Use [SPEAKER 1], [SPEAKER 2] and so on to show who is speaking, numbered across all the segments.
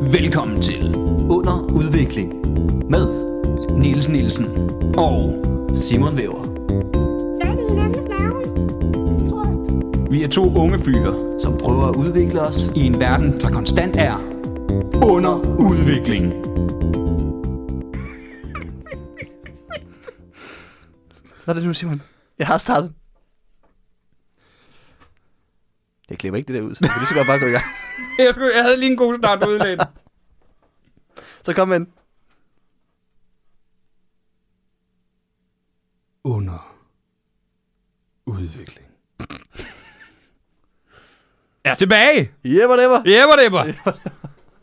[SPEAKER 1] Velkommen til Under Udvikling med Niels Nielsen og Simon Væver.
[SPEAKER 2] Fat i hinandens navle. Tror jeg.
[SPEAKER 1] Vi er to unge fyre
[SPEAKER 3] som prøver at udvikle os.
[SPEAKER 1] i en verden, der konstant er under udvikling.
[SPEAKER 3] Så er det nu, Simon. Jeg har startet. Jeg klipper ikke det der ud, så det kan lige så godt bare gå i gang.
[SPEAKER 1] Jeg, skulle, jeg havde lige en god start udlæn.
[SPEAKER 3] Så kom med den.
[SPEAKER 1] Under udvikling. Er tilbage!
[SPEAKER 3] Jebber, jebber.
[SPEAKER 1] Jæber, dæber! Det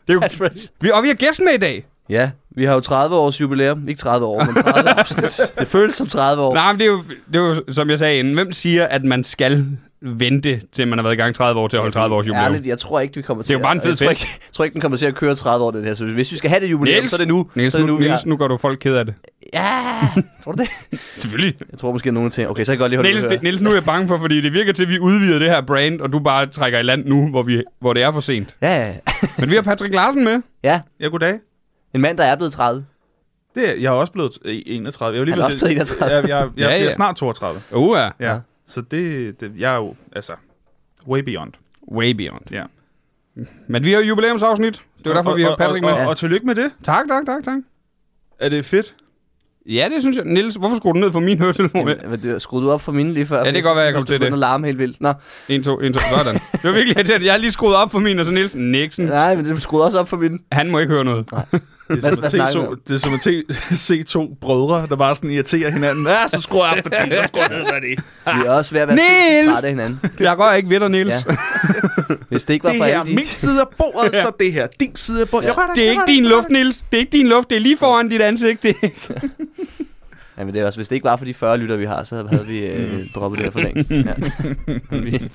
[SPEAKER 1] er jo,
[SPEAKER 3] Catchphrase.
[SPEAKER 1] vi, og vi har gæsten med i dag.
[SPEAKER 3] Ja, vi har jo 30 års jubilæum. Ikke 30 år, men 30 afsnit. Det føles som 30 år.
[SPEAKER 1] Nej, men det er, jo, det er jo, som jeg sagde inden, hvem siger, at man skal vente, til man har været i gang 30 år til at holde 30 års jubilæum?
[SPEAKER 3] Ærligt, jeg tror ikke, vi kommer til
[SPEAKER 1] Det er jo bare en
[SPEAKER 3] at-
[SPEAKER 1] fed
[SPEAKER 3] jeg tror
[SPEAKER 1] fest.
[SPEAKER 3] ikke, jeg tror ikke, den kommer til at køre 30 år, den her. Så hvis vi skal have det jubilæum, så er det nu.
[SPEAKER 1] Niels,
[SPEAKER 3] så er det
[SPEAKER 1] nu,
[SPEAKER 3] vi
[SPEAKER 1] Niels,
[SPEAKER 3] har-
[SPEAKER 1] nu gør du folk ked af det.
[SPEAKER 3] Ja, tror du det?
[SPEAKER 1] Selvfølgelig.
[SPEAKER 3] Jeg tror måske, at nogen ting. Okay, så kan jeg godt lige holde
[SPEAKER 1] Niels,
[SPEAKER 3] ud at
[SPEAKER 1] det,
[SPEAKER 3] høre.
[SPEAKER 1] Niels, nu er jeg bange for, fordi det virker til, at vi udvider det her brand, og du bare trækker i land nu, hvor, vi, hvor det er for sent.
[SPEAKER 3] Ja, ja, ja.
[SPEAKER 1] Men vi har Patrick Larsen med.
[SPEAKER 3] ja,
[SPEAKER 4] Ja, goddag.
[SPEAKER 3] en mand, der er blevet 30.
[SPEAKER 4] Det er, jeg er også blevet øh, 31. Jeg er, lige
[SPEAKER 3] Er du
[SPEAKER 4] ved at
[SPEAKER 3] også blevet
[SPEAKER 4] sige-
[SPEAKER 3] 31?
[SPEAKER 4] Jeg, jeg, jeg,
[SPEAKER 1] Ja,
[SPEAKER 4] jeg
[SPEAKER 1] ja.
[SPEAKER 4] bliver snart 32.
[SPEAKER 1] Uh, ja.
[SPEAKER 4] Ja. ja. Så det, det, jeg er jo, altså, way beyond.
[SPEAKER 1] Way beyond.
[SPEAKER 4] Ja.
[SPEAKER 1] Men vi har jo jubilæumsafsnit. Det er derfor,
[SPEAKER 4] Og-
[SPEAKER 1] vi har
[SPEAKER 4] og-
[SPEAKER 1] Patrick
[SPEAKER 4] og,
[SPEAKER 1] med.
[SPEAKER 4] Og, og tillykke med det.
[SPEAKER 1] Tak, tak, tak, tak.
[SPEAKER 4] Er det fedt?
[SPEAKER 1] Ja, det synes jeg. Niels, hvorfor skruer du ned for min høretelefon?
[SPEAKER 3] Jamen, men du- skruede du op for mine lige før?
[SPEAKER 1] det kan godt være, jeg kom til det.
[SPEAKER 3] Den larme helt vildt. Nå,
[SPEAKER 1] 1, 2, 1, 2. Sådan. Det var virkelig irriterende. Jeg har lige skruet op for min, og så Niels Nixon.
[SPEAKER 3] nej, men du skruede også op for mine.
[SPEAKER 1] Han må ikke høre noget.
[SPEAKER 4] Det er
[SPEAKER 3] Hvad-
[SPEAKER 4] som
[SPEAKER 3] hvad
[SPEAKER 4] at
[SPEAKER 3] snakker vi
[SPEAKER 4] se-
[SPEAKER 3] om?
[SPEAKER 4] det er som at te- se to brødre, der bare sådan irriterer hinanden. Ja, så skruer jeg op for det, så skruer jeg ned for det.
[SPEAKER 3] Vi er også ved at være
[SPEAKER 1] Niels!
[SPEAKER 3] sindssygt trætte af hinanden.
[SPEAKER 1] Jeg rører ikke ved dig, Niels.
[SPEAKER 3] Ja. Hvis det ikke var
[SPEAKER 4] Det
[SPEAKER 3] for
[SPEAKER 4] her er
[SPEAKER 3] alle de...
[SPEAKER 4] min side af bordet, så det her er din side af bordet. Jeg rører dig
[SPEAKER 1] Det er
[SPEAKER 4] jeg
[SPEAKER 1] ikke
[SPEAKER 4] rører dig
[SPEAKER 1] din luft, Niels. Det er ikke din luft. Det er lige foran dit ansigt. Det er-
[SPEAKER 3] Ja, men det er også, hvis det ikke var for de 40 lytter, vi har, så havde vi øh, droppet det her for længst. Ja. Men vi,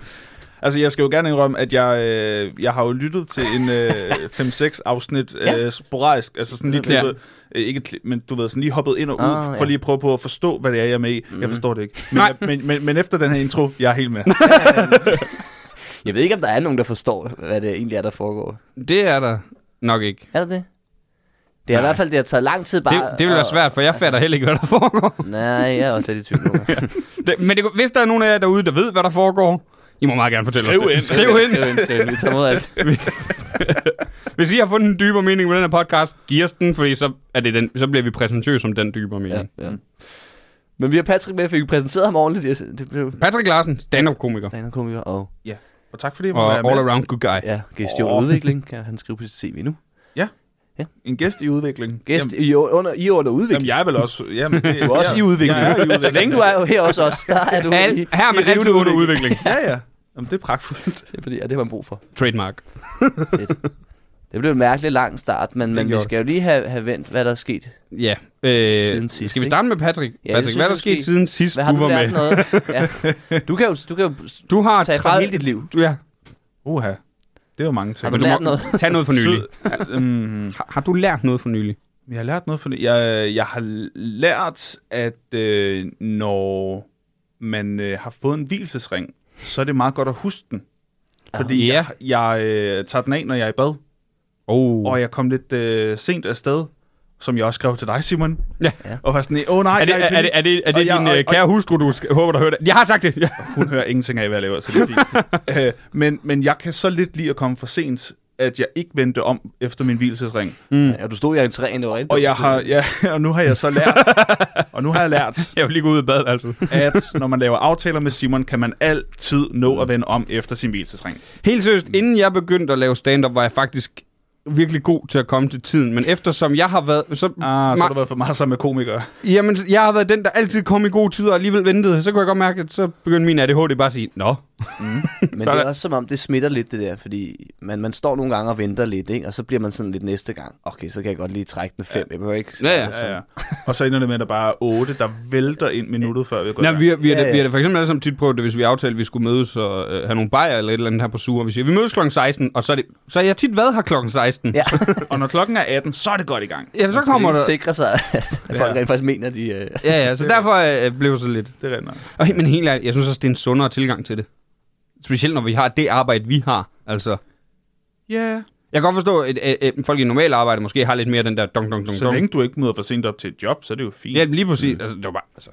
[SPEAKER 4] Altså, jeg skal jo gerne indrømme, at jeg, øh, jeg har jo lyttet til en øh, 5-6 afsnit øh,
[SPEAKER 1] Ja.
[SPEAKER 4] sporadisk. Altså sådan lige
[SPEAKER 1] Ja.
[SPEAKER 4] klippet, øh, ikke klip, men du ved, sådan lige hoppet ind og ud,
[SPEAKER 3] Ah,
[SPEAKER 4] for
[SPEAKER 3] ja. Mhm.
[SPEAKER 4] lige at prøve på at forstå, hvad det er, jeg er med i. Jeg forstår det ikke. Men,
[SPEAKER 1] Nej.
[SPEAKER 4] jeg, men, men, men efter den her intro, jeg er helt med.
[SPEAKER 3] jeg ved ikke, om der er nogen, der forstår, hvad det egentlig er, der foregår.
[SPEAKER 1] Det er der nok ikke.
[SPEAKER 3] Er der det? Det er i
[SPEAKER 1] Nej.
[SPEAKER 3] hvert fald, det har taget lang tid bare...
[SPEAKER 1] Det, det vil være
[SPEAKER 3] at-
[SPEAKER 1] svært, for jeg fatter heller ikke, hvad der foregår.
[SPEAKER 3] Nej, jeg er også lidt i tvivl nu.
[SPEAKER 1] Det, men det, kunne- hvis der er nogen af jer derude, der ved, hvad der foregår, I må meget gerne fortælle
[SPEAKER 4] Skriv
[SPEAKER 1] os det.
[SPEAKER 4] ind.
[SPEAKER 1] Skriv ind.
[SPEAKER 3] Skriv ind, skriv ind. Vi tager mod alt.
[SPEAKER 1] Hvis I har fundet en dybere mening med den her podcast, giv os den, fordi så, er det den, så bliver vi præsentøse som den dybere
[SPEAKER 3] Ja,
[SPEAKER 1] mening.
[SPEAKER 3] ja. Men vi har Patrick med, for vi præsenteret ham ordentligt. Jeg- Det blev
[SPEAKER 1] Patrick Larsen, stand-up-komiker.
[SPEAKER 3] stand-up-komiker, og
[SPEAKER 4] ja. Og tak fordi jeg
[SPEAKER 1] Og
[SPEAKER 4] måtte være med.
[SPEAKER 1] all-around good guy.
[SPEAKER 3] ja, gestion og
[SPEAKER 4] Åh.
[SPEAKER 3] udvikling, kan han skrive på sit CV nu.
[SPEAKER 4] En gæst i udviklingen.
[SPEAKER 3] Gæst
[SPEAKER 4] Jamen,
[SPEAKER 3] i, under, i under udvikling.
[SPEAKER 4] jamen, jeg er vel også... Jamen, det,
[SPEAKER 3] Du er også
[SPEAKER 4] jeg,
[SPEAKER 3] i udvikling.
[SPEAKER 4] Jeg er i
[SPEAKER 3] Så
[SPEAKER 4] udvikling.
[SPEAKER 3] længe du er jo her hos os, der er du i,
[SPEAKER 1] Al, her er man
[SPEAKER 4] I
[SPEAKER 1] altid
[SPEAKER 4] rivende
[SPEAKER 1] under udvikling.
[SPEAKER 4] Ja, ja. Jamen, det er pragtfuldt.
[SPEAKER 3] det er fordi, ja, det har man brug for.
[SPEAKER 1] Trademark.
[SPEAKER 3] Fedt. Det blev en mærkelig lang start, men, men vi
[SPEAKER 1] gjorde
[SPEAKER 3] skal jo lige have, have vendt, hvad der er sket.
[SPEAKER 1] Ja. Øh,
[SPEAKER 3] Siden sidst,
[SPEAKER 1] skal vi
[SPEAKER 3] ikke?
[SPEAKER 1] starte med Patrick?
[SPEAKER 3] Ja, jeg
[SPEAKER 1] Patrick,
[SPEAKER 3] synes,
[SPEAKER 1] hvad er der
[SPEAKER 3] måske-
[SPEAKER 1] sket siden sidst,
[SPEAKER 3] Hvad har
[SPEAKER 1] du
[SPEAKER 3] du,
[SPEAKER 1] var
[SPEAKER 3] lært
[SPEAKER 1] med?
[SPEAKER 3] noget? Ja. Du kan jo, du kan jo
[SPEAKER 1] Du har
[SPEAKER 3] tage fra hele dit liv.
[SPEAKER 1] Du, ja.
[SPEAKER 4] Uha. Det er jo mange
[SPEAKER 3] Har
[SPEAKER 4] ting.
[SPEAKER 1] Men
[SPEAKER 3] du
[SPEAKER 1] du
[SPEAKER 3] lært
[SPEAKER 1] må
[SPEAKER 3] noget?
[SPEAKER 1] tage noget for nylig.
[SPEAKER 4] Så, mm,
[SPEAKER 1] Har, har du lært noget for nylig?
[SPEAKER 4] Jeg har lært noget for det. Jeg, jeg har lært, at øh, når man øh, har fået en hvilesesring, så er det meget godt at huske den. Fordi
[SPEAKER 1] Ah, Ja.
[SPEAKER 4] ja. jeg, jeg øh, tager den af, når jeg er i bad.
[SPEAKER 1] Oh.
[SPEAKER 4] Og jeg kom lidt øh, sent afsted, som jeg også skrev til dig, Simon.
[SPEAKER 1] Ja.
[SPEAKER 4] Og var sådan, åh oh, nej,
[SPEAKER 1] Er det,
[SPEAKER 4] jeg
[SPEAKER 1] er det, er det, er
[SPEAKER 4] Og
[SPEAKER 1] det
[SPEAKER 4] jeg-
[SPEAKER 1] din
[SPEAKER 4] og-
[SPEAKER 1] øh, kære hustru, du sk- håber, der hører det? Jeg har sagt det! Ja.
[SPEAKER 4] hun hører ingenting af, hvad jeg laver, så det er fint. øh, men, men jeg kan så lidt lide at komme for sent, at jeg ikke vendte om efter min hvilesesring.
[SPEAKER 3] Mm. Ja, og du stod i entréen, det var rigtig
[SPEAKER 4] Og, jeg har, ja, og nu har jeg så lært, og nu har jeg lært,
[SPEAKER 1] Jeg vil lige gå ud i bad, altså.
[SPEAKER 4] at når man laver aftaler med Simon, kan man altid nå at vende om efter sin hvilesesring.
[SPEAKER 1] Helt seriøst, inden jeg begyndte at lave stand-up, var jeg faktisk virkelig god til at komme til tiden. Men eftersom jeg har været... Så,
[SPEAKER 4] Ah, så har
[SPEAKER 1] ma-
[SPEAKER 4] du været for meget sammen med komikere.
[SPEAKER 1] Jamen, jeg har været den, der altid kom i god tid og alligevel ventede. Så kunne jeg godt mærke, at så begyndte min ADHD bare at sige, Nå,
[SPEAKER 3] Men
[SPEAKER 1] Så er
[SPEAKER 3] det er
[SPEAKER 1] der-
[SPEAKER 3] også som om, det smitter lidt det der, fordi man, man står nogle gange og venter lidt, ikke? og så bliver man sådan lidt næste gang. Okay, så kan jeg godt lige trække den fem. Jeg behøver ikke...
[SPEAKER 1] Ja, ja.
[SPEAKER 4] Ja, ja. Og så ender det med, at der bare er otte, der vælter ind minuttet før vi går
[SPEAKER 1] Nej,
[SPEAKER 4] Nej,
[SPEAKER 1] vi, har- vi, ja,
[SPEAKER 3] Ja,
[SPEAKER 1] ja.
[SPEAKER 3] ja.
[SPEAKER 1] vi har da for eksempel alle sammen tit prøvet det, hvis vi aftalte, at vi skulle mødes og øh, have nogle bajer eller et eller andet her på Sur. og Vi siger, vi mødes kl. 16, og så er det... Så har jeg tit været her kl. 16.
[SPEAKER 3] Ja. Altså,
[SPEAKER 4] Og når klokken er 18, så er det godt i gang.
[SPEAKER 1] Jamen, så
[SPEAKER 3] Man skal
[SPEAKER 1] kommer
[SPEAKER 3] lige
[SPEAKER 1] der...
[SPEAKER 3] sikre sig, at folk
[SPEAKER 4] Ja.
[SPEAKER 3] rent faktisk mener, de... Øh...
[SPEAKER 1] Ja, ja, så derfor øh, blev det så lidt...
[SPEAKER 4] Det render.
[SPEAKER 1] Og, men helt ærligt, jeg synes også, det er en sundere tilgang til det. Specielt når vi har det arbejde, vi har. Altså,
[SPEAKER 4] Ja,
[SPEAKER 1] Jeg kan godt forstå, at, at, at folk i normal arbejde måske har lidt mere den der dong, dong, dong,
[SPEAKER 4] Så
[SPEAKER 1] dong.
[SPEAKER 4] længe du ikke møder for sent op til et job, så er det jo fint.
[SPEAKER 1] Ja, lige præcis.
[SPEAKER 3] Mm.
[SPEAKER 1] Altså, det var bare, altså,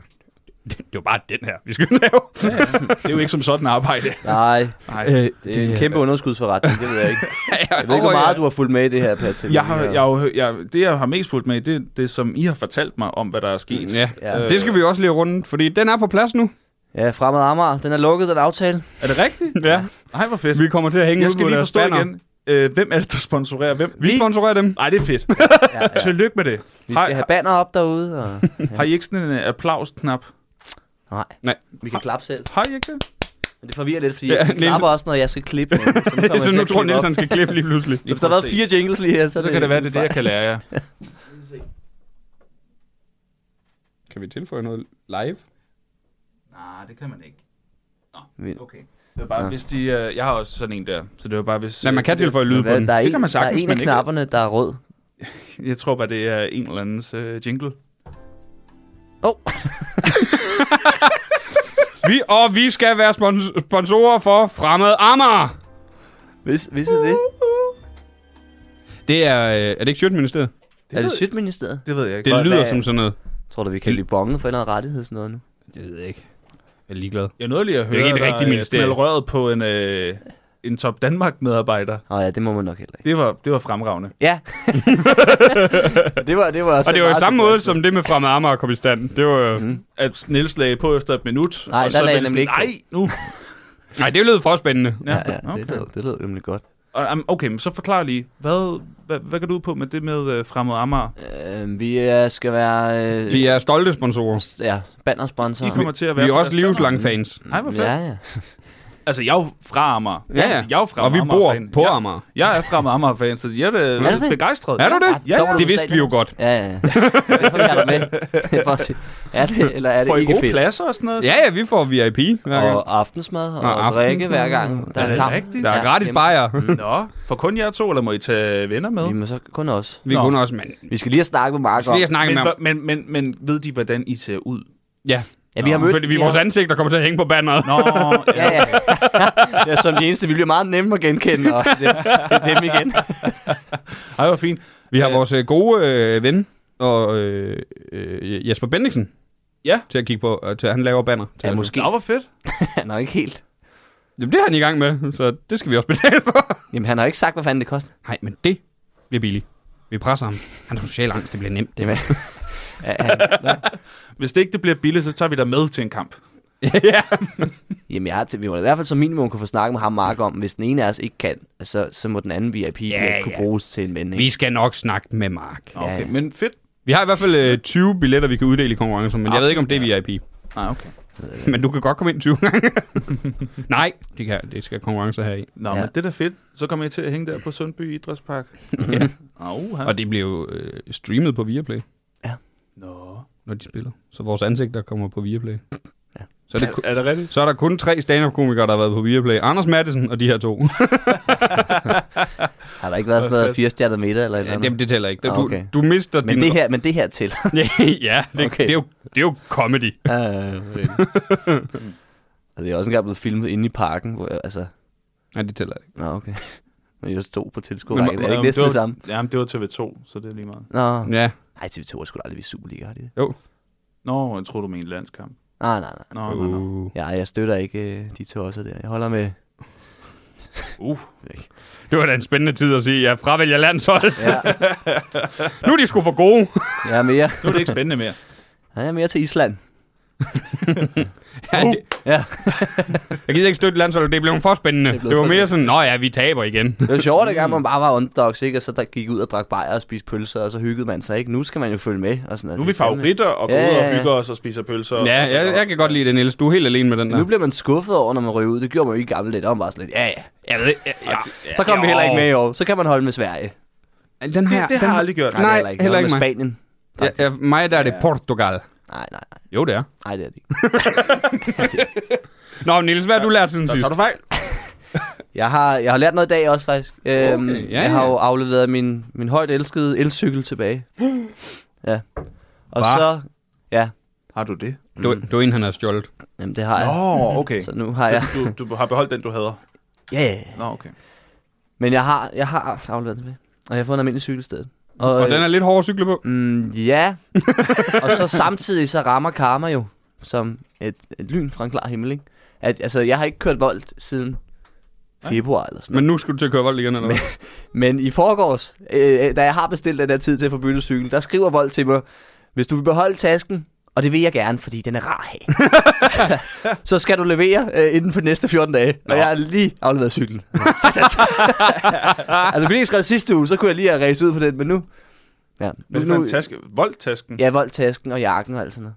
[SPEAKER 1] det, det var bare den her, vi skulle lave.
[SPEAKER 4] Det er jo ikke som sådan arbejde.
[SPEAKER 3] Nej,
[SPEAKER 4] Nej.
[SPEAKER 1] Øh,
[SPEAKER 3] det er en kæmpe underskudsforretning, det ved jeg ikke. Jeg ved ikke, hvor meget du har fulgt med i det her, Patrick. øh,
[SPEAKER 4] Jeg har, jeg, har jo hø- jeg, det, jeg har mest fulgt med, det er det, som I har fortalt mig om, hvad der er sket.
[SPEAKER 1] Ja,
[SPEAKER 3] Ja.
[SPEAKER 1] ja. det skal vi også lige runde, fordi den er på plads nu.
[SPEAKER 3] Ja, fremad Amager, den er lukket, den aftale.
[SPEAKER 4] Er det rigtigt?
[SPEAKER 1] Ja.
[SPEAKER 4] Nej, hvor fedt.
[SPEAKER 1] Vi kommer til at hænge
[SPEAKER 4] Jeg
[SPEAKER 1] ud
[SPEAKER 4] skal
[SPEAKER 1] på
[SPEAKER 4] lige
[SPEAKER 1] deres
[SPEAKER 4] forstå
[SPEAKER 1] banner.
[SPEAKER 4] igen. Øh, hvem er det, der sponsorerer hvem?
[SPEAKER 1] Vi sponsorerer dem.
[SPEAKER 4] Nej, det er fedt.
[SPEAKER 3] Ja, ja.
[SPEAKER 4] Tillykke med det.
[SPEAKER 3] Vi
[SPEAKER 4] Har,
[SPEAKER 3] skal have banner op derude. Og...
[SPEAKER 4] har I ikke sådan en øh, applaus-knap?
[SPEAKER 3] Nej,
[SPEAKER 1] Nej.
[SPEAKER 3] vi kan klappe selv.
[SPEAKER 4] Har I ikke det?
[SPEAKER 3] Men det forvirrer lidt, fordi
[SPEAKER 1] Ja,
[SPEAKER 3] ja, jeg
[SPEAKER 1] Nielsen-
[SPEAKER 3] klapper også, når jeg skal klippe. noget, Så, nu,
[SPEAKER 1] Så nu tror Nielsen, han skal klippe lige pludselig.
[SPEAKER 3] Så hvis der har været fire jingles lige her, så, er
[SPEAKER 4] Så kan det være, det er det, jeg kan lære jer.
[SPEAKER 1] Kan vi tilføje noget live?
[SPEAKER 4] Nej, det kan man ikke.
[SPEAKER 3] Vildt.
[SPEAKER 4] okay. Det var bare,
[SPEAKER 3] Ja.
[SPEAKER 4] hvis de, øh, jeg har også sådan en der, så det var bare, hvis... øh,
[SPEAKER 1] Nej, man kan
[SPEAKER 4] det,
[SPEAKER 1] tilføje lyd
[SPEAKER 3] Men
[SPEAKER 1] på
[SPEAKER 3] hvad,
[SPEAKER 1] den.
[SPEAKER 3] der er
[SPEAKER 4] Det
[SPEAKER 3] en,
[SPEAKER 4] kan man
[SPEAKER 3] der
[SPEAKER 4] sagtens,
[SPEAKER 3] er en
[SPEAKER 4] men
[SPEAKER 3] af
[SPEAKER 4] ikke-
[SPEAKER 3] knapperne, der er rød.
[SPEAKER 4] Jeg tror bare, det er en eller andens øh, jingle.
[SPEAKER 3] Åh, oh,
[SPEAKER 1] Vi, og vi skal være spons- sponsorer for Fremad Amager.
[SPEAKER 3] hvis, hvis er det.
[SPEAKER 1] Det er, øh, er det ikke Sjøtministeriet?
[SPEAKER 3] Er det Sydministeriet?
[SPEAKER 4] Det ved jeg ikke.
[SPEAKER 1] Det
[SPEAKER 3] Hvad-
[SPEAKER 1] lyder
[SPEAKER 3] hvad-
[SPEAKER 1] som sådan noget.
[SPEAKER 3] Tror du, vi kan blive bonget for en eller anden rettighedsnød nu?
[SPEAKER 1] Det ved jeg ikke. Jeg er ligeglad.
[SPEAKER 4] Jeg nåede lige at høre,
[SPEAKER 1] ikke et
[SPEAKER 4] der,
[SPEAKER 1] rigtigt
[SPEAKER 4] øh,
[SPEAKER 1] ministerie.
[SPEAKER 4] smældte røret på en, øh, en Top Danmark-medarbejder.
[SPEAKER 3] Åh oh, ja, det må man nok heller ikke.
[SPEAKER 4] Det var, det var fremragende.
[SPEAKER 3] Ja. det var, det var
[SPEAKER 1] Og det var jo samme måde som det med Fremad Amager kom i stand. Det var
[SPEAKER 3] Mhm.
[SPEAKER 1] mm.
[SPEAKER 4] At Niels lagde på efter et minut.
[SPEAKER 3] Nej,
[SPEAKER 4] og
[SPEAKER 3] der
[SPEAKER 4] så
[SPEAKER 3] lagde
[SPEAKER 4] var
[SPEAKER 3] jeg
[SPEAKER 4] det
[SPEAKER 3] nemlig
[SPEAKER 4] sådan,
[SPEAKER 3] ikke
[SPEAKER 4] Nej, nu.
[SPEAKER 1] Nej, det lød for spændende.
[SPEAKER 3] Ja, ja, det,
[SPEAKER 4] okay.
[SPEAKER 3] lød, det lød nemlig godt.
[SPEAKER 4] Og, um, okay, men så forklar lige. Hvad, hvad, hvad går du ud på med det med øh, fremmed Amager?
[SPEAKER 3] Øh, vi øh, skal være... Øh,
[SPEAKER 1] Vi er stolte sponsorer.
[SPEAKER 3] Ja, bannersponsor.
[SPEAKER 4] I kommer til at være...
[SPEAKER 1] Vi er
[SPEAKER 4] på
[SPEAKER 1] også
[SPEAKER 4] deres banner.
[SPEAKER 1] livslange fans.
[SPEAKER 4] Nej, hvor fedt.
[SPEAKER 3] Ja,
[SPEAKER 4] Ja.
[SPEAKER 3] ja.
[SPEAKER 4] Altså, jeg er jo fra Amager. Altså,
[SPEAKER 1] Ja, ja.
[SPEAKER 4] Jeg er jo fra
[SPEAKER 1] Og vi
[SPEAKER 4] Amager
[SPEAKER 1] bor
[SPEAKER 4] fan.
[SPEAKER 1] på
[SPEAKER 4] jeg,
[SPEAKER 1] Amager.
[SPEAKER 4] Jeg er fra Amager-fan, så jeg er, da
[SPEAKER 3] det det?
[SPEAKER 4] begejstret.
[SPEAKER 1] Er du det?
[SPEAKER 4] Ja,
[SPEAKER 3] Der var du
[SPEAKER 1] Det
[SPEAKER 3] på
[SPEAKER 1] vidste vi jo
[SPEAKER 3] stadion.
[SPEAKER 1] godt.
[SPEAKER 3] Ja, ja, ja. Derfor er der med. Det er, for at sige, er det, eller er det
[SPEAKER 4] Får I
[SPEAKER 3] ikke
[SPEAKER 4] gode
[SPEAKER 3] fedt?
[SPEAKER 4] pladser og sådan noget?
[SPEAKER 1] Ja, ja, vi får VIP hver gang.
[SPEAKER 3] Og aftensmad og,
[SPEAKER 1] Og
[SPEAKER 3] og drikke
[SPEAKER 1] aftensmad.
[SPEAKER 3] hver gang. Der
[SPEAKER 4] Er
[SPEAKER 3] er,
[SPEAKER 4] det
[SPEAKER 3] kamp.
[SPEAKER 4] rigtigt?
[SPEAKER 1] Der er gratis
[SPEAKER 3] kæmpe.
[SPEAKER 1] bajer.
[SPEAKER 4] Nå, for kun jer to, eller må I tage venner med?
[SPEAKER 3] Jamen, så kun os.
[SPEAKER 1] Vi
[SPEAKER 4] Nå.
[SPEAKER 1] kunne også, men
[SPEAKER 3] Vi skal lige have snakket med Mark
[SPEAKER 1] vi
[SPEAKER 3] om.
[SPEAKER 1] har snakket
[SPEAKER 4] Men,
[SPEAKER 1] med
[SPEAKER 4] hva-
[SPEAKER 1] ham.
[SPEAKER 4] men, men, men ved de, hvordan I ser ud?
[SPEAKER 1] Ja,
[SPEAKER 3] Ja, vi har mødt...
[SPEAKER 1] fordi vi, vores ansigter kommer til at hænge på banneret.
[SPEAKER 4] Nå,
[SPEAKER 3] Ja, ja. ja, som de eneste, vi bliver meget nemme at genkende, og det, det er dem igen.
[SPEAKER 4] Ej, hvor fint.
[SPEAKER 1] Vi har vores øh, gode øh, ven og øh, øh, Jesper Bendiksen
[SPEAKER 4] Ja.
[SPEAKER 1] til at kigge på, øh, til at han laver banner. til
[SPEAKER 3] Ja,
[SPEAKER 1] os.
[SPEAKER 3] måske.
[SPEAKER 4] Nå, hvor fedt.
[SPEAKER 3] Han er ikke helt...
[SPEAKER 1] Jamen, det er han i gang med, så det skal vi også betale for.
[SPEAKER 3] Jamen, han har ikke sagt, hvad fanden det koster.
[SPEAKER 1] Nej, men det bliver billigt. Vi presser ham. Han har social angst, det bliver nemt.
[SPEAKER 3] Det er med. Ja, han-
[SPEAKER 4] Hvis det ikke det bliver billigt, så tager vi dig med til en kamp.
[SPEAKER 1] ja.
[SPEAKER 3] Jamen, jeg har til, vi må i hvert fald som minimum kunne få snakket med ham, Mark, om, hvis den ene af os ikke kan, så, så må den anden VIP ja, kunne
[SPEAKER 1] ja.
[SPEAKER 3] bruges til en vending.
[SPEAKER 1] Vi skal nok snakke med Mark.
[SPEAKER 4] Okay,
[SPEAKER 3] ja.
[SPEAKER 4] men fedt.
[SPEAKER 1] Vi har i hvert fald øh, 20 billetter, vi kan uddele i konkurrencen, men jeg ved ikke, om det er VIP.
[SPEAKER 4] Nej, okay.
[SPEAKER 1] Men du kan godt komme ind 20 gange. Nej, det, kan, det skal konkurrencer her i.
[SPEAKER 4] Nå,
[SPEAKER 3] Ja.
[SPEAKER 4] ja. men det er da fedt. Så kommer jeg til at hænge der på Sundby Idrætspark. ja. Au,
[SPEAKER 1] Mm. Og det bliver jo øh, streamet på Viaplay,
[SPEAKER 4] Nå.
[SPEAKER 1] når de spiller. Så vores ansigter kommer på Viaplay. Ja. Så, er det, ku-
[SPEAKER 4] Er det rigtigt?
[SPEAKER 1] så er der kun tre stand-up-komikere, der har været på Viaplay. Anders Madsen og de her to.
[SPEAKER 3] Har der ikke været sådan noget firestjernet middag eller et eller
[SPEAKER 1] Ja,
[SPEAKER 3] andet?
[SPEAKER 1] dem, det tæller ikke. Du,
[SPEAKER 3] Ah, okay.
[SPEAKER 1] du mister
[SPEAKER 3] men,
[SPEAKER 1] din...
[SPEAKER 3] det her, men det her til.
[SPEAKER 1] ja,
[SPEAKER 3] Okay.
[SPEAKER 1] det, okay. det, er jo, det er jo comedy.
[SPEAKER 3] altså, jeg er også engang blevet filmet inde i parken, hvor jeg, altså...
[SPEAKER 1] Nej, det tæller ikke.
[SPEAKER 3] Nå, okay. Men jeg stod på
[SPEAKER 1] Men
[SPEAKER 3] tilskuerrækken.
[SPEAKER 1] må-
[SPEAKER 3] Er det ikke næsten
[SPEAKER 4] var,
[SPEAKER 3] det samme?
[SPEAKER 4] Jamen, det var TV2, så det er lige meget.
[SPEAKER 3] Nå.
[SPEAKER 1] Ja,
[SPEAKER 3] Nej, TV2 er sgu da aldrig ved Superliga, har de det?
[SPEAKER 4] Nå, jeg tror du mente landskamp.
[SPEAKER 3] Nej, nej, nej.
[SPEAKER 4] Nå, nå, nå.
[SPEAKER 1] uh.
[SPEAKER 3] Ja, jeg støtter ikke øh, de tosser der. Jeg holder med...
[SPEAKER 4] Uh,
[SPEAKER 1] Det var da en spændende tid at sige, jeg fravælger landsholdet.
[SPEAKER 3] Ja,
[SPEAKER 1] Nu er de sgu for gode.
[SPEAKER 3] jeg er mere,
[SPEAKER 4] nu er det ikke spændende mere.
[SPEAKER 3] jeg er mere til Island. Uh.
[SPEAKER 1] Ja, det,
[SPEAKER 3] Ja.
[SPEAKER 1] jeg gider ikke støtte landsholdet, det blev for spændende.
[SPEAKER 3] er
[SPEAKER 1] Det,
[SPEAKER 3] blevet
[SPEAKER 1] det var
[SPEAKER 3] for
[SPEAKER 1] mere sådan, nå ja, vi taber igen.
[SPEAKER 3] Det var sjovt, dengang man bare var underdogs, ikke? Og så der gik ud og drak bajer og spiste pølser, og så hyggede man sig, ikke? Nu skal man jo følge med og sådan noget.
[SPEAKER 4] Nu er vi
[SPEAKER 3] Det fandme-
[SPEAKER 4] favoritter og går
[SPEAKER 3] Ja,
[SPEAKER 4] ud
[SPEAKER 3] ja,
[SPEAKER 4] og
[SPEAKER 3] ja.
[SPEAKER 4] hygger os og spiser pølser.
[SPEAKER 1] Ja, jeg, jeg kan godt lide det, Niels. Du er helt alene med den der.
[SPEAKER 3] Nu bliver man skuffet over, når man ryger ud. Det gjorde man jo ikke i gamle dage. Der var man bare sådan lidt, ja, ja.
[SPEAKER 1] Jeg ved, ja, ja.
[SPEAKER 3] Så kom vi heller ikke med i år. Så kan man holde med Sverige. Nej,
[SPEAKER 1] Den
[SPEAKER 4] Det, det har jeg aldrig gjort.
[SPEAKER 1] Nej,
[SPEAKER 3] det er ikke.
[SPEAKER 1] heller
[SPEAKER 3] Holde
[SPEAKER 1] ikke
[SPEAKER 3] med Spanien.
[SPEAKER 1] Ja, ja, for mig der er det Portugal.
[SPEAKER 3] Nej, nej, nej.
[SPEAKER 1] Jo, det er.
[SPEAKER 3] Nej, det er det ikke.
[SPEAKER 1] Nå, Niels, hvad har du lært siden
[SPEAKER 4] Så
[SPEAKER 1] sidst?
[SPEAKER 4] tager du fejl.
[SPEAKER 3] Jeg har, jeg har lært noget i dag også, faktisk. Øhm,
[SPEAKER 1] Okay, ja,
[SPEAKER 3] jeg har
[SPEAKER 1] ja.
[SPEAKER 3] jo afleveret min, min højt elskede elcykel tilbage. Ja. Og
[SPEAKER 1] Hva?
[SPEAKER 3] så... Ja,
[SPEAKER 4] Har du det?
[SPEAKER 1] Du,
[SPEAKER 3] Mm.
[SPEAKER 1] du er en, han har stjålet.
[SPEAKER 3] jamen, det har jeg.
[SPEAKER 4] Nå, okay.
[SPEAKER 3] Så nu har jeg...
[SPEAKER 4] Så du, du har beholdt den, du hader?
[SPEAKER 3] Ja, yeah.
[SPEAKER 4] Nå, okay.
[SPEAKER 3] Men jeg har, jeg har afleveret den med. Og jeg har fået en almindelig cykel i stedet.
[SPEAKER 1] Og den er lidt hård at cykle på.
[SPEAKER 3] Mm, ja. og så samtidig så rammer karma jo som et, et lyn fra en klar himmel, ikke? At, altså, jeg har ikke kørt vold siden februar eller sådan
[SPEAKER 1] Men nu skal du til at køre vold igen, eller hvad?
[SPEAKER 3] Men i forgårs, øh, da jeg har bestilt den der tid til at få byttet cykel, der skriver Vold til mig, hvis du vil beholde tasken, og det vil jeg gerne, fordi den er rar at have, så skal du levere øh, inden for de næste 14 dage. Og jeg har lige afleveret cyklen. Tak, tak, tak. altså, kunne jeg ikke skrevet sidste uge, så kunne jeg lige have ræset ud på den, men nu... Ja, nu,
[SPEAKER 4] Hvad for
[SPEAKER 3] nu
[SPEAKER 4] en taske? Voldtasken?
[SPEAKER 3] ja, voldtasken og jakken og alt sådan noget.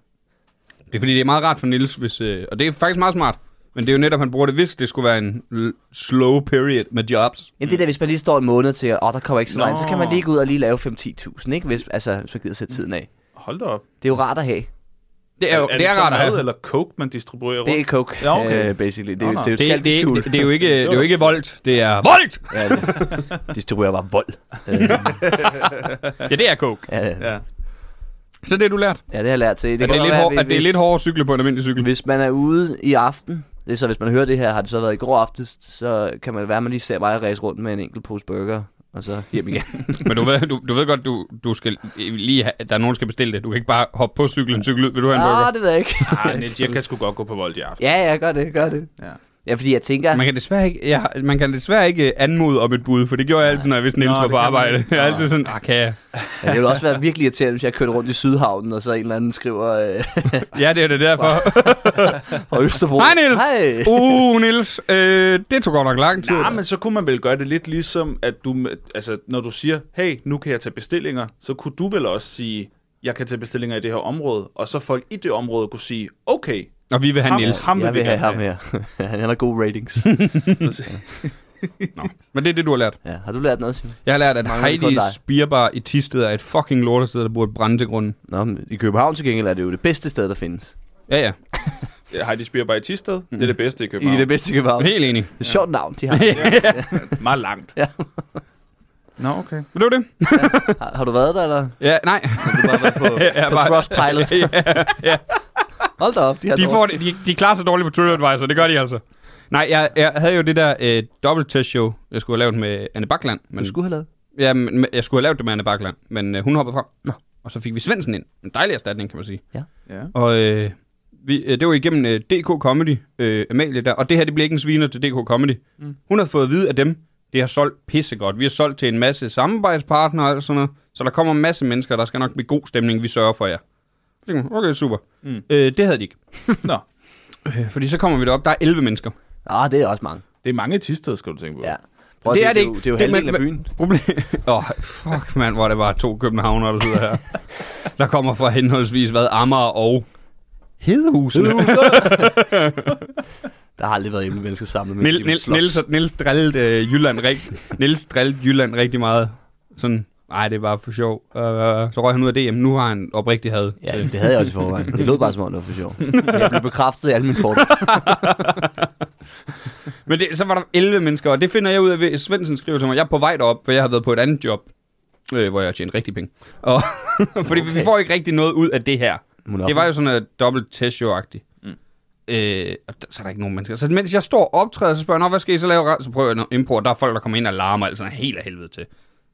[SPEAKER 1] Det er fordi, det er meget rart for Nils, hvis, øh, og det er faktisk meget smart. Men det er jo netop, han bruger det, hvis det skulle være en l- slow period med jobs.
[SPEAKER 3] Jamen det der, hvis man lige står en måned til, og oh, der kommer ikke så
[SPEAKER 4] Nå.
[SPEAKER 3] meget, ind, så kan man lige gå ud og lige lave 5-10.000, ikke? Hvis, altså, hvis man gider sætte tiden af.
[SPEAKER 4] Hold da op.
[SPEAKER 3] Det er jo rart at have.
[SPEAKER 1] Det er jo, det, er
[SPEAKER 4] så
[SPEAKER 1] rart at
[SPEAKER 4] mad
[SPEAKER 1] have.
[SPEAKER 4] eller coke, man distribuerer rundt?
[SPEAKER 3] Det er coke,
[SPEAKER 4] Ja, okay.
[SPEAKER 3] øh, basically. Det,
[SPEAKER 4] Nå,
[SPEAKER 3] er
[SPEAKER 4] nå.
[SPEAKER 3] det, det er jo et
[SPEAKER 1] Det, det,
[SPEAKER 3] skalkeskjul.
[SPEAKER 1] det, det, er jo ikke, øh, det er jo ikke voldt, det er voldt!
[SPEAKER 3] Ja, det distribuerer bare vold. Øh,
[SPEAKER 1] Ja, det er coke.
[SPEAKER 3] ja, ja,
[SPEAKER 4] Ja.
[SPEAKER 1] Så det har du lært.
[SPEAKER 3] det har jeg lært til.
[SPEAKER 1] Det
[SPEAKER 3] kan
[SPEAKER 1] er
[SPEAKER 3] godt
[SPEAKER 1] lidt
[SPEAKER 3] være,
[SPEAKER 1] hård,
[SPEAKER 3] hvis-
[SPEAKER 1] at det er lidt hårdt at cykle på en almindelig cykel.
[SPEAKER 3] Hvis man er ude i aften, det er så hvis man hører det her, har det så været i går aftes, så kan man være, at man lige ser mig race rundt med en enkelt pose burger, og så hjem igen.
[SPEAKER 1] Men du ved, du, du ved godt, du, du skal lige have, at der er nogen, der skal bestille det. Du kan ikke bare hoppe på cyklen, cykle ud. Vil du have en burger?
[SPEAKER 3] ah, det ved jeg ikke.
[SPEAKER 4] Ah, Niels, jeg kan sgu godt gå på vold i aften.
[SPEAKER 3] ja, ja, gør det, gør det.
[SPEAKER 4] Ja.
[SPEAKER 3] Ja, fordi jeg tænker,
[SPEAKER 1] Man kan desværre ikke, jeg, har- man kan desværre ikke øh, anmode om et bud, for det gjorde jeg altid, når jeg vidste, Niels
[SPEAKER 4] Nå,
[SPEAKER 1] var
[SPEAKER 4] det
[SPEAKER 1] på
[SPEAKER 4] kan man
[SPEAKER 1] arbejde.
[SPEAKER 4] ikke.
[SPEAKER 1] Jeg er altid sådan, ah, kan jeg?
[SPEAKER 3] Ja, det ville også være virkelig irriterende, hvis jeg kørte rundt i Sydhavnen, og så en eller anden skriver øh,
[SPEAKER 1] Ja, det er det derfor.
[SPEAKER 3] fra Østerbro.
[SPEAKER 1] Hej, Niels!
[SPEAKER 3] Hej!
[SPEAKER 1] Uh, Niels, øh, det tog godt nok lang tid.
[SPEAKER 4] Nej, men så kunne man vel gøre det lidt ligesom, at du, med- altså, når du siger, hey, nu kan jeg tage bestillinger, så kunne du vel også sige, jeg kan tage bestillinger i det her område, og så folk i det område kunne sige, okay,
[SPEAKER 1] Og vi vil have
[SPEAKER 4] ham,
[SPEAKER 1] Niels.
[SPEAKER 4] ham
[SPEAKER 3] jeg
[SPEAKER 4] vi
[SPEAKER 3] vil have
[SPEAKER 4] gerne
[SPEAKER 3] ham her. Han har gode ratings.
[SPEAKER 1] Men det er det, du har lært.
[SPEAKER 3] Ja, har du lært noget, Simon?
[SPEAKER 1] Jeg har lært, at
[SPEAKER 3] Mangler kun
[SPEAKER 1] Heidi's
[SPEAKER 3] dig.
[SPEAKER 1] Bierbar i Tisted er et fucking lortested, der burde brænde til grunden.
[SPEAKER 3] Nå, men i København til gengæld er det jo det bedste sted, der findes.
[SPEAKER 1] Ja, ja.
[SPEAKER 4] Ja, Heidi Spier bare i Tisted, det
[SPEAKER 1] Mhm.
[SPEAKER 4] er det bedste i
[SPEAKER 3] I
[SPEAKER 4] København.
[SPEAKER 3] det bedste København. Det
[SPEAKER 1] Helt enig.
[SPEAKER 3] er et sjovt navn, de har.
[SPEAKER 4] Meget langt.
[SPEAKER 3] Ja.
[SPEAKER 4] Nå, okay.
[SPEAKER 1] Men det var det.
[SPEAKER 3] Har, har du været der, eller?
[SPEAKER 1] Ja, nej.
[SPEAKER 3] Har du bare været på,
[SPEAKER 1] Ja,
[SPEAKER 3] på
[SPEAKER 1] bare-
[SPEAKER 3] Trustpilot? Hold da op, de har
[SPEAKER 1] De, får det, de, de klarer sig dårligt på TripAdvisor, det gør de altså. Nej, jeg, jeg havde jo det der øh, dobbelt test show, jeg skulle have lavet med Anne Bakland. Men,
[SPEAKER 3] Du skulle have lavet.
[SPEAKER 1] ja, men, men jeg skulle have lavet det med Anne Bakland, men øh, hun hoppede frem. Nå. Og så fik vi Svendsen ind. En dejlig erstatning, kan man sige.
[SPEAKER 4] Ja.
[SPEAKER 1] Og øh, vi, øh, det var igennem øh, DK Comedy, øh, Amalie der. Og det her, det bliver ikke en sviner til DK Comedy. Mm. Hun har fået at vide af dem, det har solgt pissegodt. Vi har solgt til en masse samarbejdspartnere og alt sådan noget. Så der kommer en masse mennesker, der skal nok blive god stemning. Vi sørger for jer. Så tænkte jeg, Okay, super. Mm. Øh, det havde de ikke.
[SPEAKER 4] Nå,
[SPEAKER 1] Øh, fordi så kommer vi derop, der er 11 mennesker.
[SPEAKER 3] Ah, det er også mange.
[SPEAKER 4] det er mange i Tisted, skal du tænke på.
[SPEAKER 3] Ja. Prøv, det, er det, det, er jo, det er jo halvdelen af byen.
[SPEAKER 1] Problem... Åh, oh, fuck mand, hvor er det var to københavnere, der sidder her. der kommer fra henholdsvis, hvad, Amager og Hedehusene.
[SPEAKER 3] Der har aldrig været hjemme mennesker samlet. men de
[SPEAKER 1] Niel,
[SPEAKER 3] vil
[SPEAKER 1] Niel,
[SPEAKER 3] slås.
[SPEAKER 1] Niels, Niels drillede øh, Jylland rigtig, Niels drillede Jylland rigtig meget. Sådan, nej, det var for sjov. Øh, så røg han ud af DM. Nu har han oprigtig had.
[SPEAKER 3] Ja, det havde jeg også i forvejen. Det lød bare som om, det var for sjov. Jeg blev bekræftet i alle mine fordomme.
[SPEAKER 1] Men det, så var der 11 mennesker, og det finder jeg ud af, ved Svendsen skriver til mig, jeg er på vej derop, for jeg har været på et andet job, øh, hvor jeg har tjent rigtig penge. Og, fordi okay. vi
[SPEAKER 3] Okay.
[SPEAKER 1] får ikke rigtig noget ud af det her.
[SPEAKER 3] Monopoly.
[SPEAKER 1] Det var jo sådan noget dobbelt testshow-agtigt. Mm. Øh, og der, så er der ikke nogen mennesker. Så mens jeg står og optræder, så spørger jeg, "Nå, hvad skal I så lave? Så prøver jeg noget impro, og der er folk, der kommer ind og larmer, altså helt af helvede til.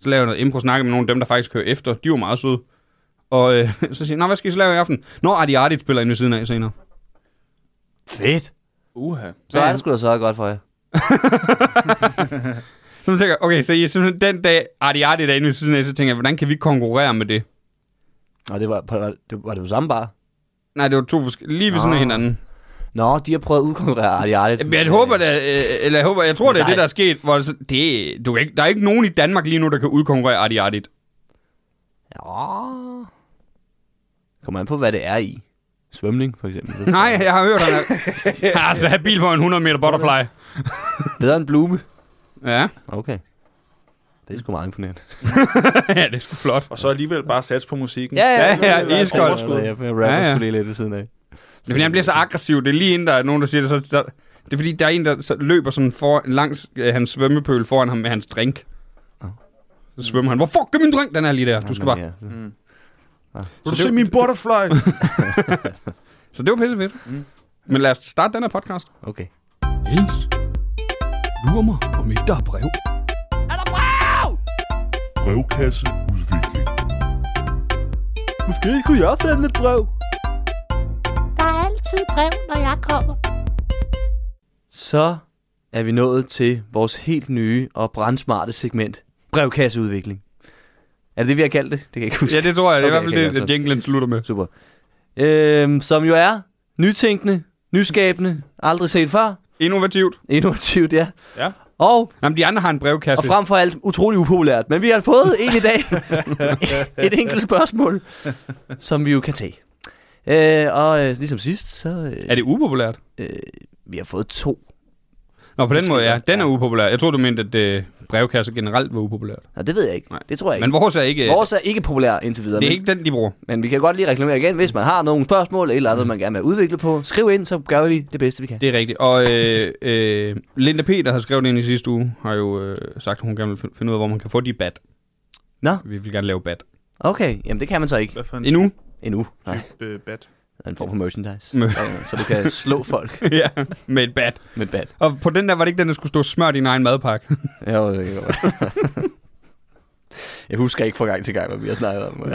[SPEAKER 1] Så laver jeg noget impro, snakker med nogle af dem, der faktisk kører efter. De var meget søde. Og øh, så siger jeg, "Nå, hvad skal I så lave i aften? Nå, Adi Adi spiller ind ved siden af senere.
[SPEAKER 3] Fedt.
[SPEAKER 4] Uha.
[SPEAKER 3] Så er det sgu da så godt for jer.
[SPEAKER 1] Så tænker jeg, okay, så I er simpelthen den dag, Arti Arti derinde ved siden af, så tænker jeg, hvordan kan vi konkurrere med det?
[SPEAKER 3] Og det var, på, det var det jo samme bar.
[SPEAKER 1] Nej, det var to forskellige, lige ved siden af
[SPEAKER 3] Nå.
[SPEAKER 1] hinanden.
[SPEAKER 3] Nå, de har prøvet at udkonkurrere Artie Artie.
[SPEAKER 1] Jamen, jeg håber da, øh, eller jeg, håber, jeg tror, det er
[SPEAKER 3] Nej.
[SPEAKER 1] det, der er sket, hvor det, så- det, du kan ikke, der er ikke nogen i Danmark lige nu, der kan udkonkurrere Arti Arti.
[SPEAKER 3] Ja. Kommer an på, hvad det er i. Svømning, for eksempel. Det er
[SPEAKER 1] Nej, jeg har hørt, han er, altså, have bil på en 100 meter butterfly.
[SPEAKER 3] Bedre end blume.
[SPEAKER 1] Ja,
[SPEAKER 3] Okay. Det er sgu meget imponerende.
[SPEAKER 1] ja det er sgu flot.
[SPEAKER 4] Og så alligevel bare sats på musikken.
[SPEAKER 1] ja, ja, iskoldt.
[SPEAKER 4] Overskud.
[SPEAKER 3] Jeg, jeg rapper
[SPEAKER 1] Ja,
[SPEAKER 3] ja,
[SPEAKER 1] ja.
[SPEAKER 3] ja. skulle lige lidt ved siden af.
[SPEAKER 1] Det er fordi, han bliver så aggressiv. Det er lige inden, der er nogen, der siger det. Så, så, det er fordi, der er en, der så løber sådan for, langs øh, hans svømmepøl foran ham med hans drink. Så svømmer han. Hvor fuck er min drink? Den er lige der. Du skal bare...
[SPEAKER 3] Ja.
[SPEAKER 4] Vil du se min butterfly?
[SPEAKER 1] Så det var pisse fedt. Mm. Men lad os starte den her podcast.
[SPEAKER 3] Okay.
[SPEAKER 1] Niels, lurer mig, om ikke der er brev.
[SPEAKER 5] brevkasseudvikling.
[SPEAKER 3] Måske kunne jeg sende et brev.
[SPEAKER 2] Der er altid brev, når jeg kommer.
[SPEAKER 3] Så er vi nået til vores helt nye og brandsmarte segment. Brevkasseudvikling. Er det det, vi har kaldt det? Det kan jeg ikke huske.
[SPEAKER 1] Ja, det tror jeg. Det er
[SPEAKER 3] Okay,
[SPEAKER 1] i hvert fald
[SPEAKER 3] okay,
[SPEAKER 1] det,
[SPEAKER 3] altså.
[SPEAKER 1] jinglen slutter med.
[SPEAKER 3] Super. Øhm, som jo er nytænkende, nyskabende, aldrig set før,
[SPEAKER 1] Innovativt.
[SPEAKER 3] innovativt, ja.
[SPEAKER 4] Ja.
[SPEAKER 3] Og,
[SPEAKER 1] Jamen, de andre har en brevkasse.
[SPEAKER 3] og frem for alt utrolig upopulært. Men vi har fået en i dag. Et enkelt spørgsmål, som vi jo kan tage. Øh, og øh, ligesom sidst, så øh,
[SPEAKER 1] Er det upopulært?
[SPEAKER 3] øh, vi har fået to.
[SPEAKER 1] Nå, på den
[SPEAKER 3] Måske
[SPEAKER 1] måde, ja.
[SPEAKER 3] godt,
[SPEAKER 1] Den er
[SPEAKER 3] ja.
[SPEAKER 1] upopulær. Jeg tror du mente, at øh, brevkasser generelt var upopulært.
[SPEAKER 3] Nå, det ved jeg ikke.
[SPEAKER 1] Nej.
[SPEAKER 3] Det tror jeg ikke.
[SPEAKER 1] Men vores er ikke... Vores
[SPEAKER 3] Vores er ikke populær indtil videre.
[SPEAKER 1] det er
[SPEAKER 3] men-
[SPEAKER 1] ikke den, de bruger.
[SPEAKER 3] Men vi kan godt lige reklamere igen, hvis man har nogle spørgsmål eller et eller andet, man gerne vil udvikle på. Skriv ind, så gør vi det bedste, vi kan.
[SPEAKER 1] Det er rigtigt. Og øh, øh, Linda P., der har skrevet ind i sidste uge, har jo øh, sagt, at hun gerne vil fin- finde ud af, hvor man kan få de bat.
[SPEAKER 3] Nå.
[SPEAKER 1] Vi vil gerne lave bat.
[SPEAKER 3] Okay, jamen det kan man så ikke
[SPEAKER 4] Hvad for en
[SPEAKER 1] Endnu?
[SPEAKER 3] endnu. Nej,
[SPEAKER 4] type bat?
[SPEAKER 3] det er en form for merchandise.
[SPEAKER 1] Med,
[SPEAKER 3] Øh, så du kan slå folk
[SPEAKER 1] ja, med et bat.
[SPEAKER 3] med et bat.
[SPEAKER 1] Og på den der var det ikke den, der skulle stå smør din egen madpakke.
[SPEAKER 3] Jo, det kan godt være. Jeg husker ikke fra gang til gang, hvad vi har snakket om.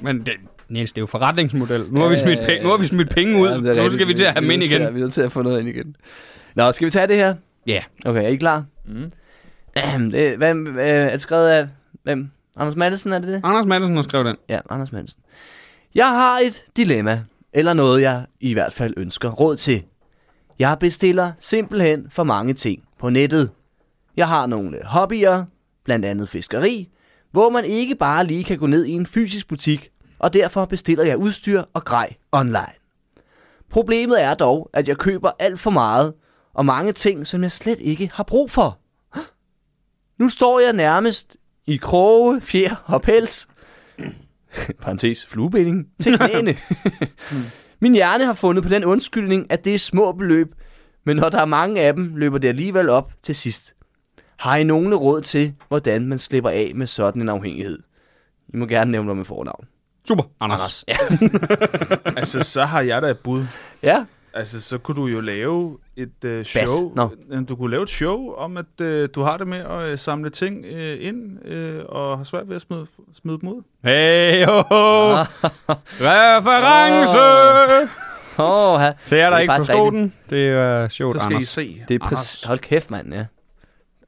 [SPEAKER 1] Men det, Niels, det er jo forretningsmodel. Nu har vi smidt, penge, nu har vi smidt penge
[SPEAKER 3] Ja, det
[SPEAKER 1] ud.
[SPEAKER 3] er
[SPEAKER 1] nu
[SPEAKER 3] rigtigt.
[SPEAKER 1] skal vi til at have dem
[SPEAKER 3] er
[SPEAKER 1] ind
[SPEAKER 3] nødt til at-
[SPEAKER 1] igen.
[SPEAKER 3] Vi er nødt til at få noget ind igen. Nå, skal vi tage det her?
[SPEAKER 1] Ja.
[SPEAKER 3] Okay, er I klar?
[SPEAKER 4] Mm.
[SPEAKER 3] Ahem, det- Hvem øh, er det skrevet af? Hvem? Anders Madsen, er det det?
[SPEAKER 1] Anders Madsen har skrevet den.
[SPEAKER 3] Ja, Anders Madsen. Jeg har et dilemma, eller noget, jeg i hvert fald ønsker råd til. Jeg bestiller simpelthen for mange ting på nettet. Jeg har nogle hobbyer, blandt andet fiskeri, hvor man ikke bare lige kan gå ned i en fysisk butik, og derfor bestiller jeg udstyr og grej online. Problemet er dog, at jeg køber alt for meget, og mange ting, som jeg slet ikke har brug for. Nu står jeg nærmest i kroge, fjer og pels, parentes fluebinding, til knæene. Min hjerne har fundet på den undskyldning, at det er små beløb, men når der er mange af dem, løber det alligevel op til sidst. Har I nogen råd til, hvordan man slipper af med sådan en afhængighed? I må gerne nævne mig med fornavn.
[SPEAKER 1] Super, Anders.
[SPEAKER 3] Anders. Ja.
[SPEAKER 4] altså, så har jeg da et bud.
[SPEAKER 3] ja.
[SPEAKER 4] Altså, så kunne du jo lave et øh, show.
[SPEAKER 3] Nå.
[SPEAKER 4] Jamen, Du kunne lave et show om, at øh, du har det med at øh, samle ting øh, ind, øh, og har svært ved at smide, smide dem ud.
[SPEAKER 1] Hey, ho, ho. Reference! Ah.
[SPEAKER 3] Oh, ja.
[SPEAKER 1] Til jer,
[SPEAKER 3] Det
[SPEAKER 1] der
[SPEAKER 3] er
[SPEAKER 1] ikke
[SPEAKER 3] faktisk
[SPEAKER 1] forstod
[SPEAKER 3] rigtigt.
[SPEAKER 1] den, det er øh, sjovt,
[SPEAKER 4] Så skal I
[SPEAKER 1] Anders.
[SPEAKER 4] se.
[SPEAKER 3] Det er
[SPEAKER 4] Anders.
[SPEAKER 3] præcis... Hold kæft, mand, ja.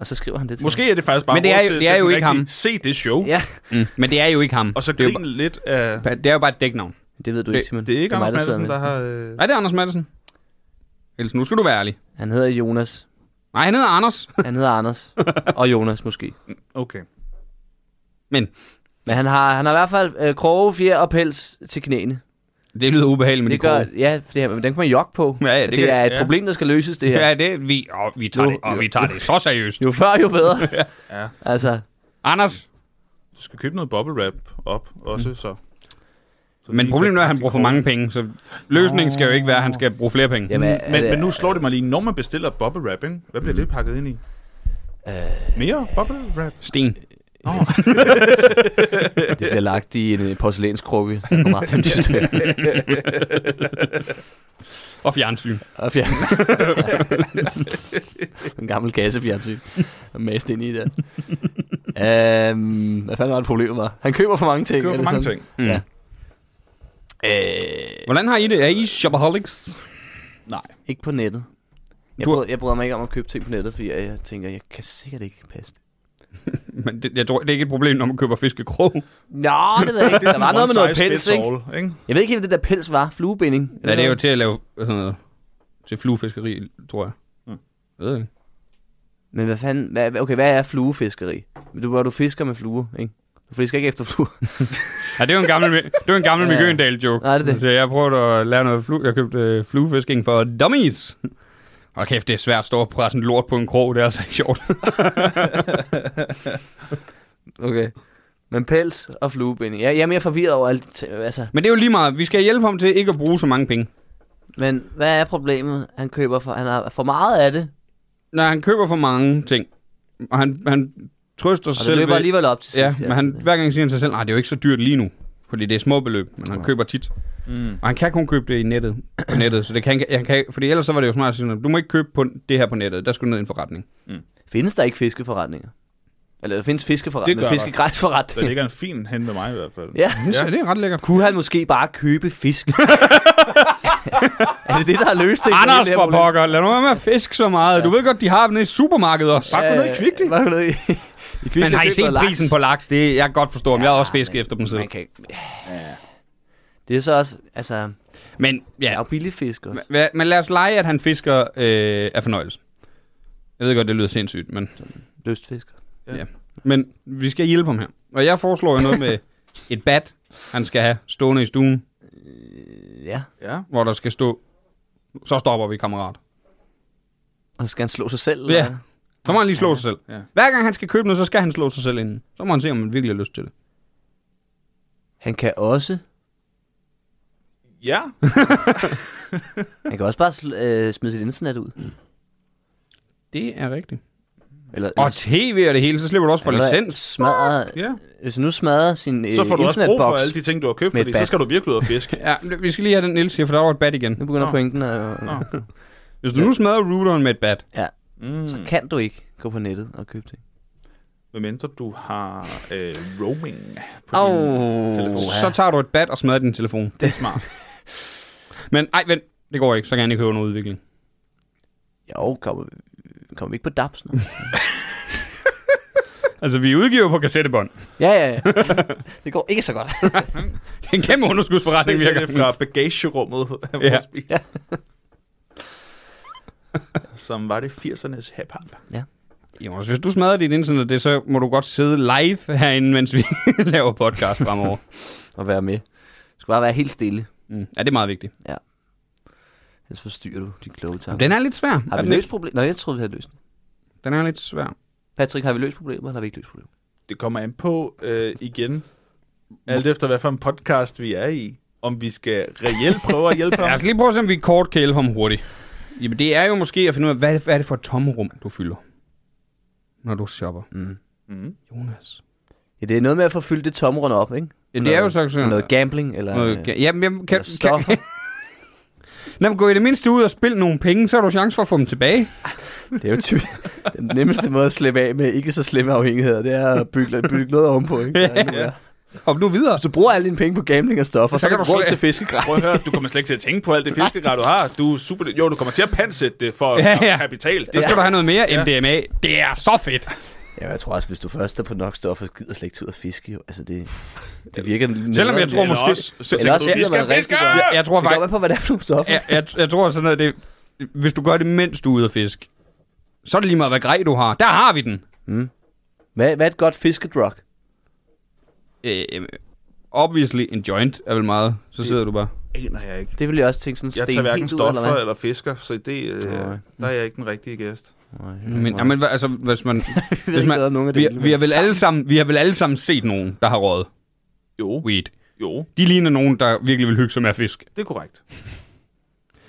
[SPEAKER 3] Og så skriver han det til
[SPEAKER 4] Måske er det faktisk bare
[SPEAKER 1] Men det er
[SPEAKER 4] råd
[SPEAKER 1] jo-
[SPEAKER 4] til,
[SPEAKER 1] det er
[SPEAKER 4] til
[SPEAKER 1] jo
[SPEAKER 4] den
[SPEAKER 1] ikke ham.
[SPEAKER 4] rigtige, Se det show.
[SPEAKER 3] mig. Ja,
[SPEAKER 1] Mm. Men det er jo ikke ham.
[SPEAKER 4] Og så
[SPEAKER 1] det, er jo
[SPEAKER 4] grine lidt af...
[SPEAKER 1] bare, det er jo bare et dæknavn.
[SPEAKER 3] det ved du ikke, Simon.
[SPEAKER 4] Det er ikke
[SPEAKER 3] mig,
[SPEAKER 4] Anders
[SPEAKER 3] der sidder
[SPEAKER 4] Madsen,
[SPEAKER 3] med
[SPEAKER 4] der
[SPEAKER 3] det.
[SPEAKER 4] har... Øh,
[SPEAKER 1] Er det Anders Madsen? Ellers nu skal du være ærlig.
[SPEAKER 3] Han hedder Jonas.
[SPEAKER 1] Nej, han hedder Anders.
[SPEAKER 3] Han hedder Anders. Og Jonas måske.
[SPEAKER 4] okay.
[SPEAKER 3] Men han har, han har i hvert fald øh, kroge, fjer og pels til knæene.
[SPEAKER 1] Det lyder ubehageligt med
[SPEAKER 3] det
[SPEAKER 1] de
[SPEAKER 3] gør,
[SPEAKER 1] kroge.
[SPEAKER 3] ja, det her, men den kan man jogge på.
[SPEAKER 1] Ja, ja, det
[SPEAKER 3] det,
[SPEAKER 1] kan-
[SPEAKER 3] det er et
[SPEAKER 4] ja.
[SPEAKER 3] problem, der skal løses, det her.
[SPEAKER 1] Ja, det, vi, og vi tager
[SPEAKER 3] Jo,
[SPEAKER 1] det, og
[SPEAKER 3] jo.
[SPEAKER 1] vi tager det så seriøst.
[SPEAKER 3] Jo før, jo bedre.
[SPEAKER 4] Ja.
[SPEAKER 3] Altså,
[SPEAKER 1] Anders,
[SPEAKER 4] Du skal købe noget bubble wrap op også, så... så
[SPEAKER 1] Mm. men
[SPEAKER 4] lige
[SPEAKER 1] problemet er, at
[SPEAKER 4] kan-
[SPEAKER 1] han bruger for mange penge, så løsningen skal jo ikke være, at han skal bruge flere penge.
[SPEAKER 3] jamen, er,
[SPEAKER 4] Men,
[SPEAKER 3] det- Mm.
[SPEAKER 4] men nu slår det mig lige, når man bestiller bubble wrap, ikke? hvad bliver det pakket ind i? Øh... Mere bubble wrap?
[SPEAKER 1] Sten.
[SPEAKER 3] det bliver lagt i en øh, porcelænskrukke. Så kommer Martin til-
[SPEAKER 1] Og fjernsyn.
[SPEAKER 3] og fjern. en gammel kassefjernsyn. Og mast ind i det. Øhm, hvad fanden var det problemet var? Han køber for mange ting.
[SPEAKER 4] Det er
[SPEAKER 3] er
[SPEAKER 4] for
[SPEAKER 3] det
[SPEAKER 4] mange
[SPEAKER 3] sådan?
[SPEAKER 1] Mm.
[SPEAKER 4] ting.
[SPEAKER 3] Ja.
[SPEAKER 1] Ja.
[SPEAKER 3] Øh,
[SPEAKER 1] Hvordan har I det? Er I shopaholics?
[SPEAKER 3] ikke på nettet. Jeg,
[SPEAKER 1] Du har-
[SPEAKER 3] bryder, jeg bryder mig ikke om at købe ting på nettet, fordi jeg, jeg tænker, jeg kan sikkert ikke passe det.
[SPEAKER 1] Men det, jeg tror, det er ikke et problem, når man køber fiskekrog.
[SPEAKER 3] Nå, det ved jeg ikke. Der var noget med noget pels, ikke?
[SPEAKER 4] All, ikke?
[SPEAKER 3] Jeg ved ikke helt, hvad det der pels var. Fluebinding?
[SPEAKER 1] Ja, det er jo til at lave sådan noget, til fluefiskeri, tror jeg.
[SPEAKER 4] Mm.
[SPEAKER 1] Jeg ved ikke.
[SPEAKER 3] Men hvad fanden... Hvad, okay, hvad er fluefiskeri? Du, hvor du fisker med fluer, ikke? Du fisker ikke efter fluer.
[SPEAKER 1] Ja, det er jo en gammel, det er jo en gammel
[SPEAKER 3] Ja.
[SPEAKER 1] ja. Miguel joke.
[SPEAKER 3] Nej, det er det.
[SPEAKER 1] Så jeg prøvede at lære noget flu. Jeg købte øh, fluefisking for dummies. Hold kæft, det er svært at stå og presse en lort på en krog. Det er altså ikke sjovt.
[SPEAKER 3] Okay. Men pels og fluebinding. Jeg, jeg er mere forvirret over alt... t- Altså,
[SPEAKER 1] Men det er jo lige meget. Vi skal hjælpe ham til ikke at bruge så mange penge.
[SPEAKER 3] men hvad er problemet? Han køber for... Han har for meget af det,
[SPEAKER 1] Når han køber for mange ting, og han, han trøster sig
[SPEAKER 3] og det
[SPEAKER 1] selv
[SPEAKER 3] løber
[SPEAKER 1] ved-
[SPEAKER 3] alligevel op til sidst. altså.
[SPEAKER 1] Ja, men han, hver gang siger han sig selv, nej, det er jo ikke så dyrt lige nu, fordi det er små beløb, men han
[SPEAKER 3] Nej.
[SPEAKER 1] køber tit.
[SPEAKER 4] Mm.
[SPEAKER 1] Og han kan kun købe det i nettet, på nettet så det kan, han kan, fordi ellers så var det jo smart at sige, du må ikke købe på det her på nettet, der skal du ned i en forretning.
[SPEAKER 3] Findes der ikke fiskeforretninger? Eller der findes fiskeforret,
[SPEAKER 4] Det
[SPEAKER 3] men
[SPEAKER 4] gør der.
[SPEAKER 3] fiskegræsforretning.
[SPEAKER 4] Der ligger en fin hen ved mig i hvert fald.
[SPEAKER 3] Ja.
[SPEAKER 1] Ja. det er ret lækkert.
[SPEAKER 3] Kunne han måske bare købe fisk? er det det, der har løst det?
[SPEAKER 1] Anders for pokker, lad nu være med at fiske så meget. Ja. Du ved godt, de har dem nede i supermarkedet også.
[SPEAKER 4] Bare gå ned i Kvickly.
[SPEAKER 3] Bare gå ned i, i Kvickly.
[SPEAKER 1] Men har I
[SPEAKER 3] køb
[SPEAKER 1] set
[SPEAKER 3] noget laks.
[SPEAKER 1] prisen på laks? Det, jeg kan godt forstå, om jeg har også
[SPEAKER 3] Ja,
[SPEAKER 1] fisket
[SPEAKER 3] men
[SPEAKER 1] efter dem selv.
[SPEAKER 3] Man kan... Det er så også, altså, der
[SPEAKER 1] Men
[SPEAKER 3] er
[SPEAKER 1] ja,
[SPEAKER 3] jo billig fisk også.
[SPEAKER 1] Hva- men lad os lege, at han fisker øh, af fornøjelse. Jeg ved godt, det lyder sindssygt, men,
[SPEAKER 3] Løstfisk.
[SPEAKER 1] men vi skal hjælpe ham her. Og jeg foreslår jo noget med et bat, han skal have stående i stuen,
[SPEAKER 3] Ja,
[SPEAKER 4] Ja.
[SPEAKER 1] hvor der skal stå, så stopper vi kammerat.
[SPEAKER 3] og så skal han slå sig selv.
[SPEAKER 1] Ja.
[SPEAKER 3] eller?
[SPEAKER 1] Så må han lige slå sig selv.
[SPEAKER 4] Ja.
[SPEAKER 1] Hver gang han skal købe noget, så skal han slå sig selv inden. Så må han se, om han virkelig har lyst til det.
[SPEAKER 3] Han kan også,
[SPEAKER 4] Ja.
[SPEAKER 3] han kan også bare sl- øh, smide sit internet ud.
[SPEAKER 1] Det er rigtigt.
[SPEAKER 3] Eller,
[SPEAKER 1] Og tv og det hele, så slipper du også for
[SPEAKER 3] eller
[SPEAKER 1] licens.
[SPEAKER 3] Smadrer,
[SPEAKER 4] ja.
[SPEAKER 3] Hvis han nu smadrer sin øh,
[SPEAKER 4] Så får du også brug for
[SPEAKER 3] internetboks,
[SPEAKER 4] alle de ting, du har købt,
[SPEAKER 3] med et
[SPEAKER 4] fordi så
[SPEAKER 3] bad.
[SPEAKER 4] skal du virkelig ud og fiske.
[SPEAKER 1] Ja, men vi skal lige have den Niels siger, for der var et bat igen.
[SPEAKER 3] nu begynder
[SPEAKER 4] Nå.
[SPEAKER 3] pointen at...
[SPEAKER 4] Nå.
[SPEAKER 1] Hvis du nu smadrer routeren med et bat,
[SPEAKER 4] Mm.
[SPEAKER 3] Så kan du ikke gå på nettet og købe ting.
[SPEAKER 4] Hvad mindre du har øh, roaming på
[SPEAKER 3] Åh,
[SPEAKER 4] din...
[SPEAKER 1] oh,
[SPEAKER 4] telefon.
[SPEAKER 3] ja.
[SPEAKER 1] så tager du et bat og smadrer din telefon.
[SPEAKER 4] Det er smart.
[SPEAKER 1] Men ej, vent, det går ikke. Så kan han ikke høre noget udvikling.
[SPEAKER 3] Jo, kommer vi, kommer vi ikke på DAPS nu?
[SPEAKER 1] Altså, vi udgiver på kassettebånd.
[SPEAKER 3] ja, ja, ja. Det går ikke så godt.
[SPEAKER 1] Det er en kæmpe underskudsforretning, virker
[SPEAKER 4] det fra bagagerummet af
[SPEAKER 1] Ja.
[SPEAKER 4] vores bil. Som var det 80'ernes hip hop.
[SPEAKER 1] Jo, hvis du smadrer dit internet, det, så må du godt sidde live herinde, mens vi laver podcast fremover.
[SPEAKER 3] At være med. Du skal bare være helt stille.
[SPEAKER 1] Mm. Ja, det er meget vigtigt.
[SPEAKER 3] Ellers forstyrrer du din kloge tanker.
[SPEAKER 1] Den er lidt svær. er
[SPEAKER 3] Har vi
[SPEAKER 1] den,
[SPEAKER 3] løst
[SPEAKER 1] ikke?
[SPEAKER 3] problemet? Nå, jeg troede, vi havde løst det.
[SPEAKER 1] den er lidt svær.
[SPEAKER 3] Patrick, har vi løst problemet, eller har vi ikke løst problemet?
[SPEAKER 4] Det kommer an på øh, igen, alt efter hvad for en podcast vi er i, om vi skal reelt prøve at hjælpe
[SPEAKER 1] Lad
[SPEAKER 4] ham.
[SPEAKER 1] os lige prøve at se, om vi kort kan hjælpe ham hurtigt. Jamen, det er jo måske at finde ud af, hvad, hvad er det for et tomrum, du fylder, når du shopper.
[SPEAKER 3] Mm.
[SPEAKER 4] Mm.
[SPEAKER 1] Jonas.
[SPEAKER 3] Ja, det er noget med at få fyldt det tomrund op, ikke?
[SPEAKER 1] Ja, det er jo så sådan...
[SPEAKER 3] Noget gambling, eller,
[SPEAKER 1] noget
[SPEAKER 3] noget
[SPEAKER 1] ga- Jamen, jamen, Øh, kan,
[SPEAKER 3] eller
[SPEAKER 1] kan,
[SPEAKER 3] stoffer.
[SPEAKER 1] Nå, men gå i det mindste ud og spil nogle penge, så har du chance for at få dem tilbage.
[SPEAKER 3] det er jo typisk den nemmeste måde at slippe af med ikke så slemme afhængigheder. Det er at bygge, bygge noget ovenpå, ikke? ja.
[SPEAKER 1] Hop nu videre.
[SPEAKER 3] Hvis du bruger alle dine penge på gambling og stoffer, så,
[SPEAKER 1] Så
[SPEAKER 3] så
[SPEAKER 1] kan
[SPEAKER 3] kan du
[SPEAKER 1] du
[SPEAKER 3] bruge til
[SPEAKER 1] slet-
[SPEAKER 3] fiskegræs.
[SPEAKER 4] Prøv at høre, du kommer slet ikke til at tænke på alt det fiskegrej, du har. Du er super... Jo, du kommer til at pansætte det for
[SPEAKER 1] Ja,
[SPEAKER 4] ja,
[SPEAKER 1] ja.
[SPEAKER 4] ja. kapital. Det
[SPEAKER 1] Så skal
[SPEAKER 4] skal
[SPEAKER 1] du have noget mere MDMA. Det er så fedt.
[SPEAKER 3] Ja, jeg tror også, hvis du først er på nok stoffer, så gider slet ikke tage ud og fiske. Jo. Altså, det, det virker...
[SPEAKER 1] Selvom jeg
[SPEAKER 3] nederen.
[SPEAKER 1] tror
[SPEAKER 4] Eller
[SPEAKER 1] måske...
[SPEAKER 4] også- så
[SPEAKER 1] Eller
[SPEAKER 4] tænker
[SPEAKER 3] også
[SPEAKER 4] du, vi
[SPEAKER 3] bliver man
[SPEAKER 4] skal
[SPEAKER 3] rigtig
[SPEAKER 4] fiske!
[SPEAKER 3] godt.
[SPEAKER 1] Jeg tror
[SPEAKER 3] Det
[SPEAKER 1] faktisk...
[SPEAKER 3] kommer an på, hvad det er for nogle stoffer.
[SPEAKER 1] Jeg, jeg, jeg tror sådan noget, det... Hvis du gør det, mens du er ude at fiske, så er det lige meget, hvad grej du har. Der har vi den.
[SPEAKER 3] Hvad, hvad er et godt fiskedrug?
[SPEAKER 1] Øh, obviously en joint er vel meget. Så sidder du bare.
[SPEAKER 4] Aner jeg ikke.
[SPEAKER 3] Det ville jeg også tænke sådan
[SPEAKER 4] Jeg
[SPEAKER 3] sten
[SPEAKER 4] tager hverken
[SPEAKER 3] helt ud, eller
[SPEAKER 4] stoffer
[SPEAKER 3] hvad?
[SPEAKER 4] eller fisker, så det, øh,
[SPEAKER 3] Nej.
[SPEAKER 4] der er jeg ikke den rigtige gæst.
[SPEAKER 1] Men, ja, men hvad- altså, hvis man...
[SPEAKER 3] vi
[SPEAKER 1] Hvis
[SPEAKER 3] ved ikke,
[SPEAKER 1] man
[SPEAKER 3] hvad nogen af
[SPEAKER 1] vi,
[SPEAKER 3] dem
[SPEAKER 1] vi, har vel alle sammen, vi har vel alle sammen set nogen, der har røget
[SPEAKER 4] Jo,
[SPEAKER 1] weed.
[SPEAKER 4] jo,
[SPEAKER 1] De ligner nogen, der virkelig vil hygge sig med at fiske.
[SPEAKER 4] det er korrekt.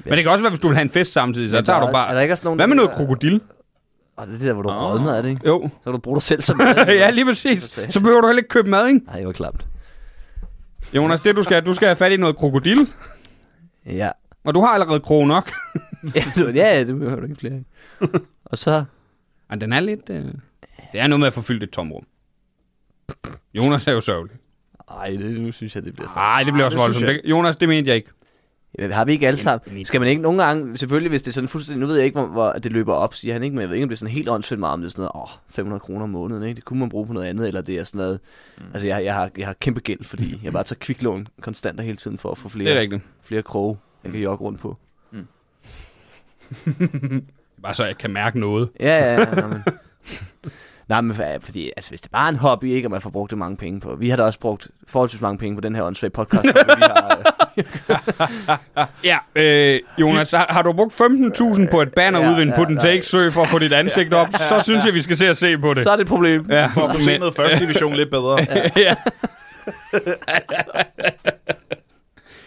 [SPEAKER 1] Men det kan også være, hvis du vil have en fest samtidig, så
[SPEAKER 3] Men
[SPEAKER 1] tager
[SPEAKER 3] der
[SPEAKER 1] du
[SPEAKER 3] er-
[SPEAKER 1] bare...
[SPEAKER 3] er der ikke også nogen,
[SPEAKER 1] Hvad med
[SPEAKER 3] der-
[SPEAKER 1] noget krokodil?
[SPEAKER 3] Og det er det der, hvor du
[SPEAKER 4] Åh.
[SPEAKER 3] rådner, er det ikke?
[SPEAKER 1] Jo.
[SPEAKER 3] Så kan du bruge dig selv som
[SPEAKER 1] ja, lige præcis.
[SPEAKER 3] For satan.
[SPEAKER 1] Så behøver du heller ikke købe mad, ikke?
[SPEAKER 3] Nej, det var klamt.
[SPEAKER 1] Jonas, det du skal, du skal have fat i noget krokodil,
[SPEAKER 3] Ja.
[SPEAKER 1] og du har allerede krog nok.
[SPEAKER 3] Ja, du, ja, det behøver du ikke flere. af. Og så...
[SPEAKER 1] Ej, den er lidt... Øh... Det er noget med at forfylde et tomrum. Jonas er jo sørgelig.
[SPEAKER 3] Ej, det, nu synes jeg, det bliver snart.
[SPEAKER 1] Nej, Ah, det bliver også
[SPEAKER 4] det synes
[SPEAKER 1] voldsomt. Det, Jonas, det mente jeg ikke.
[SPEAKER 3] Ja, har vi ikke alle sammen? Skal man ikke nogle gange, selvfølgelig hvis det er sådan fuldstændig, nu ved jeg ikke, hvor, hvor det løber op, siger han ikke, men jeg ved ikke, om det er sådan helt åndssvendt meget, om det er sådan noget, åh, 500 kroner om måneden, ikke? det kunne man bruge på noget andet, eller det er sådan noget, altså jeg, jeg, har, jeg har kæmpe gæld, fordi jeg bare tager kviklån konstant og hele tiden for at få
[SPEAKER 1] Det er
[SPEAKER 3] flere,
[SPEAKER 1] rigtigt.
[SPEAKER 3] flere kroge, jeg kan jogge rundt på.
[SPEAKER 1] Bare så jeg kan mærke noget.
[SPEAKER 3] Ja, ja, ja. Nå, men. Nej, men for- fordi, altså, hvis det bare er en hobby, ikke, og man får brugt det mange penge på. Vi har da også brugt forholdsvis mange penge på den her åndssvage podcast. hvor vi har, øh,
[SPEAKER 1] Ja, øh, Jonas, har, har du brugt 15.000 på et banner
[SPEAKER 3] Ja,
[SPEAKER 1] ude ved en
[SPEAKER 3] ja,
[SPEAKER 1] put and
[SPEAKER 3] nej.
[SPEAKER 1] take sø for at få dit ansigt op, så synes jeg, vi skal til at se på det.
[SPEAKER 3] så er det et problem.
[SPEAKER 1] Ja,
[SPEAKER 4] For at kunne se
[SPEAKER 1] men-
[SPEAKER 4] noget første division lidt bedre.
[SPEAKER 1] ja.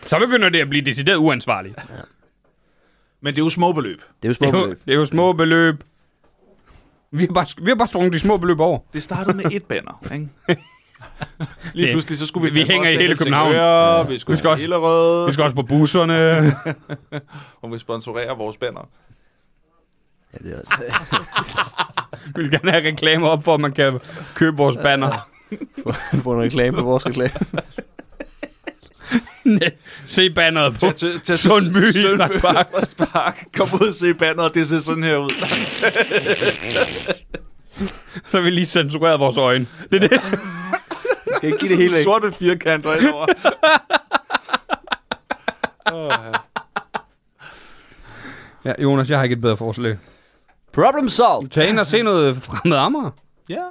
[SPEAKER 1] så begynder det at blive decideret uansvarligt.
[SPEAKER 4] Men det er jo små beløb.
[SPEAKER 3] Det er jo
[SPEAKER 1] Det er jo,
[SPEAKER 3] spørgsmålet.
[SPEAKER 1] det er jo små beløb. Vi har, bare, vi har bare sprunget de små beløb over.
[SPEAKER 4] Det startede med et banner, ikke? Lige
[SPEAKER 1] Det-
[SPEAKER 4] pludselig, så skulle vi...
[SPEAKER 1] vi
[SPEAKER 4] fandme
[SPEAKER 1] hænger i
[SPEAKER 4] også til
[SPEAKER 1] hele København.
[SPEAKER 4] Helsingør, Vi skulle
[SPEAKER 1] Vi skal
[SPEAKER 4] til
[SPEAKER 1] også-
[SPEAKER 4] Hillerød,
[SPEAKER 1] Vi skal også på busserne.
[SPEAKER 4] og vi sponsorerer vores banner.
[SPEAKER 3] øh, Ja, det er også.
[SPEAKER 1] Vi vil gerne have reklamer op for, at man kan købe vores banner.
[SPEAKER 3] Få en reklame på vores reklame.
[SPEAKER 1] Se banneret på.
[SPEAKER 4] til, til
[SPEAKER 1] Sundby Idrætspark.
[SPEAKER 4] Spark. Kom ud og se banneret, det ser sådan her ud.
[SPEAKER 1] Så har vi lige censureret vores øjne. Det er det.
[SPEAKER 3] Jeg kan ikke give det hele væk.
[SPEAKER 4] Sorte firkanter indover. oh,
[SPEAKER 1] Ja, Jonas, jeg har ikke et bedre forslag.
[SPEAKER 3] Problem solved.
[SPEAKER 1] Tag ind og se noget fremmed Amager.
[SPEAKER 4] ja.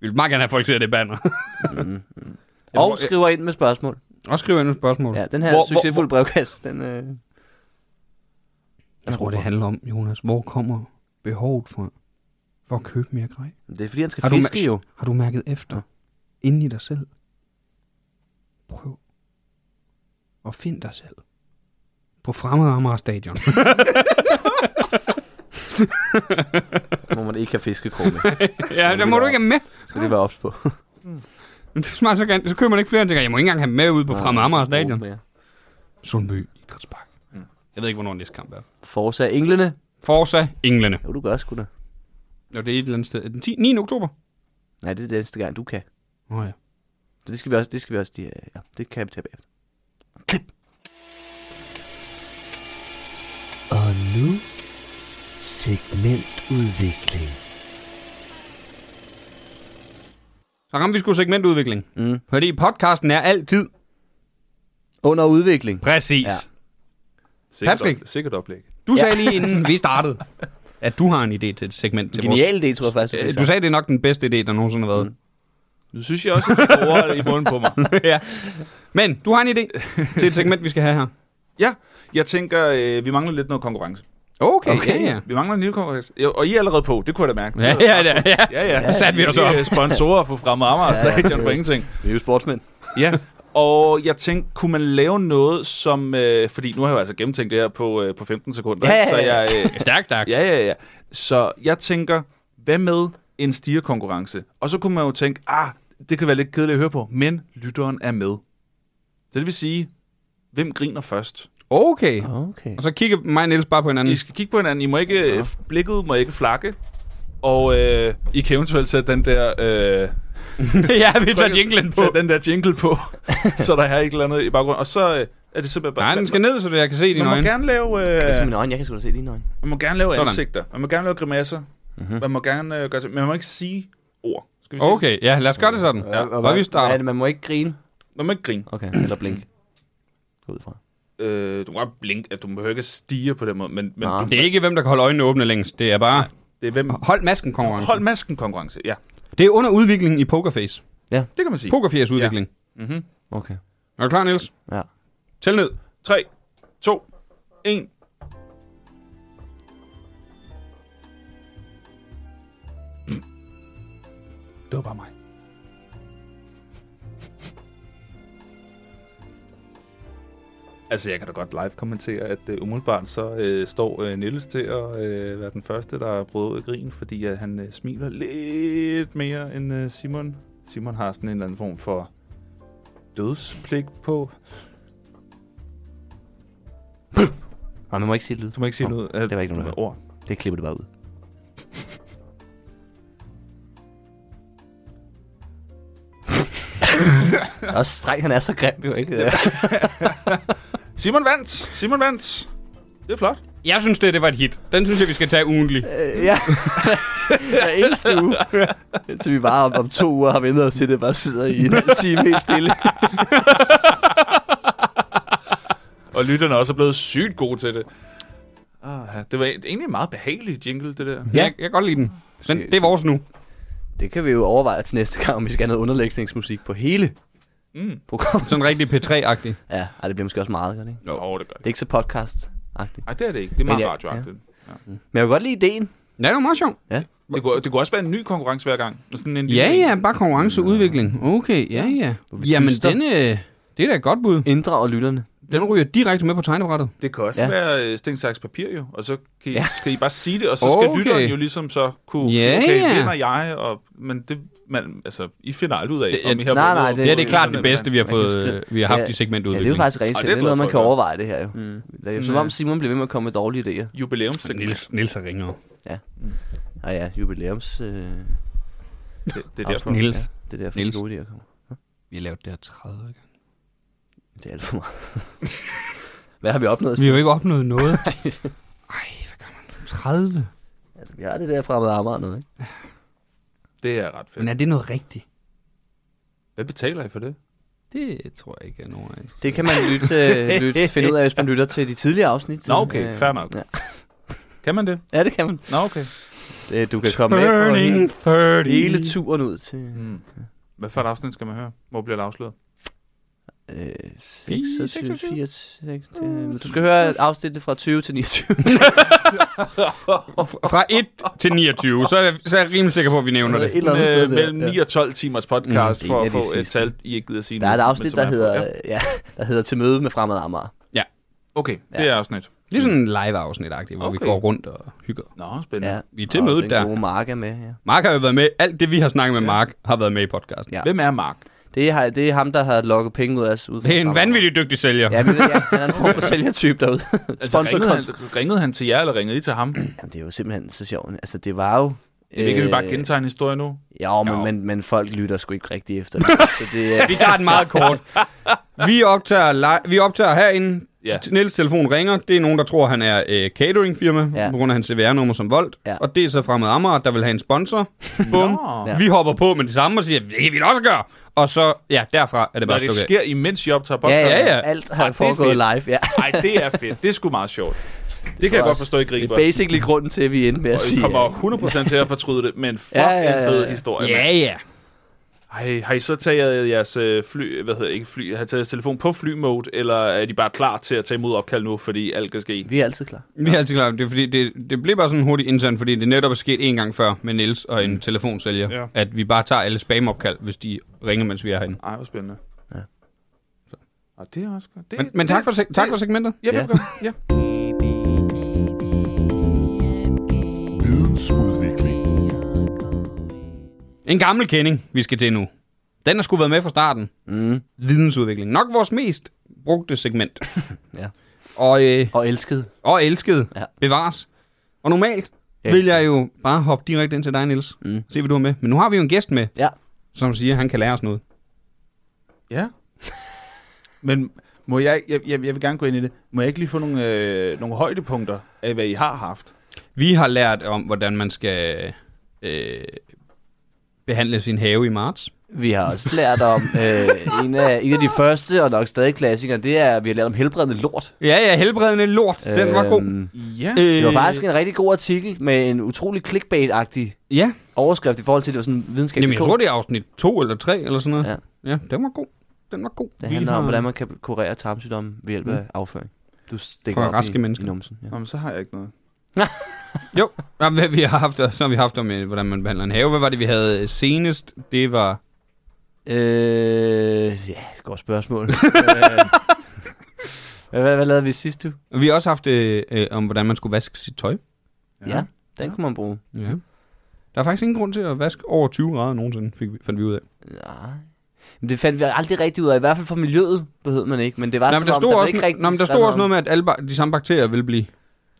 [SPEAKER 1] Vi vil meget gerne have folk til at det banner. Jeg tror-
[SPEAKER 3] Og skriver ind med spørgsmål.
[SPEAKER 1] Og skriv endnu et spørgsmål.
[SPEAKER 3] Ja, den her
[SPEAKER 1] Hvor- hvor-
[SPEAKER 3] succesfulde brevkasse, den... Øh...
[SPEAKER 1] Jeg tror, det handler om, Jonas, hvor kommer behovet fra for at købe mere grej?
[SPEAKER 3] Det er fordi, han skal
[SPEAKER 1] Har du
[SPEAKER 3] fiske
[SPEAKER 1] mær-
[SPEAKER 3] jo.
[SPEAKER 1] Har du mærket efter
[SPEAKER 3] Ja.
[SPEAKER 1] ja. inden i dig selv? Prøv at finde dig selv på fremmede Amager Stadion.
[SPEAKER 3] Må man ikke have fiskekroge med.
[SPEAKER 1] ja, der må du ikke have med.
[SPEAKER 3] Skal det være ops på.
[SPEAKER 1] Det er smart, så, kan, så køber man ikke flere, og tænker, jeg må ikke engang have med ud på fremmede Amager Stadion.
[SPEAKER 3] Ja.
[SPEAKER 1] Sundby Idrætspark. Jeg ved ikke, hvornår næste kamp er.
[SPEAKER 3] Forza Englene.
[SPEAKER 1] Forza Englene.
[SPEAKER 3] Jo, du gør sgu da.
[SPEAKER 1] Og det er et eller andet sted. Den 10, 9. oktober.
[SPEAKER 3] Nej, det er den næste gang, du kan.
[SPEAKER 1] Nå ja.
[SPEAKER 3] Så det skal vi også, det skal vi også, de, øh, ja, det kan vi tage bagefter.
[SPEAKER 5] Og nu segmentudvikling.
[SPEAKER 1] Så rammer vi sgu segmentudvikling.
[SPEAKER 3] Mm.
[SPEAKER 1] Fordi podcasten er altid.
[SPEAKER 3] Under udvikling.
[SPEAKER 1] Præcis.
[SPEAKER 3] Ja.
[SPEAKER 1] Ja.
[SPEAKER 4] Sikkert,
[SPEAKER 1] Patrick.
[SPEAKER 4] op, sikkert oplæg.
[SPEAKER 1] Du sagde lige inden vi startede, at du har en idé til et segment til
[SPEAKER 3] Genial idé, tror jeg faktisk.
[SPEAKER 1] vores...
[SPEAKER 3] fik
[SPEAKER 1] Øh, Du
[SPEAKER 3] sagt.
[SPEAKER 1] sagde, det er nok den bedste idé, der nogensinde har været. Mm.
[SPEAKER 4] Nu synes jeg også, at du bruger i munden på mig.
[SPEAKER 1] ja. Men du har en idé til et segment, vi skal have her.
[SPEAKER 4] Ja, jeg tænker, øh, vi mangler lidt noget konkurrence.
[SPEAKER 1] Okay,
[SPEAKER 3] Okay.
[SPEAKER 1] okay. ja, ja.
[SPEAKER 4] Vi mangler en lille konkurrence. Jo, og I er allerede på, det kunne jeg da mærke.
[SPEAKER 1] Ja, ja, ja. ja.
[SPEAKER 4] Ja, ja.
[SPEAKER 1] Der satte vi os op.
[SPEAKER 4] I er Sponsorer for Fremad Amager Stadion for ingenting.
[SPEAKER 3] Vi er jo sportsmænd.
[SPEAKER 4] Ja, og jeg tænkte, kunne man lave noget som... Øh, fordi nu har jeg jo altså gennemtænkt det her på, øh, på 15 sekunder.
[SPEAKER 3] Ja,
[SPEAKER 4] ikke?
[SPEAKER 3] ja, ja.
[SPEAKER 4] Så jeg, øh,
[SPEAKER 1] Stærk, stærk.
[SPEAKER 4] Ja, ja, ja. Så jeg tænker, hvad med en stierkonkurrence? Og så kunne man jo tænke, ah, det kan være lidt kedeligt at høre på, men lytteren er med. Så det vil sige, hvem griner først?
[SPEAKER 1] Okay.
[SPEAKER 3] Okay.
[SPEAKER 1] Og så kigger mig og Niels bare på hinanden.
[SPEAKER 4] I skal kigge på hinanden, I må ikke, ja. blikket må ikke flakke, og øh, I kan eventuelt sætte den der, øh,
[SPEAKER 1] ja, vi tager jinglen på.
[SPEAKER 4] sætte den der jingle på, så der er et eller andet i baggrunden. Og så øh, er det simpelthen bare...
[SPEAKER 1] Nej, den skal ned, så jeg kan se
[SPEAKER 4] man,
[SPEAKER 1] dine
[SPEAKER 4] man må
[SPEAKER 1] øjne.
[SPEAKER 4] gerne lave...
[SPEAKER 3] Jeg
[SPEAKER 4] Øh,
[SPEAKER 3] kan se mine øjne, jeg kan sgu da se dine øjne.
[SPEAKER 4] Man må gerne lave
[SPEAKER 1] Sådan.
[SPEAKER 4] ansigter, man må gerne lave grimasser, mm-hmm. man må gerne øh, gøre ting, men man må ikke sige ord. Skal vi sige det?
[SPEAKER 1] Okay, ja, lad os gøre det sådan. Ja. Og vi
[SPEAKER 3] Hvad er
[SPEAKER 1] starter.
[SPEAKER 3] det, man må ikke grine.
[SPEAKER 4] Man må ikke grine.
[SPEAKER 3] Okay, eller blink. Gå ud fra.
[SPEAKER 4] Øh, du må godt blinke, at du må ikke stige på den måde, men, men
[SPEAKER 3] Nå.
[SPEAKER 4] du,
[SPEAKER 1] Det er ikke, hvem der kan holde øjnene åbne længst. Det er bare...
[SPEAKER 4] det er hvem...
[SPEAKER 1] Hold masken, konkurrence.
[SPEAKER 4] Hold masken konkurrence, ja.
[SPEAKER 1] Det er under udviklingen i Pokerface.
[SPEAKER 4] Det kan man sige.
[SPEAKER 1] Pokerface udvikling. Ja.
[SPEAKER 4] Mm-hmm.
[SPEAKER 3] Okay.
[SPEAKER 1] Er du klar, Niels?
[SPEAKER 3] Ja.
[SPEAKER 1] Tæl ned.
[SPEAKER 4] 3, 2, 1. Det var bare mig. Altså, jeg kan da godt live kommentere, at uh, umiddelbart så uh, står uh, Niels til at uh, være den første, der brød ud af grin, fordi uh, han uh, smiler lidt mere end uh, Simon. Simon har sådan en eller anden form for dødspligt på.
[SPEAKER 3] Nej, man må ikke sige lyd.
[SPEAKER 4] Du må ikke sige
[SPEAKER 3] Nå,
[SPEAKER 4] noget. Uh,
[SPEAKER 3] det var ikke noget, der
[SPEAKER 4] ord.
[SPEAKER 3] Det klipper du bare ud. Det er Også streng, han er så grim jo, ikke?
[SPEAKER 4] Simon vandt! Simon vandt! Det er flot.
[SPEAKER 1] Jeg synes, det, det var et hit. Den synes jeg, vi skal tage ugentlig.
[SPEAKER 3] Øh, ja. Hver eneste uge. Så vi bare om, om to uger har vendt os til, at det bare sidder i en halv time helt stille.
[SPEAKER 4] Og lytterne er også blevet sygt gode til det. Ah, ja. det var egentlig en meget behagelig jingle, det der.
[SPEAKER 1] Ja. Jeg, jeg kan godt lide den. den det er vores nu.
[SPEAKER 3] Det kan vi jo overveje til næste gang, om vi skal have noget underlægningsmusik på hele
[SPEAKER 4] Mm.
[SPEAKER 3] programmet.
[SPEAKER 1] Sådan rigtig P3-agtig.
[SPEAKER 3] Ja, ej, det bliver måske også meget godt, ikke?
[SPEAKER 4] Jo, oh, det gør
[SPEAKER 3] Det
[SPEAKER 4] det.
[SPEAKER 3] er ikke så podcast-agtigt.
[SPEAKER 4] Ej, det er det ikke. Det er meget
[SPEAKER 3] Men ja,
[SPEAKER 4] ja, radioagtigt. Ja.
[SPEAKER 3] Men jeg kan godt lide ideen.
[SPEAKER 1] Ja, det var meget sjovt.
[SPEAKER 4] Det, kunne, det kunne også være en ny konkurrence hver gang. Sådan en lille
[SPEAKER 1] Ja,
[SPEAKER 4] en.
[SPEAKER 1] ja, bare konkurrenceudvikling. Okay, ja, ja.
[SPEAKER 3] Hvor vi
[SPEAKER 1] Jamen,
[SPEAKER 3] dyster.
[SPEAKER 1] den, øh, det er da et godt bud.
[SPEAKER 3] Inddrager lytterne.
[SPEAKER 1] Den ryger direkte med på tegnebrættet.
[SPEAKER 4] Det kan også
[SPEAKER 3] Ja.
[SPEAKER 4] ja. være øh, stensaks papir jo, og så kan I,
[SPEAKER 3] Ja.
[SPEAKER 4] ja. skal I bare sige det, og så skal
[SPEAKER 1] Okay.
[SPEAKER 4] okay. lytteren jo ligesom så kunne
[SPEAKER 1] Ja,
[SPEAKER 4] sige, okay,
[SPEAKER 1] ja.
[SPEAKER 4] vinder jeg, og, men det, man, altså, I finder aldrig ud af,
[SPEAKER 1] Det-
[SPEAKER 4] det, om I har
[SPEAKER 3] nej, nej,
[SPEAKER 1] Det, ja, det er klart det bedste, vi har,
[SPEAKER 3] man kan
[SPEAKER 1] fået, øh,
[SPEAKER 3] skrive-
[SPEAKER 1] vi har haft
[SPEAKER 3] Ja,
[SPEAKER 1] i
[SPEAKER 3] Ja,
[SPEAKER 1] segmentudvikling.
[SPEAKER 3] det er jo faktisk rigtigt.
[SPEAKER 4] Ej,
[SPEAKER 3] det
[SPEAKER 4] det er
[SPEAKER 3] er noget,
[SPEAKER 4] glad
[SPEAKER 3] man
[SPEAKER 4] for,
[SPEAKER 3] kan
[SPEAKER 4] ja.
[SPEAKER 3] overveje det her jo.
[SPEAKER 4] Mm.
[SPEAKER 3] Det er jo
[SPEAKER 4] Sådan,
[SPEAKER 3] som om
[SPEAKER 4] øh,
[SPEAKER 3] Simon bliver ved med at komme med dårlige idéer.
[SPEAKER 4] Jubilæumssegment.
[SPEAKER 1] Nils, Nils er ringer.
[SPEAKER 3] Ah ja, jubilæums... Øh,
[SPEAKER 4] Det, det er derfor.
[SPEAKER 3] afsnit,
[SPEAKER 1] Niels.
[SPEAKER 3] Ja, det er derfor,
[SPEAKER 1] Niels.
[SPEAKER 3] de gode idéer kommer.
[SPEAKER 1] Vi har lavet det her 30 gange.
[SPEAKER 3] Det er alt for meget. Hvad har vi opnået?
[SPEAKER 1] Vi har jo ikke opnået noget.
[SPEAKER 3] siden?
[SPEAKER 1] Ej, hvad gør man? 30?
[SPEAKER 3] altså, vi har det der fremad Amager noget, ikke?
[SPEAKER 4] Det er ret fedt.
[SPEAKER 1] Men er det noget rigtigt?
[SPEAKER 4] Hvad betaler I for det?
[SPEAKER 1] Det tror jeg ikke er nogen af
[SPEAKER 3] Det kan man lytte, øh, lytte, finde ud af, hvis man lytter til de tidligere afsnit.
[SPEAKER 4] Nå, okay,
[SPEAKER 3] Øh,
[SPEAKER 4] fair nok.
[SPEAKER 3] Ja.
[SPEAKER 4] Kan man det?
[SPEAKER 3] ja, det kan man.
[SPEAKER 4] Nå, okay.
[SPEAKER 3] Det, Øh, du kan komme med på hele, hele turen ud til
[SPEAKER 4] Hmm. Hvad for et afsnit skal man høre? Hvor bliver det afsløret?
[SPEAKER 3] øh, 26,
[SPEAKER 1] Fire, 26.
[SPEAKER 3] 24, Men du skal høre afsnittet fra 20 til 29.
[SPEAKER 1] Fra 1 til 29, så er, jeg, så er jeg rimelig sikker på, at vi nævner det.
[SPEAKER 3] Et eller andet sted
[SPEAKER 4] Øh,
[SPEAKER 3] der.
[SPEAKER 4] mellem
[SPEAKER 3] Ja.
[SPEAKER 4] 9 og 12 timers podcast
[SPEAKER 1] Mm, det er
[SPEAKER 4] mm, for
[SPEAKER 1] en
[SPEAKER 4] at
[SPEAKER 1] af de
[SPEAKER 4] få et
[SPEAKER 1] sidste.
[SPEAKER 4] tal, I ikke gider sige
[SPEAKER 3] Der er et
[SPEAKER 4] nu, men
[SPEAKER 3] afsnit,
[SPEAKER 4] som
[SPEAKER 3] der
[SPEAKER 4] er- Ja.
[SPEAKER 3] hedder, ja, Mm. der hedder Til møde med fremad Amager.
[SPEAKER 4] Okay,
[SPEAKER 3] Ja.
[SPEAKER 4] det er afsnit.
[SPEAKER 1] Det er sådan en live-afsnit, hvor vi
[SPEAKER 4] Okay.
[SPEAKER 1] går rundt og hygger.
[SPEAKER 4] Nå, spændende.
[SPEAKER 3] Ja.
[SPEAKER 1] Vi er til
[SPEAKER 3] og
[SPEAKER 1] mødet
[SPEAKER 3] den
[SPEAKER 1] der.
[SPEAKER 3] gode Mark er med, ja.
[SPEAKER 1] Mark har jo været med. Alt det, vi har snakket med Mark, har været med i podcasten.
[SPEAKER 3] Ja.
[SPEAKER 4] Hvem er Mark?
[SPEAKER 3] Det er, det er ham, der har lukket penge ud af os. Ud fra
[SPEAKER 1] Det er en
[SPEAKER 3] Amager.
[SPEAKER 1] vanvittig dygtig sælger.
[SPEAKER 3] Ja, men, ja, han er en form for sælgertype derude.
[SPEAKER 4] Altså, ringede,
[SPEAKER 3] Sponsorkonto.
[SPEAKER 4] han, ringede han til jer, eller ringede I til ham? Jamen,
[SPEAKER 3] Jamen, det er jo simpelthen så sjovt. Altså, det var jo...
[SPEAKER 4] det kan vi
[SPEAKER 3] Øh,
[SPEAKER 4] bare gentage en historie nu.
[SPEAKER 3] Jo,
[SPEAKER 1] Jo.
[SPEAKER 3] men, men, men folk lytter sgu ikke rigtigt efter det. Så det
[SPEAKER 1] Vi
[SPEAKER 3] er...
[SPEAKER 1] tager den meget kort. Vi optager, li- vi optager herinde. Ja.
[SPEAKER 4] Ja.
[SPEAKER 1] Niels telefon ringer. Det er nogen, der tror, han er øh, cateringfirma, ja.
[SPEAKER 3] Ja.
[SPEAKER 1] på grund af hans CVR-nummer som voldt.
[SPEAKER 3] Ja.
[SPEAKER 1] Ja. Og det er så fremmed Amager, der vil have en sponsor. Bum.
[SPEAKER 4] Nå.
[SPEAKER 1] Ja. Vi hopper på med det samme og siger, det kan vi da også gøre. Og så, ja, derfra er det
[SPEAKER 4] Når
[SPEAKER 1] bare
[SPEAKER 4] det
[SPEAKER 1] stukket af.
[SPEAKER 4] sker, imens I optager
[SPEAKER 3] Ja,
[SPEAKER 4] podcast.
[SPEAKER 3] ja,
[SPEAKER 1] Ja,
[SPEAKER 3] ja.
[SPEAKER 1] ja.
[SPEAKER 3] Alt
[SPEAKER 4] Ej,
[SPEAKER 3] har
[SPEAKER 4] det er
[SPEAKER 3] foregået live, ja.
[SPEAKER 4] Ej, det er fedt. Det er sgu meget sjovt. Det, kan jeg godt forstå, I
[SPEAKER 3] Det
[SPEAKER 4] griber.
[SPEAKER 3] er basically grunden til, at vi endte med at
[SPEAKER 4] Og I
[SPEAKER 3] sige...
[SPEAKER 4] kommer
[SPEAKER 3] at-
[SPEAKER 4] 100% til at fortryde det, men fuck
[SPEAKER 3] Ja, ja, ja,
[SPEAKER 4] en fed
[SPEAKER 3] ja.
[SPEAKER 4] historie. mand.
[SPEAKER 1] Ja, ja.
[SPEAKER 4] Ej, har I så taget jeres øh, fly, hvad hedder det, ikke fly, har I taget jeres telefon på flymode, eller er de bare klar til at tage imod opkald nu, fordi alt kan ske?
[SPEAKER 3] Vi er altid klar.
[SPEAKER 1] Vi er altid klar. Det, er fordi, det, det blev bare sådan hurtigt internt, fordi det netop er sket en gang før med Niels og en telefonsælger, ja.
[SPEAKER 4] Mm. Ja.
[SPEAKER 1] at vi bare tager alle spamopkald, hvis de ringer, mens vi er herinde.
[SPEAKER 4] Ej, hvor spændende.
[SPEAKER 3] Ja.
[SPEAKER 4] Så. Og det er også godt. Det,
[SPEAKER 1] Men, men tak, for, seg- tak for segmentet.
[SPEAKER 4] Ja,
[SPEAKER 3] Ja.
[SPEAKER 4] det ja. ja.
[SPEAKER 1] En gammel kending, vi skal til nu. Den har skulle været med fra starten.
[SPEAKER 3] Mm.
[SPEAKER 1] Vidensudvikling. Nok vores mest brugte segment.
[SPEAKER 3] Ja.
[SPEAKER 1] Og, øh,
[SPEAKER 3] Og elskede.
[SPEAKER 1] og elsket. Ja.
[SPEAKER 3] Ja.
[SPEAKER 1] Bevares. Og normalt
[SPEAKER 3] Jeg
[SPEAKER 1] vil
[SPEAKER 3] elsker.
[SPEAKER 1] jeg jo bare hoppe direkte ind til dig, Niels.
[SPEAKER 3] Mm.
[SPEAKER 1] Se, hvad du har med. Men nu har vi jo en gæst med,
[SPEAKER 3] Ja.
[SPEAKER 1] som siger, at han kan lære os noget.
[SPEAKER 4] ja. Men må jeg, jeg, jeg, jeg vil gerne gå ind i det, må jeg ikke lige få nogle, øh, nogle højdepunkter af, hvad I har haft?
[SPEAKER 1] Vi har lært om, hvordan man skal øh, behandle sin have i marts.
[SPEAKER 3] Vi har også lært om øh, en, af, en af de første, og nok stadig klassikere, det er, at vi har lært om helbredende lort.
[SPEAKER 1] Ja, ja, helbredende lort. Den var god.
[SPEAKER 3] Øhm,
[SPEAKER 4] Ja.
[SPEAKER 3] Det var
[SPEAKER 1] Øh,
[SPEAKER 3] faktisk en rigtig god artikel med en utrolig clickbait-agtig
[SPEAKER 1] Øh, Ja,
[SPEAKER 3] overskrift i forhold til, at det var sådan videnskabelig
[SPEAKER 1] Jamen, jeg tror, det er afsnit 2 eller 3 eller sådan noget.
[SPEAKER 3] Ja.
[SPEAKER 1] Ja, den var god. Den var god.
[SPEAKER 3] Det
[SPEAKER 1] Vi
[SPEAKER 3] handler om,
[SPEAKER 1] har- Mm.
[SPEAKER 3] hvordan man kan kurere tarmsygdomme ved hjælp af afføring. Du stikker
[SPEAKER 1] For
[SPEAKER 3] op
[SPEAKER 1] raske
[SPEAKER 3] i,
[SPEAKER 1] mennesker.
[SPEAKER 3] i numsen. Ja.
[SPEAKER 4] Nå, men så har jeg ikke noget.
[SPEAKER 1] Jo, ja, hvad vi har haft, så har vi haft om, øh, hvordan man behandler en have. Hvad var det, vi havde øh, senest? Det var...
[SPEAKER 3] Øh, ja, godt spørgsmål. Øh, hvad, hvad lavede vi sidst, du?
[SPEAKER 1] Vi har også haft øh, øh, om, hvordan man skulle vaske sit tøj.
[SPEAKER 3] Ja, ja den kunne man bruge.
[SPEAKER 1] Ja. Der er faktisk ingen grund til at vaske over 20 grader nogensinde, fik vi, fandt vi ud af.
[SPEAKER 3] Nej. Men det fandt vi aldrig rigtigt ud af. I hvert fald for miljøet behøvede man ikke. Men det var
[SPEAKER 1] Nej,
[SPEAKER 3] som
[SPEAKER 1] men der
[SPEAKER 3] om, der
[SPEAKER 1] stod
[SPEAKER 3] var
[SPEAKER 1] også,
[SPEAKER 3] ikke rigtig
[SPEAKER 1] nå, men der stod
[SPEAKER 3] skrevet
[SPEAKER 1] også noget
[SPEAKER 3] om-
[SPEAKER 1] med, at alle ba- de samme bakterier ville blive...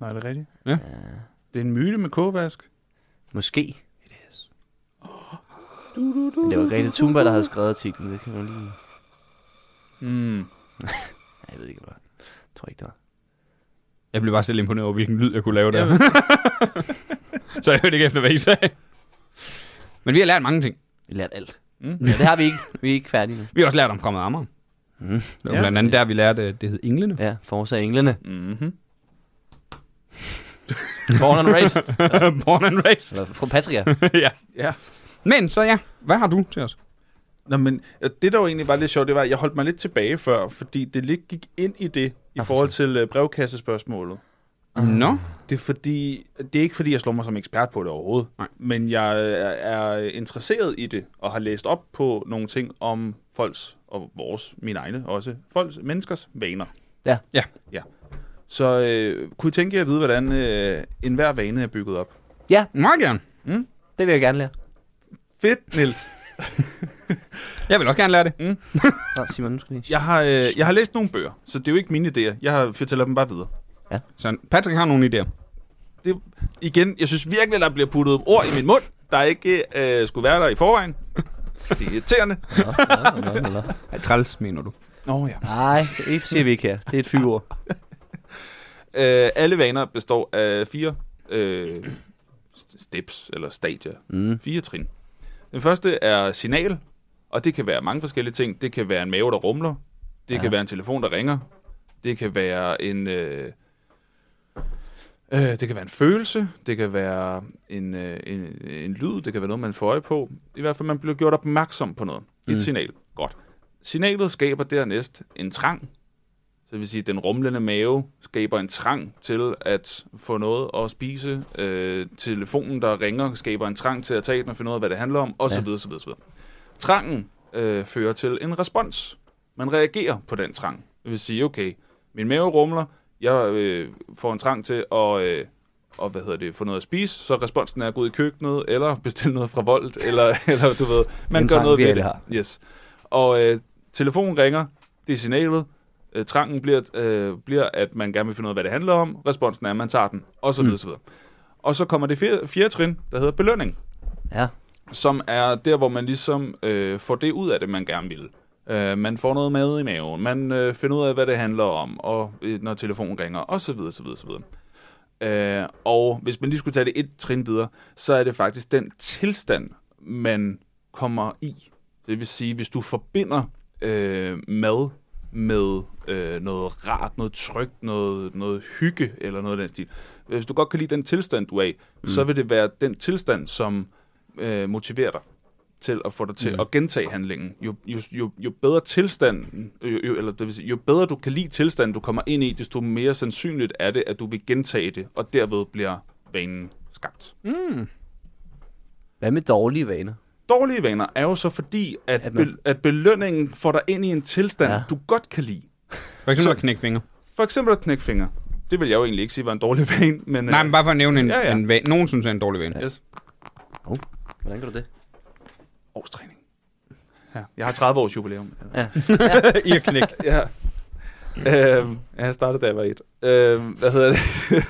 [SPEAKER 4] Nej, er det rigtigt?
[SPEAKER 1] Ja. Ja.
[SPEAKER 4] Det er en myte med kogevask.
[SPEAKER 3] Måske. Men det var Grete Thunberg, der havde skrevet artiklen. Det kan man lige...
[SPEAKER 4] Mm.
[SPEAKER 3] Nej, jeg ved ikke, hvad. Jeg tror ikke, det var.
[SPEAKER 1] Jeg blev bare selv imponeret over, hvilken lyd jeg kunne lave der. så jeg hørte ikke efter, hvad I sagde. Men vi har lært mange ting.
[SPEAKER 3] Vi lærte alt.
[SPEAKER 4] Mm.
[SPEAKER 3] Ja, det har vi ikke. Vi er ikke færdige nu.
[SPEAKER 1] Vi har også lært om fremmed Amager.
[SPEAKER 3] Mm.
[SPEAKER 1] Det var
[SPEAKER 4] Ja.
[SPEAKER 1] blandt andet der, vi lærte, øh, det hed Englene.
[SPEAKER 3] Ja, Forza Englene.
[SPEAKER 1] Mm.
[SPEAKER 4] Mm-hmm.
[SPEAKER 3] Born and raised.
[SPEAKER 1] Born and raised.
[SPEAKER 3] Eller fra Patria.
[SPEAKER 1] ja.
[SPEAKER 4] Ja.
[SPEAKER 1] Men så ja, hvad har du til os?
[SPEAKER 4] Nå, men øh, det, der jo egentlig var lidt sjovt, det var, at jeg holdt mig lidt tilbage før, fordi det lidt gik ind i det, i
[SPEAKER 3] for
[SPEAKER 4] forhold til øh, brevkassespørgsmålet.
[SPEAKER 1] Nå,
[SPEAKER 4] Det er, fordi, det er ikke, fordi jeg slår mig som ekspert på det overhovedet,
[SPEAKER 1] Nej.
[SPEAKER 4] men jeg øh, er interesseret i det, og har læst op på nogle ting om folks, og vores, mine egne også, folks, menneskers vaner.
[SPEAKER 3] Ja.
[SPEAKER 1] Ja.
[SPEAKER 4] ja. Så øh, kunne I tænke jer at vide, hvordan øh, enhver vane er bygget op?
[SPEAKER 3] Ja,
[SPEAKER 1] Meget gerne.
[SPEAKER 3] det vil jeg gerne lære.
[SPEAKER 4] Fedt, Niels.
[SPEAKER 1] Jeg vil også gerne lære det.
[SPEAKER 3] Nå, Simon, nu skal vi lige...
[SPEAKER 4] Jeg har, øh, jeg har læst nogle bøger, så det er jo ikke mine idéer. Jeg har fortæller dem bare videre.
[SPEAKER 1] Så Patrick har nogle idéer.
[SPEAKER 4] Det, igen, jeg synes virkelig, der bliver puttet ord i min mund, der ikke øh, skulle være der i forvejen. Det er irriterende.
[SPEAKER 3] Nå, nå, nå, nå, nå.
[SPEAKER 1] Ej, træls, mener du.
[SPEAKER 4] Nå ja.
[SPEAKER 3] Nej, det siger vi ikke her. Det er et fyreord.
[SPEAKER 4] Øh, alle vaner består af fire øh, st- steps eller stadier. Mm. Fire trin. Den første er signal, og det kan være mange forskellige ting. Det kan være en mave, der rumler. Det ja. kan være en telefon, der ringer. Det kan være en... Øh, øh, det kan være en følelse. Det kan være en, øh, en, en lyd. Det kan være noget, man får øje på. I hvert fald, man bliver gjort opmærksom på noget. Et mm. signal. Godt. Signalet skaber dernæst en trang, så det vil sige, at den rumlende mave skaber en trang til at få noget at spise. Øh, telefonen, der ringer, skaber en trang til at tage den og finde ud af, hvad det handler om, osv.
[SPEAKER 3] Ja.
[SPEAKER 4] Ja. Videre, så videre, så videre. Trangen øh, fører til en respons. Man reagerer på den trang. Det vil sige, okay, min mave rumler, jeg øh, får en trang til at... Øh, og hvad hedder det, få noget at spise, så responsen er at gå ud i køkkenet, eller bestille noget fra Volt, eller, eller du ved, man
[SPEAKER 3] Den
[SPEAKER 4] gør
[SPEAKER 3] trang,
[SPEAKER 4] noget
[SPEAKER 3] vi
[SPEAKER 4] ved
[SPEAKER 3] alle
[SPEAKER 4] det.
[SPEAKER 3] har.
[SPEAKER 4] Yes. Og øh, telefonen ringer, det er signalet, øh, trangen bliver, øh, bliver, at man gerne vil finde ud af, hvad det handler om, responsen er, at man tager den, og så videre, så videre. Og så kommer det fjerde, fjerde trin, der hedder belønning
[SPEAKER 3] Ja.
[SPEAKER 4] som er der, hvor man ligesom øh, får det ud af det, man gerne vil. Øh, man får noget mad i maven, man øh, finder ud af, hvad det handler om, og øh, når telefonen ringer, og så videre, så videre, så videre. Øh, og hvis man lige skulle tage det et trin videre, så er det faktisk den tilstand, man kommer i. Det vil sige, hvis du forbinder øh, mad med øh, noget rart, noget trygt, noget, noget hygge eller noget af den stil. Hvis du godt kan lide den tilstand, du er i, mm. så vil det være den tilstand, som øh, motiverer dig til at få dig til mm. at gentage handlingen. Jo, jo, jo, jo bedre tilstanden, jo, jo, eller det vil sige, jo bedre du kan lide tilstanden, du kommer ind i, desto mere sandsynligt er det, at du vil gentage det, og derved bliver vanen skabt.
[SPEAKER 3] Hvad med dårlige vaner?
[SPEAKER 4] Dårlige vaner er jo så fordi, at,
[SPEAKER 3] At
[SPEAKER 4] at,
[SPEAKER 3] man-
[SPEAKER 4] be, at belønningen får dig ind i en tilstand,
[SPEAKER 3] Ja.
[SPEAKER 4] ja. du godt kan lide.
[SPEAKER 1] For eksempel
[SPEAKER 4] Så-
[SPEAKER 1] at knække fingre.
[SPEAKER 4] For eksempel at knække fingre. Det vil jeg jo egentlig ikke sige var en dårlig vane, men...
[SPEAKER 1] Nej, men bare for at nævne en, ja,
[SPEAKER 4] Ja,
[SPEAKER 1] ja.
[SPEAKER 4] ja.
[SPEAKER 1] en vane. Nogen synes, det er en dårlig vane.
[SPEAKER 4] øh, yes.
[SPEAKER 3] Hvordan gør du det?
[SPEAKER 4] Årstræning. Ja. Jeg har 30 års jubilæum.
[SPEAKER 3] Ja.
[SPEAKER 1] I at knække.
[SPEAKER 4] ja. Øhm, ja, jeg startede, da jeg var et. Øhm, hvad hedder det?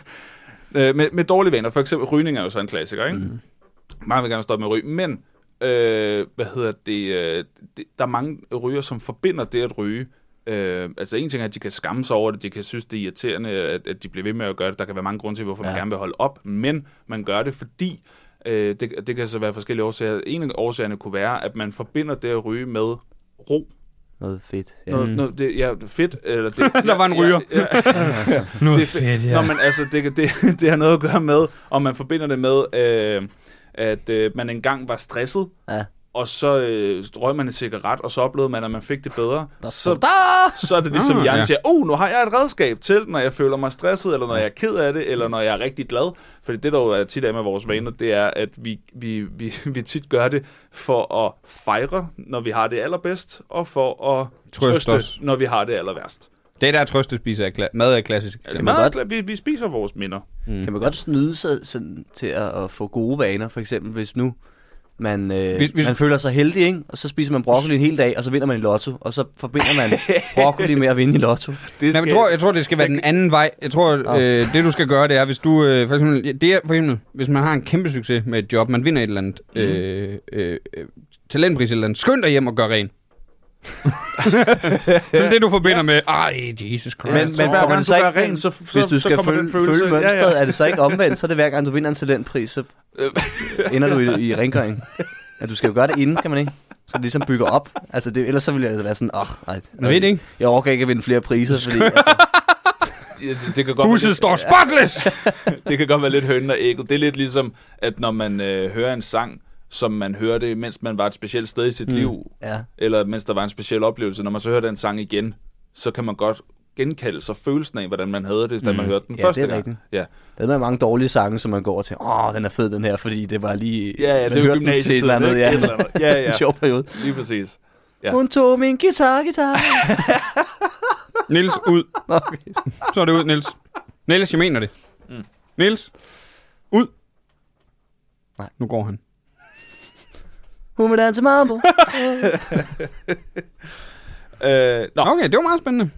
[SPEAKER 4] øh, med, med dårlige vaner. For eksempel, rygning er jo så en klassiker, ikke? Mm. Mange vil gerne stoppe med at ryge, men øh, hvad hedder det, øh, det? Der er mange ryger, som forbinder det at ryge. Øh, altså en ting er, at de kan skamme sig over det, de kan synes, det er irriterende, at, at de bliver ved med at gøre det. Der kan være mange grunde til, hvorfor ja.
[SPEAKER 3] Ja.
[SPEAKER 4] man gerne vil holde op, men man gør det, fordi øh, det, det kan så være forskellige årsager. En af årsagerne kunne være, at man forbinder det at ryge med ro.
[SPEAKER 3] Noget fedt. Ja.
[SPEAKER 4] Noget, noget, det, ja, fedt. Eller det,
[SPEAKER 1] Der var en ryger.
[SPEAKER 4] Ja, ja,
[SPEAKER 1] Nu
[SPEAKER 4] det, er fedt, ja. Nå, men altså, det, kan- det, det har noget at gøre med, om man forbinder det med, øh, at øh, man engang var stresset,
[SPEAKER 3] Ja.
[SPEAKER 4] og så øh, røg man en cigaret, og så oplevede man, at man fik det bedre. Så,
[SPEAKER 3] Da!
[SPEAKER 4] så er det
[SPEAKER 1] Ah,
[SPEAKER 4] ligesom, at hjernen
[SPEAKER 1] ja.
[SPEAKER 4] siger, oh, nu har jeg et redskab til, når jeg føler mig stresset, eller når jeg er ked af det, eller når jeg er rigtig glad. Fordi det, der jo er tit er med vores vaner, det er, at vi, vi, vi, vi tit gør det for at fejre, når vi har det allerbedst, og for at
[SPEAKER 1] Trøste
[SPEAKER 4] trøste,
[SPEAKER 1] os.
[SPEAKER 4] trøste når vi har det allerværst.
[SPEAKER 1] Det der trøstespise er kla- mad er klassisk.
[SPEAKER 4] Ja, det er
[SPEAKER 1] mad?
[SPEAKER 4] meget, godt. Vi, vi spiser vores minder.
[SPEAKER 3] Mm. Kan man godt snyde sig sådan, til at, at få gode vaner, for eksempel hvis nu man, øh,
[SPEAKER 1] Hvis-
[SPEAKER 3] hvis,
[SPEAKER 1] hvis-
[SPEAKER 3] hvis... man føler sig heldig, ikke? og så spiser man broccoli en hel dag, og så vinder man i lotto, og så forbinder man broccoli med at vinde i lotto.
[SPEAKER 4] Det
[SPEAKER 1] Nej, men jeg, tror, jeg tror, det skal være den anden vej. Jeg tror, øh, det du skal gøre, det er, hvis du... Øh, for, eksempel, ja, det er, for eksempel, hvis man har en kæmpe succes med et job, man vinder et eller andet øh, øh, øh, talentpris eller andet, skynd dig hjem og gør ren. det er det, du forbinder med, ej, Jesus Christ.
[SPEAKER 3] Men-
[SPEAKER 4] så
[SPEAKER 3] men-
[SPEAKER 4] hver
[SPEAKER 3] kommer det
[SPEAKER 4] gang du
[SPEAKER 3] så
[SPEAKER 4] gør
[SPEAKER 3] ikke-
[SPEAKER 4] ren, så, så,
[SPEAKER 3] Hvis du
[SPEAKER 4] så
[SPEAKER 3] skal
[SPEAKER 4] kommer
[SPEAKER 3] følge,
[SPEAKER 4] den følelse.
[SPEAKER 3] følge mønstret,
[SPEAKER 4] Ja, Øh.
[SPEAKER 3] er det så ikke omvendt, så er det hver gang du vinder en talentpris, så ender du i, i rengøring. Ja, du skal jo gøre det inden, skal man ikke? Så det ligesom bygger op. Altså, det, ellers så ville jeg altså være sådan, åh, oh, nej.
[SPEAKER 1] Jeg ved det ikke.
[SPEAKER 3] Jeg overgår ikke at vinde flere priser, fordi altså,
[SPEAKER 4] ja. ja. Det, det, kan godt være
[SPEAKER 1] Huset
[SPEAKER 4] lidt,
[SPEAKER 1] står spotless!
[SPEAKER 4] det kan godt være lidt høn og ægget. Det er lidt ligesom, at når man øh, hører en sang, som man hørte, mens man var et specielt sted i sit mm. liv,
[SPEAKER 3] ja,
[SPEAKER 4] eller mens der var en speciel oplevelse, når man så hører den sang igen, så kan man godt genkalde sig følelsen af, hvordan man havde det, da man hørte den
[SPEAKER 3] Mm. Ja,
[SPEAKER 4] første
[SPEAKER 3] det er rigtigt.
[SPEAKER 4] gang. Ja.
[SPEAKER 3] der er mange dårlige sange, som man går til, åh, oh, den er fed den her, fordi det var lige...
[SPEAKER 4] Ja, ja,
[SPEAKER 3] man
[SPEAKER 4] det er jo
[SPEAKER 3] hørte den til et
[SPEAKER 4] gymnasietiden,
[SPEAKER 3] eller andet,
[SPEAKER 4] ikke?
[SPEAKER 3] ja.
[SPEAKER 4] Et eller andet. Ja, ja.
[SPEAKER 3] en sjov periode.
[SPEAKER 4] Lige præcis. Ja.
[SPEAKER 3] Hun tog min guitar, guitar.
[SPEAKER 1] Niels, ud.
[SPEAKER 3] Nå, okay.
[SPEAKER 1] Så er det ud, Niels. Niels, jeg mener det. Mm. Niels, ud.
[SPEAKER 3] Nej.
[SPEAKER 1] Nu går han.
[SPEAKER 3] Hun vil danse mambo.
[SPEAKER 4] Øh, nå,
[SPEAKER 1] Okay, det var meget spændende.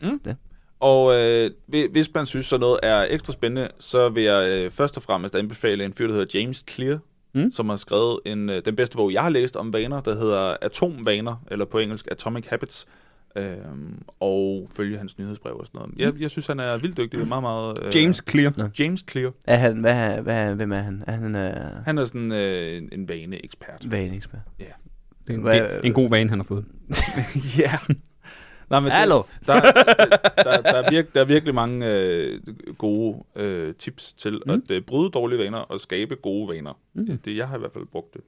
[SPEAKER 4] Og øh, hvi- hvis man synes, sådan noget er ekstra spændende, så vil jeg øh, først og fremmest anbefale en fyr, der hedder James Clear,
[SPEAKER 1] Mm.
[SPEAKER 4] mm. som har skrevet en, øh, den bedste bog, jeg har læst om vaner, der hedder Atomvaner, eller på engelsk Atomic Habits, øh, og følge hans nyhedsbrev og sådan noget. Jeg, jeg synes, han er vildt dygtig. Meget, meget, øh,
[SPEAKER 1] Mm. James Clear.
[SPEAKER 4] James Clear.
[SPEAKER 3] er han, hvad, hvad, hvem er han? Er han øh,
[SPEAKER 4] Han er sådan øh, en- en vaneekspert.
[SPEAKER 3] vaneekspert?
[SPEAKER 1] Det er en,
[SPEAKER 3] Hvad-
[SPEAKER 1] det er en god vane, han har fået.
[SPEAKER 4] Ja. Nej, men
[SPEAKER 3] Hallo.
[SPEAKER 4] Det, der, der, der, der, er virk, der er virkelig mange øh, gode øh, tips til mm. at øh, bryde dårlige vaner og skabe gode vaner. Mm. Det, jeg har i hvert fald brugt det.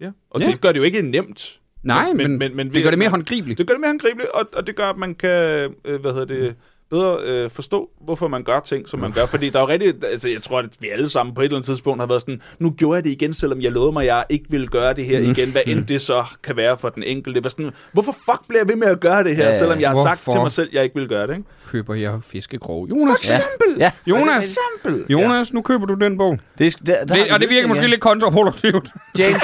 [SPEAKER 4] Ja, og
[SPEAKER 1] Ja.
[SPEAKER 4] ja. det gør det jo ikke nemt.
[SPEAKER 1] Nej, men, men, men, men det gør det mere håndgribeligt.
[SPEAKER 4] Det gør det mere håndgribeligt, og, og det gør, at man kan, øh, hvad hedder det, bedre øh, forstå, hvorfor man gør ting, som man gør. Fordi der er jo rigtig, altså jeg tror, at vi alle sammen på et eller andet tidspunkt har været sådan, nu gjorde jeg det igen, selvom jeg lovede mig, at jeg ikke ville gøre det her igen, hvad end det så kan være for den enkelte. Hvad Sådan, hvorfor fuck bliver jeg ved med at gøre det her,
[SPEAKER 3] Ja,
[SPEAKER 4] ja, selvom jeg har sagt
[SPEAKER 1] hvorfor?
[SPEAKER 4] til mig selv, at jeg ikke vil gøre det, ikke?
[SPEAKER 1] Køber jeg fiskegrov. Jonas,
[SPEAKER 4] For eksempel!
[SPEAKER 3] Ja.
[SPEAKER 1] Jonas!
[SPEAKER 4] For eksempel!
[SPEAKER 1] Jonas, nu køber du den bog.
[SPEAKER 3] Det, er- der, der har
[SPEAKER 1] Det,
[SPEAKER 3] vi
[SPEAKER 1] og det virker
[SPEAKER 3] løsningen,
[SPEAKER 1] måske
[SPEAKER 3] ja.
[SPEAKER 1] lidt kontraproduktivt.
[SPEAKER 3] James,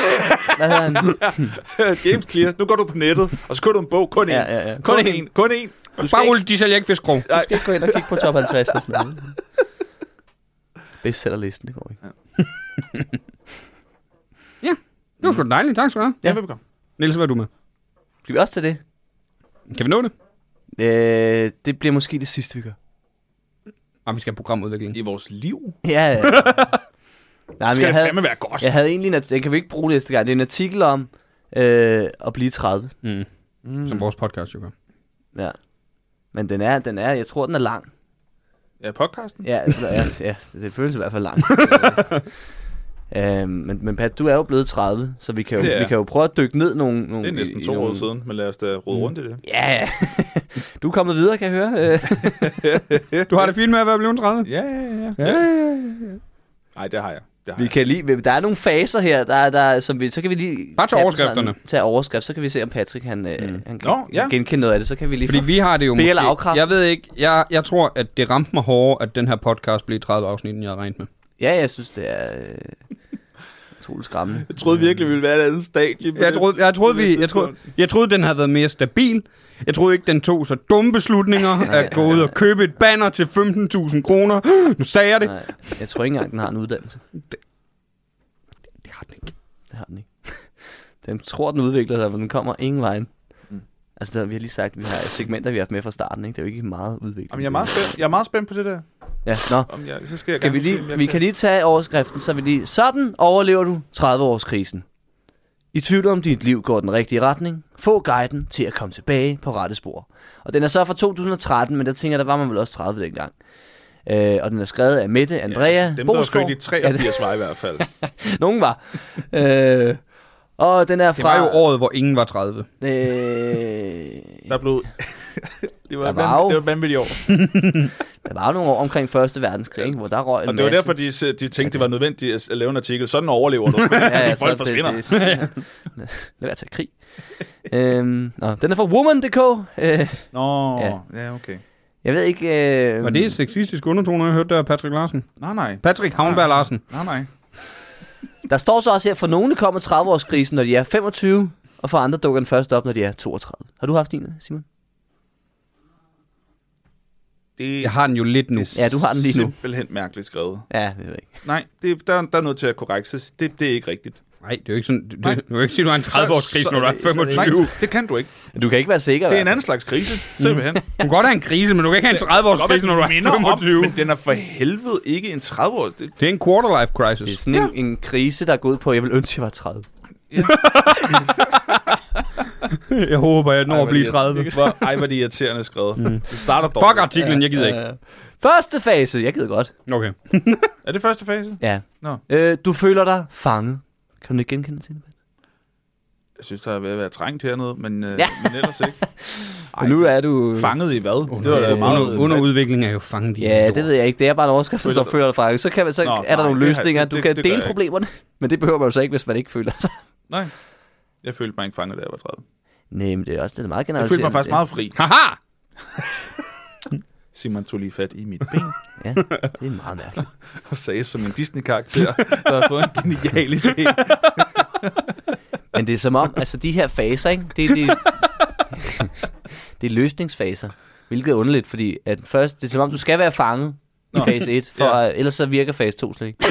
[SPEAKER 3] hvad hedder han?
[SPEAKER 4] James Clear, nu går du på nettet, og så køber du en bog, kun én.
[SPEAKER 3] Ja, ja, ja.
[SPEAKER 4] Kun,
[SPEAKER 3] Kun
[SPEAKER 4] én. Kun én.
[SPEAKER 1] Bare rulle, de sælger ikke fiskegrov.
[SPEAKER 3] Du skal ikke gå ind og kigge på top 50 og sådan noget. Bestsellerlisten, det går ikke.
[SPEAKER 1] Det var sgu da dejligt. Tak skal du have.
[SPEAKER 4] Ja, velbekomme.
[SPEAKER 1] Niels, hvad er du med?
[SPEAKER 3] Skal vi også tage det?
[SPEAKER 1] Kan vi nå det?
[SPEAKER 3] Øh, det bliver måske det sidste, vi gør.
[SPEAKER 1] Ah, vi skal have programudvikling.
[SPEAKER 4] I vores liv
[SPEAKER 3] Ja, ja. Nej, men
[SPEAKER 4] skal
[SPEAKER 3] jeg
[SPEAKER 4] det
[SPEAKER 3] havde,
[SPEAKER 4] fandme være godt.
[SPEAKER 3] jeg havde egentlig... En, arti- jeg kan vi ikke bruge det næste gang. Det er en artikel om øh, at blive 30.
[SPEAKER 1] Mm. Mm. Som vores podcast jo gør.
[SPEAKER 3] Ja. Men den er, den er, jeg tror, den er lang.
[SPEAKER 4] Ja, podcasten.
[SPEAKER 3] Ja, ja, ja det føles i hvert fald langt. øh, men, men Pat, du er jo blevet 30, så vi kan jo,
[SPEAKER 4] Det er
[SPEAKER 3] vi
[SPEAKER 4] jeg.
[SPEAKER 3] kan jo prøve at dykke ned nogle... nogle
[SPEAKER 4] Det er næsten
[SPEAKER 3] i- i
[SPEAKER 4] to år
[SPEAKER 3] nogle-
[SPEAKER 4] siden, men lad os da rode rundt i det.
[SPEAKER 3] Ja, ja. du er kommet videre, kan jeg høre. Øh,
[SPEAKER 1] Du har det fint med at være blevet 30?
[SPEAKER 4] Ja, ja, ja.
[SPEAKER 1] Ja.
[SPEAKER 4] Nej, det har jeg. Det har
[SPEAKER 3] vi
[SPEAKER 4] jeg.
[SPEAKER 3] kan lige, der er nogle faser her, der, er- der, er- som vi, så kan vi lige...
[SPEAKER 1] Bare tage
[SPEAKER 3] tage
[SPEAKER 1] overskrifterne.
[SPEAKER 3] Sådan, tage overskrift, så kan vi se, om Patrick han, mm. han kan
[SPEAKER 4] Nå, ja.
[SPEAKER 3] genkende noget af det. Så kan vi lige...
[SPEAKER 1] Fordi vi har det jo
[SPEAKER 3] Be-
[SPEAKER 1] måske...
[SPEAKER 3] eller afkræft.
[SPEAKER 1] Jeg ved ikke, jeg, jeg tror, at det ramte mig hårdere, at den her podcast blev 30 afsnit, end jeg havde regnet med.
[SPEAKER 3] Ja, jeg synes, det er... Øh, utroligt skræmmende.
[SPEAKER 4] Jeg troede virkelig, vi ville være et andet stadie.
[SPEAKER 1] Jeg troede, jeg troede, vi, jeg troede, jeg troede den havde været mere stabil. Jeg troede ikke, den tog så dumme beslutninger at gå ud og købe et banner til 15.000 kroner. Nu sagde jeg det.
[SPEAKER 3] Nej, jeg tror ikke engang, den har en uddannelse.
[SPEAKER 1] Det har den ikke.
[SPEAKER 3] Det har den ikke. den tror, den udvikler sig, men den kommer ingen vejen.
[SPEAKER 4] Mm.
[SPEAKER 3] Altså, der, vi har lige sagt, at vi har segmenter, vi har haft med fra starten, ikke? Det er jo ikke meget udviklet.
[SPEAKER 4] Jamen, jeg, er meget spændt, jeg er meget spændt på det der.
[SPEAKER 3] Ja, nå.
[SPEAKER 4] Om jeg, så skal jeg
[SPEAKER 3] Skal
[SPEAKER 4] gerne
[SPEAKER 3] vi,
[SPEAKER 4] se, om
[SPEAKER 3] lige,
[SPEAKER 4] jeg
[SPEAKER 3] vi kan lige tage overskriften, så vi lige... Sådan overlever du 30-årskrisen. I tvivl om dit liv går den rigtige retning. Få guiden til at komme tilbage på rette spor. Og den er så fra 2013, men der tænker jeg, der var man vel også 30 dengang. Øh, og den er skrevet af Mette Andrea ja,
[SPEAKER 4] altså, Dem, der var født i 83, var i hvert fald.
[SPEAKER 3] Nogen var. øh, og den er fra...
[SPEAKER 1] Det var jo året, hvor ingen var 30.
[SPEAKER 3] Øh,
[SPEAKER 4] Der blev... det var,
[SPEAKER 3] Der
[SPEAKER 4] der
[SPEAKER 3] var jo-
[SPEAKER 4] det var et vanvittigt år.
[SPEAKER 3] der var jo nogle år omkring Første Verdenskrig, ikke, hvor der røg en
[SPEAKER 4] Og det var
[SPEAKER 3] masse.
[SPEAKER 4] derfor, de, se- de tænkte, det var nødvendigt at- at lave en artikel. Sådan overlever du. Fordi
[SPEAKER 3] så
[SPEAKER 4] folk forsvinder.
[SPEAKER 3] Det, det, lad være at tage krig. øhm, nå, den er fra woman.dk. Øh,
[SPEAKER 4] Nå,
[SPEAKER 3] Ja.
[SPEAKER 4] ja, okay.
[SPEAKER 3] jeg ved ikke... Øh,
[SPEAKER 1] Var det et sexistisk undertone, jeg hørte der, Patrick Larsen?
[SPEAKER 4] Nej, nej.
[SPEAKER 1] Patrick Havnberg Larsen.
[SPEAKER 4] Nej, nej.
[SPEAKER 3] Der står så også her, for nogle kommer 30-årskrisen, når de er 25, og for andre dukker den først op, når de er 32. Har du haft din, Simon?
[SPEAKER 4] Det,
[SPEAKER 1] Jeg har den jo lidt nu.
[SPEAKER 4] det
[SPEAKER 3] Ja, du har den lige nu.
[SPEAKER 4] simpelthen mærkeligt skrevet.
[SPEAKER 3] Ja, det ved jeg ikke.
[SPEAKER 4] Nej, det, der, der er noget til at korrekses. Det, det er ikke rigtigt.
[SPEAKER 1] Nej, det er jo ikke sådan... Det,
[SPEAKER 4] Nej.
[SPEAKER 1] du kan jo ikke sige, du har en 30-årskrise, når du er
[SPEAKER 3] så- så-
[SPEAKER 1] 25.
[SPEAKER 4] Nej,
[SPEAKER 1] Du
[SPEAKER 4] det kan du ikke.
[SPEAKER 3] Du kan ikke være sikker.
[SPEAKER 4] Det er
[SPEAKER 3] i
[SPEAKER 4] en
[SPEAKER 3] hvert
[SPEAKER 4] anden slags krise, simpelthen.
[SPEAKER 1] kan godt have en krise, men du kan ikke have en 30-årskrise, Mm. når du
[SPEAKER 4] minder om,
[SPEAKER 1] er 25.
[SPEAKER 4] men den er for helvede ikke en 30 år. Det,
[SPEAKER 1] Det er en quarter-life crisis.
[SPEAKER 3] fald. det er sådan en, en, krise, der er gået på, at jeg vil ønske, at jeg var 30.
[SPEAKER 1] Jeg håber, jeg når at blive 30.
[SPEAKER 4] Hvor, ej, hvor er det irriterende skrevet. Mm. Det starter dårligt.
[SPEAKER 1] Fuck artiklen, jeg gider ikke.
[SPEAKER 3] Øh, første fase. Jeg gider godt.
[SPEAKER 1] Okay.
[SPEAKER 4] Er det første fase?
[SPEAKER 3] Ja.
[SPEAKER 4] Nå.
[SPEAKER 3] Øh, du føler dig fanget. Kan du ikke genkende til det?
[SPEAKER 4] Jeg synes, der er ved at være trængt hernede, men, øh,
[SPEAKER 3] Ja.
[SPEAKER 4] ja. men ellers ikke.
[SPEAKER 3] Ej, nu er du...
[SPEAKER 4] Fanget i hvad?
[SPEAKER 1] Under,
[SPEAKER 4] det var da meget...
[SPEAKER 1] under, under udvikling er jo fanget i
[SPEAKER 3] Ja,
[SPEAKER 1] jord.
[SPEAKER 3] det ved jeg ikke. Det er bare en overskrift, der står føler dig fanget. Så, kan, man- så Nå,
[SPEAKER 4] Nå,
[SPEAKER 3] er der
[SPEAKER 4] nej,
[SPEAKER 3] nogle
[SPEAKER 4] det har-
[SPEAKER 3] løsninger.
[SPEAKER 4] det-
[SPEAKER 3] Du
[SPEAKER 4] det-
[SPEAKER 3] kan
[SPEAKER 4] det gør jeg
[SPEAKER 3] dele
[SPEAKER 4] ikke.
[SPEAKER 3] problemerne. Men det behøver man jo så ikke, hvis man ikke føler sig.
[SPEAKER 4] Nej. Jeg følte mig ikke fanget, da jeg var 30.
[SPEAKER 3] Nej, men det er også det er meget
[SPEAKER 4] Jeg
[SPEAKER 3] generelt.
[SPEAKER 4] følte mig faktisk meget fri.
[SPEAKER 1] Haha!
[SPEAKER 4] Simon tog lige fat i mit ben
[SPEAKER 3] Ja, det er meget mærkeligt.
[SPEAKER 4] og sagde som en Disney-karakter, der har fået en genial idé.
[SPEAKER 3] Men det er som om, altså de her faser, ikke? Det, det, det er løsningsfaser. Hvilket er underligt, fordi at først, det er som om, du skal være fanget i
[SPEAKER 4] Nå.
[SPEAKER 3] fase 1, for
[SPEAKER 4] Ja.
[SPEAKER 3] ja. ellers så virker fase 2 slet ikke.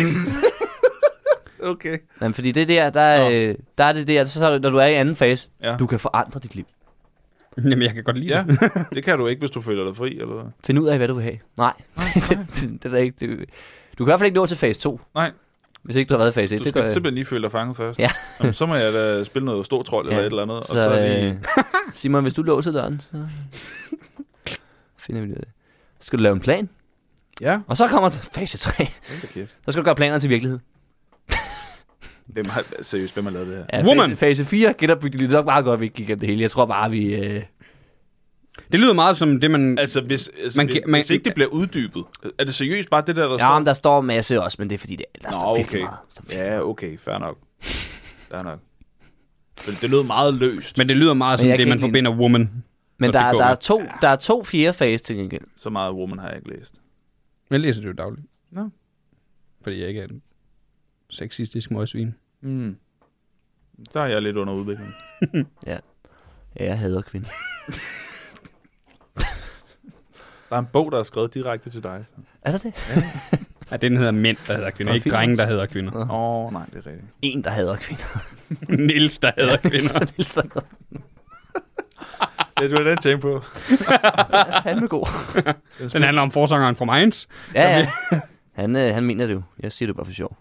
[SPEAKER 4] Okay.
[SPEAKER 3] Jamen, fordi det der, der,
[SPEAKER 4] Nå.
[SPEAKER 3] øh, der er det der, så, så når du er i anden fase,
[SPEAKER 4] Ja.
[SPEAKER 3] ja. du kan forandre dit liv.
[SPEAKER 1] Jamen, jeg kan godt lide
[SPEAKER 4] Ja,
[SPEAKER 1] det.
[SPEAKER 4] det kan du ikke, hvis du føler dig fri, eller hvad?
[SPEAKER 3] Find ud af, hvad du vil have. Nej, det, det, det ved jeg ikke. Det, du kan i hvert fald ikke nå til fase 2.
[SPEAKER 4] Nej.
[SPEAKER 3] Hvis ikke du har været i fase 1.
[SPEAKER 4] Du
[SPEAKER 3] det
[SPEAKER 4] skal
[SPEAKER 3] gør jeg.
[SPEAKER 4] simpelthen lige føle dig fanget først.
[SPEAKER 3] Ja.
[SPEAKER 4] Jamen, så må jeg da spille noget stor trold eller
[SPEAKER 3] Ja.
[SPEAKER 4] et eller andet,
[SPEAKER 3] Så,
[SPEAKER 4] og så lige...
[SPEAKER 3] øh, Simon, hvis du låser døren, så finder vi ud af det. Så skal du lave en plan.
[SPEAKER 4] Ja,
[SPEAKER 3] Og så kommer fase 3.
[SPEAKER 4] hold da kæft.
[SPEAKER 3] Så skal du gøre planerne til virkelighed.
[SPEAKER 4] Hvem har, seriøst, hvem har lavet det her?
[SPEAKER 3] Ja,
[SPEAKER 1] Woman.
[SPEAKER 3] Fase, fase 4 genopbygte det nok meget godt, vi ikke gik igennem det hele. Jeg tror bare, vi... Øh...
[SPEAKER 1] Det lyder meget som det, man... Altså,
[SPEAKER 4] Altså, hvis, altså,
[SPEAKER 1] Man kan-
[SPEAKER 4] man, hvis,
[SPEAKER 1] man-
[SPEAKER 4] man, hvis ikke det bliver uddybet, er det seriøst bare det der, der
[SPEAKER 3] Ja, men der står en masse også, men det er fordi, det, der Nå, står virkelig meget. Så
[SPEAKER 4] okay. Ja, okay, fair nok. Fair nok. Men det lød meget løst, men,
[SPEAKER 1] men det lyder meget som
[SPEAKER 3] jeg
[SPEAKER 1] det,
[SPEAKER 3] kan
[SPEAKER 1] man
[SPEAKER 3] ikke
[SPEAKER 1] forbinder woman.
[SPEAKER 3] Men
[SPEAKER 1] Nå,
[SPEAKER 3] der,
[SPEAKER 1] det
[SPEAKER 3] er-
[SPEAKER 1] går
[SPEAKER 3] der, er
[SPEAKER 1] godt.
[SPEAKER 3] to, der er to fjerde fase til gengæld.
[SPEAKER 4] så meget woman har jeg ikke læst.
[SPEAKER 1] Jeg læser det jo dagligt.
[SPEAKER 4] Nå.
[SPEAKER 1] Fordi jeg ikke er en sexistisk møgsvin.
[SPEAKER 4] Mm. Der er jeg lidt under udvikling.
[SPEAKER 3] Ja, jeg hader kvinder.
[SPEAKER 4] Der er en bog, der er skrevet direkte til dig. så.
[SPEAKER 3] Er der det?
[SPEAKER 1] Ja, den hedder mænd, der hedder kvinder.
[SPEAKER 3] Nå,
[SPEAKER 1] Ikke
[SPEAKER 3] fint.
[SPEAKER 1] drenge, der hedder kvinder.
[SPEAKER 4] Åh, oh, nej, det er rigtigt.
[SPEAKER 3] En, der hader kvinder.
[SPEAKER 1] Nils, der hedder
[SPEAKER 3] Så
[SPEAKER 1] kvinder.
[SPEAKER 3] er det sådan noget.
[SPEAKER 4] Det er du den tænke på.
[SPEAKER 3] Den er fandme god.
[SPEAKER 1] Den handler om forsangeren fra Mainz.
[SPEAKER 3] Ja, ja. Han, øh, han mener det jo. Jeg siger det bare for sjov.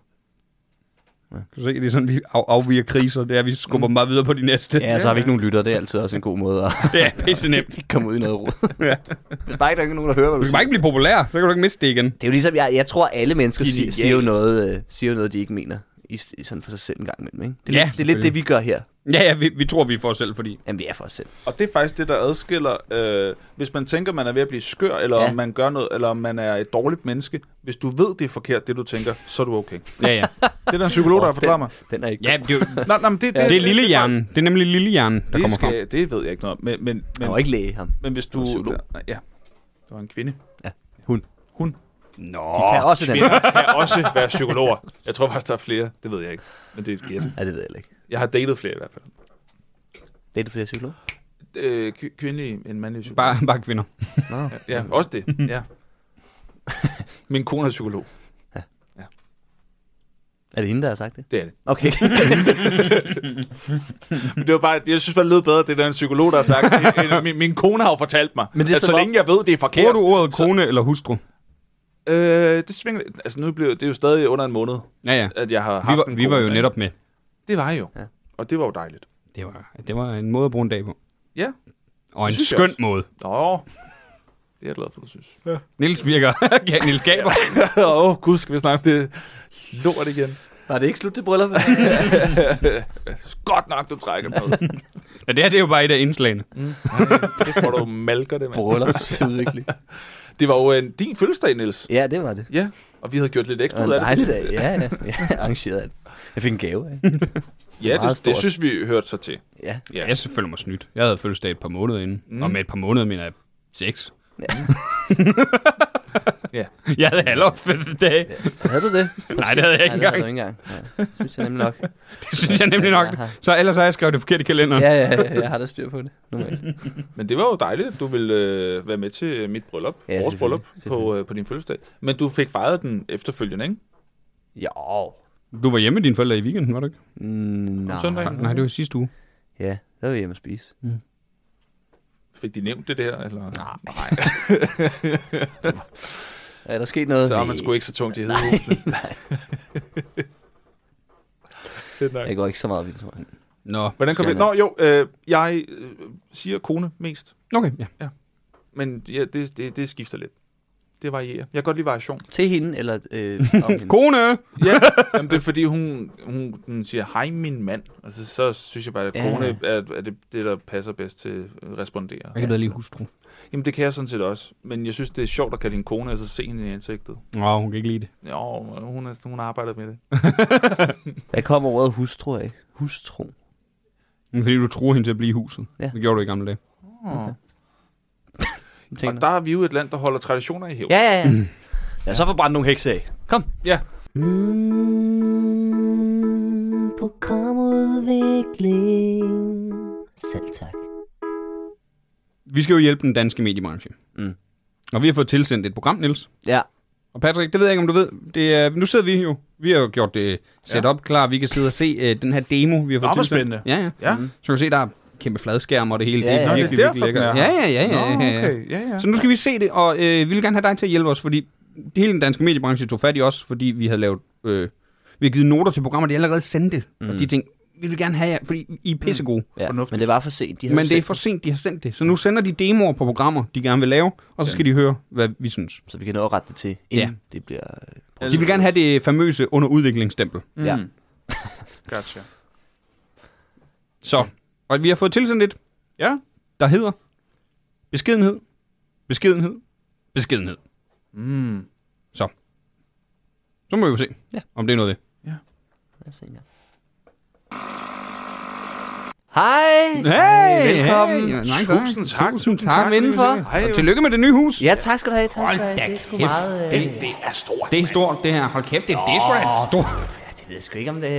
[SPEAKER 1] Kan du se, det er sådan, vi af- afviger kriser. Det er, vi skubber dem bare videre på de næste.
[SPEAKER 3] Ja, så har vi ikke nogen lytter. Det er altid også en god måde at
[SPEAKER 1] Det er pisse nemt.
[SPEAKER 3] komme ud i noget råd.
[SPEAKER 1] Ja.
[SPEAKER 3] Hvis bare ikke der er nogen, der hører, hvad
[SPEAKER 1] Du
[SPEAKER 3] du
[SPEAKER 1] skal
[SPEAKER 3] siger.
[SPEAKER 1] bare ikke blive populær, så kan du ikke miste det igen.
[SPEAKER 3] Det er jo ligesom, jeg, jeg tror, alle mennesker siger,
[SPEAKER 4] Genialt.
[SPEAKER 3] siger, jo noget, øh, siger jo noget, de ikke mener. I, i sådan for sig selv en gang imellem, ikke? Det er,
[SPEAKER 1] Ja,
[SPEAKER 3] lidt, det er lidt det, vi gør her.
[SPEAKER 1] Ja, ja, vi, vi tror, vi er for os selv, fordi...
[SPEAKER 3] Jamen, vi er for os selv.
[SPEAKER 4] Og det er faktisk det, der adskiller, øh, hvis man tænker, man er ved at blive skør, eller
[SPEAKER 3] Ja.
[SPEAKER 4] ja. om man gør noget, eller om man er et dårligt menneske. Hvis du ved, det er forkert, det du tænker, så er du okay. Det
[SPEAKER 1] Ja, ja.
[SPEAKER 4] er der en psykolog, der har forklaret mig.
[SPEAKER 3] Den er ikke
[SPEAKER 1] Ja, det, er jo-
[SPEAKER 4] Nej, nej, men det,
[SPEAKER 1] det er lillehjernen. Det er nemlig lillehjernen, der
[SPEAKER 4] Det,
[SPEAKER 1] kommer frem.
[SPEAKER 4] skal, det ved jeg ikke noget om. Men, men,
[SPEAKER 3] Han
[SPEAKER 4] men,
[SPEAKER 3] var ikke læge, ham.
[SPEAKER 4] men hvis
[SPEAKER 3] Han var
[SPEAKER 4] du...
[SPEAKER 3] psykolog.
[SPEAKER 4] Ja, det var en kvinde.
[SPEAKER 3] Ja, hun.
[SPEAKER 4] Hun
[SPEAKER 1] Nå,
[SPEAKER 3] De kan også den slags.
[SPEAKER 4] kan også være psykologer. Jeg tror faktisk, der er flere. Det ved jeg ikke. Men det er et gæt.
[SPEAKER 3] Ja, det ved jeg ikke.
[SPEAKER 4] Jeg har datet flere i hvert fald.
[SPEAKER 3] Det er du flere psykolog?
[SPEAKER 4] Øh, kv- kvindelige en mandlige psykolog.
[SPEAKER 1] bare, bare kvinder.
[SPEAKER 3] Nå.
[SPEAKER 4] Ja, også det. Ja. Min kone er psykolog.
[SPEAKER 3] Er det hende, der har sagt det?
[SPEAKER 4] Det er det.
[SPEAKER 3] Okay.
[SPEAKER 4] Men det var bare, jeg synes bare, det lød bedre, det der en psykolog, der har sagt. end- min, min kone har jo fortalt mig,
[SPEAKER 3] Men
[SPEAKER 4] Men
[SPEAKER 3] det er
[SPEAKER 4] det at
[SPEAKER 3] så
[SPEAKER 4] så
[SPEAKER 3] meget-
[SPEAKER 4] længe jeg ved, det er
[SPEAKER 1] Bruger
[SPEAKER 4] forkert.
[SPEAKER 1] du ordet kone eller hustru?
[SPEAKER 4] Øh, det svinger, altså nu bliver det er jo stadig under en måned,
[SPEAKER 1] Ja, ja.
[SPEAKER 4] at jeg har haft
[SPEAKER 1] Vi var,
[SPEAKER 4] en
[SPEAKER 1] vi var
[SPEAKER 4] kone,
[SPEAKER 1] jo
[SPEAKER 4] ikke?
[SPEAKER 1] netop med.
[SPEAKER 4] Det var jeg jo.
[SPEAKER 3] Ja.
[SPEAKER 4] Ja. Og det var jo dejligt.
[SPEAKER 1] Det var, det var en måde at bruge en dag på.
[SPEAKER 4] Ja.
[SPEAKER 1] Og en
[SPEAKER 4] Det synes jeg
[SPEAKER 1] skøn
[SPEAKER 4] også.
[SPEAKER 1] måde.
[SPEAKER 4] Nå, det er jeg glad for, du synes. Åh,
[SPEAKER 1] Nils virker. ja, Nils Gaber.
[SPEAKER 4] ja. oh, gud, skal vi snakke om det lort igen.
[SPEAKER 3] Var det ikke slut, det bryllup?
[SPEAKER 4] Godt nok, du trækker noget.
[SPEAKER 1] Ja, det her det er jo bare et af indslagene.
[SPEAKER 4] det får du malker det, mand.
[SPEAKER 3] Bryllupsudvikling.
[SPEAKER 4] Det var jo en, din fødselsdag, Niels.
[SPEAKER 3] Ja, det var det.
[SPEAKER 4] Ja, og vi havde gjort lidt
[SPEAKER 3] Det
[SPEAKER 4] ekstra ud
[SPEAKER 3] var en dejlig
[SPEAKER 4] af det.
[SPEAKER 3] dag. Ja, ja. ja arrangeret af det. Jeg fik en gave af det.
[SPEAKER 4] Ja,
[SPEAKER 3] Meget
[SPEAKER 4] det, det
[SPEAKER 3] stort.
[SPEAKER 4] synes vi hørte sig til.
[SPEAKER 3] Ja.
[SPEAKER 1] Ja. Jeg føler mig snydt. Jeg havde fødselsdag et par måneder inden. Mm. Og med et par måneder mener jeg seks.
[SPEAKER 3] ja.
[SPEAKER 4] ja.
[SPEAKER 1] Jeg havde halvår fødselsdag. Ja.
[SPEAKER 3] Havde du det?
[SPEAKER 1] Nej, det havde jeg ikke
[SPEAKER 3] Nej, det havde
[SPEAKER 1] engang.
[SPEAKER 3] du ikke engang. Ja, det synes jeg nemlig nok.
[SPEAKER 1] Det synes jeg nemlig nok. Så ellers har jeg skrevet det forkert i kalenderen.
[SPEAKER 3] Ja, ja, ja, jeg har da styr på det. Normalt.
[SPEAKER 4] Men det var jo dejligt, at du ville øh, være med til mit bryllup,
[SPEAKER 3] Ja,
[SPEAKER 4] ja, vores
[SPEAKER 3] selvfølgelig,
[SPEAKER 4] bryllup, på,
[SPEAKER 3] selvfølgelig.
[SPEAKER 4] øh, på din fødselsdag. Men du fik fejret den efterfølgende, ikke?
[SPEAKER 3] Jo.
[SPEAKER 1] Du var hjemme med dine forældre i weekenden, var du ikke?
[SPEAKER 3] Mm, Nej.
[SPEAKER 4] søndagen?
[SPEAKER 1] Nej, det var i sidste uge.
[SPEAKER 3] Ja, der var vi hjemme at spise.
[SPEAKER 4] Fik de nævnt det der? Eller?
[SPEAKER 3] Nej.
[SPEAKER 4] Nej.
[SPEAKER 3] Er der sket noget?
[SPEAKER 4] Så har man
[SPEAKER 3] altså, Nej.
[SPEAKER 4] sgu ikke så tungt i hedehusene. Fedt nok.
[SPEAKER 3] Jeg går ikke så meget vildt, tror jeg.
[SPEAKER 1] Nå,
[SPEAKER 4] Hvordan kom vi?
[SPEAKER 3] Skal
[SPEAKER 4] Nå jo, øh, jeg øh, siger kone mest,
[SPEAKER 1] okay, ja.
[SPEAKER 4] men ja, det, det, det skifter lidt. Det varierer. Jeg kan godt lide variation.
[SPEAKER 3] Til hende, eller øh, om hende?
[SPEAKER 1] Kone!
[SPEAKER 4] Ja, jamen, det er fordi, hun, hun, hun siger, hej min mand. Altså, så synes jeg bare, at
[SPEAKER 3] Ja.
[SPEAKER 4] kone er, er det, det, der passer bedst til at respondere.
[SPEAKER 1] Jeg kan bedre lige hustru.
[SPEAKER 4] Jamen, det kan jeg sådan set også. Men jeg synes, det er sjovt at kalde hende kone, og så se hende i ansigtet.
[SPEAKER 1] Nå, hun kan ikke lide det.
[SPEAKER 4] Jo, hun, er, hun har arbejdet med det.
[SPEAKER 3] Hvad kommer ordet hustru af? Hustru.
[SPEAKER 1] Men Fordi du tror hende til at blive i huset.
[SPEAKER 3] Ja.
[SPEAKER 1] Det gjorde du i gamle dage.
[SPEAKER 4] Oh.
[SPEAKER 3] tænker
[SPEAKER 4] Og der er vi jo et land, der holder traditioner i hævd.
[SPEAKER 3] Ja, ja, ja. Ja, så får brændt nogle hekse af. Kom.
[SPEAKER 4] ja.
[SPEAKER 5] Mm, programudvikling. Selv tak.
[SPEAKER 1] Vi skal jo hjælpe den danske mediebranche.
[SPEAKER 3] Mm.
[SPEAKER 1] Og vi har fået tilsendt et program, Nils.
[SPEAKER 3] Ja.
[SPEAKER 1] Og Patrick, det ved jeg ikke, om du ved. Det er, nu sidder vi jo. Vi har jo gjort det setup ja. klar. Vi kan sidde og se øh, den her demo, vi har fået
[SPEAKER 4] Nå, hvor
[SPEAKER 1] tilsendt.
[SPEAKER 4] spændende.
[SPEAKER 1] Ja, ja. Mm.
[SPEAKER 4] Ja.
[SPEAKER 1] Så kan du se, der er kæmpe fladskærm og det hele.
[SPEAKER 3] Ja,
[SPEAKER 1] det
[SPEAKER 3] ja.
[SPEAKER 1] er
[SPEAKER 4] Nå,
[SPEAKER 1] virkelig,
[SPEAKER 4] det er derfor,
[SPEAKER 1] virkelig lækkert.
[SPEAKER 4] den
[SPEAKER 1] Ja,
[SPEAKER 4] er
[SPEAKER 1] ja, ja. ja,
[SPEAKER 4] Nå,
[SPEAKER 1] ja, ja.
[SPEAKER 4] okay. Ja, ja.
[SPEAKER 1] Så nu skal vi se det, og øh, vi vil gerne have dig til at hjælpe os, fordi hele den danske mediebranche tog fat i os, fordi vi havde lavet, øh, vi havde givet noter til programmer, de allerede sendte, mm. og de tænkte, vi vil gerne have jer, fordi I er pissegode. Mm.
[SPEAKER 3] ja.
[SPEAKER 4] Fornuftigt.
[SPEAKER 3] Men det var for sent. De havde
[SPEAKER 1] Men
[SPEAKER 3] jo
[SPEAKER 1] det er
[SPEAKER 3] sendt
[SPEAKER 1] for sent, de har sendt det. Så nu sender de demoer på programmer, de gerne vil lave, og så skal de høre, hvad vi synes.
[SPEAKER 3] den, Så vi kan nå at rette det til, inden
[SPEAKER 1] Ja.
[SPEAKER 3] det bliver... øh,
[SPEAKER 1] De vil gerne have det famøse under udviklingsstempel.
[SPEAKER 3] Ja.
[SPEAKER 4] Mm. Gotcha.
[SPEAKER 1] Så, og vi har fået tilsendt et,
[SPEAKER 4] Ja.
[SPEAKER 1] der hedder beskedenhed, beskedenhed, beskedenhed.
[SPEAKER 4] Mm.
[SPEAKER 1] Så må vi jo se,
[SPEAKER 3] Ja.
[SPEAKER 1] om det er noget af det.
[SPEAKER 3] Lad os se engang. Hej!
[SPEAKER 1] Hey,
[SPEAKER 3] velkommen.
[SPEAKER 1] Hey. Ja, mange tak.
[SPEAKER 4] Tusind tak.
[SPEAKER 1] Tusind tak.
[SPEAKER 4] Tak,
[SPEAKER 3] indenfor.
[SPEAKER 1] Hej, og tillykke med det nye hus.
[SPEAKER 3] Ja, tak skal du have. Tak
[SPEAKER 1] Hold
[SPEAKER 3] skal du have.
[SPEAKER 1] da
[SPEAKER 3] Det er sgu
[SPEAKER 1] kæft.
[SPEAKER 3] meget... Øh...
[SPEAKER 4] Det er stort.
[SPEAKER 1] Det er stort, det her. Hold kæft, det, det er sgu da et stort.
[SPEAKER 3] Ja, det ved jeg sgu ikke, om det,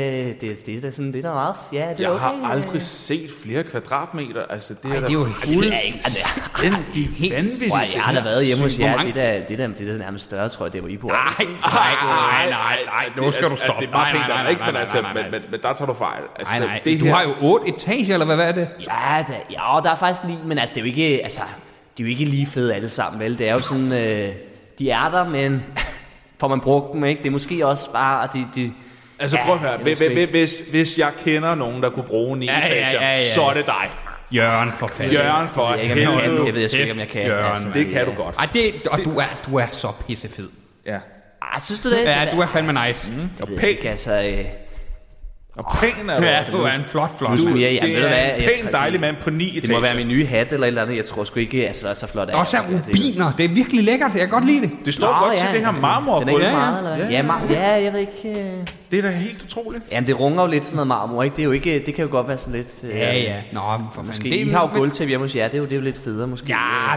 [SPEAKER 3] det, det, det er sådan lidt og meget. Ja, det er
[SPEAKER 4] Jeg
[SPEAKER 3] okay. øh,
[SPEAKER 4] har aldrig set flere kvadratmeter. Altså, det, Ej,
[SPEAKER 1] det er jo
[SPEAKER 4] fuld...
[SPEAKER 3] Det er ikke... Altså,
[SPEAKER 4] Fuldstændig vanvittigt.
[SPEAKER 3] Wow, jeg har da været hjemme hos
[SPEAKER 1] Hvor
[SPEAKER 3] jer.
[SPEAKER 1] mange-
[SPEAKER 3] Det der, det der, det der nærmest større, tror jeg, det var I på.
[SPEAKER 1] Nej, nej, nej, nej, nej, nu skal du
[SPEAKER 4] Altså,
[SPEAKER 1] stoppe.
[SPEAKER 4] Det er bare pænt,
[SPEAKER 1] nej,
[SPEAKER 4] der er
[SPEAKER 1] nej,
[SPEAKER 4] ikke,
[SPEAKER 1] nej,
[SPEAKER 4] men
[SPEAKER 1] nej,
[SPEAKER 4] altså,
[SPEAKER 1] nej, nej.
[SPEAKER 4] men, men, men der tager du fejl. Altså,
[SPEAKER 1] Nej, nej,
[SPEAKER 4] det
[SPEAKER 1] du
[SPEAKER 4] her,
[SPEAKER 1] har jo otte etager, eller hvad, hvad er det?
[SPEAKER 3] Ja, der, ja, og der er faktisk lige, men altså, det er jo ikke, altså, de er jo ikke lige fede alle sammen, vel? Det er jo sådan, øh, de er der, men får man brugt dem, ikke? Det er måske også bare, at de, de
[SPEAKER 4] Altså,
[SPEAKER 3] Ja,
[SPEAKER 4] prøv at høre.
[SPEAKER 3] jeg
[SPEAKER 4] Hvis,
[SPEAKER 3] ved sgu
[SPEAKER 4] hvis,
[SPEAKER 3] ikke.
[SPEAKER 4] hvis, hvis jeg kender nogen, der kunne bruge 9
[SPEAKER 1] Ja, ja,
[SPEAKER 4] etager,
[SPEAKER 1] ja, ja.
[SPEAKER 4] så er det dig.
[SPEAKER 1] Jørgen, for fanden.
[SPEAKER 4] Jørgen for
[SPEAKER 3] jeg ved ikke, om jeg kan, altså, jeg
[SPEAKER 4] helvede.
[SPEAKER 3] ved jeg sgu ikke, om jeg kan.
[SPEAKER 1] Jørgen,
[SPEAKER 3] altså.
[SPEAKER 4] Det kan du godt.
[SPEAKER 1] Ej, det, og du er, du er så pissefed. Mm.
[SPEAKER 4] Ja.
[SPEAKER 3] Ah, synes du det?
[SPEAKER 1] Ja, du er fandme nice.
[SPEAKER 4] Og
[SPEAKER 3] Jeg ved
[SPEAKER 4] pæn.
[SPEAKER 3] ikke, altså, øh,
[SPEAKER 4] Og pæn er du.
[SPEAKER 1] Ja,
[SPEAKER 4] altså.
[SPEAKER 1] du er en flot, flot.
[SPEAKER 3] Nu
[SPEAKER 1] mand.
[SPEAKER 3] skulle jeg- jamen,
[SPEAKER 4] det
[SPEAKER 3] ved du hvad,
[SPEAKER 4] er
[SPEAKER 3] jeg
[SPEAKER 4] en
[SPEAKER 3] tror
[SPEAKER 4] pæn
[SPEAKER 3] ikke,
[SPEAKER 4] dejlig
[SPEAKER 3] det-
[SPEAKER 4] mand på 9 etager.
[SPEAKER 3] det må være min nye hat eller et eller andet. Jeg tror sgu ikke, altså, så flot er jeg.
[SPEAKER 1] Også er
[SPEAKER 3] Altså, det-
[SPEAKER 1] rubiner, det er virkelig lækkert. Jeg kan godt lide det.
[SPEAKER 4] Det står godt til det her
[SPEAKER 3] Den er
[SPEAKER 4] marmorgulv.
[SPEAKER 3] ikke
[SPEAKER 1] Ja, ja.
[SPEAKER 3] meget, eller hvad? Ja, mar- ja, jeg ved ikke. Øh...
[SPEAKER 4] Det er da helt utroligt.
[SPEAKER 3] Jamen, det runger jo lidt sådan noget marmor, ikke? Det, er jo ikke, det kan jo godt være sådan lidt... Øh...
[SPEAKER 1] Ja, ja. Nå, for
[SPEAKER 3] Måske,
[SPEAKER 1] fanden.
[SPEAKER 3] det, I har jo gulvtæppe hjemme hos jer, det er jo, det er jo lidt federe måske.
[SPEAKER 1] Ja,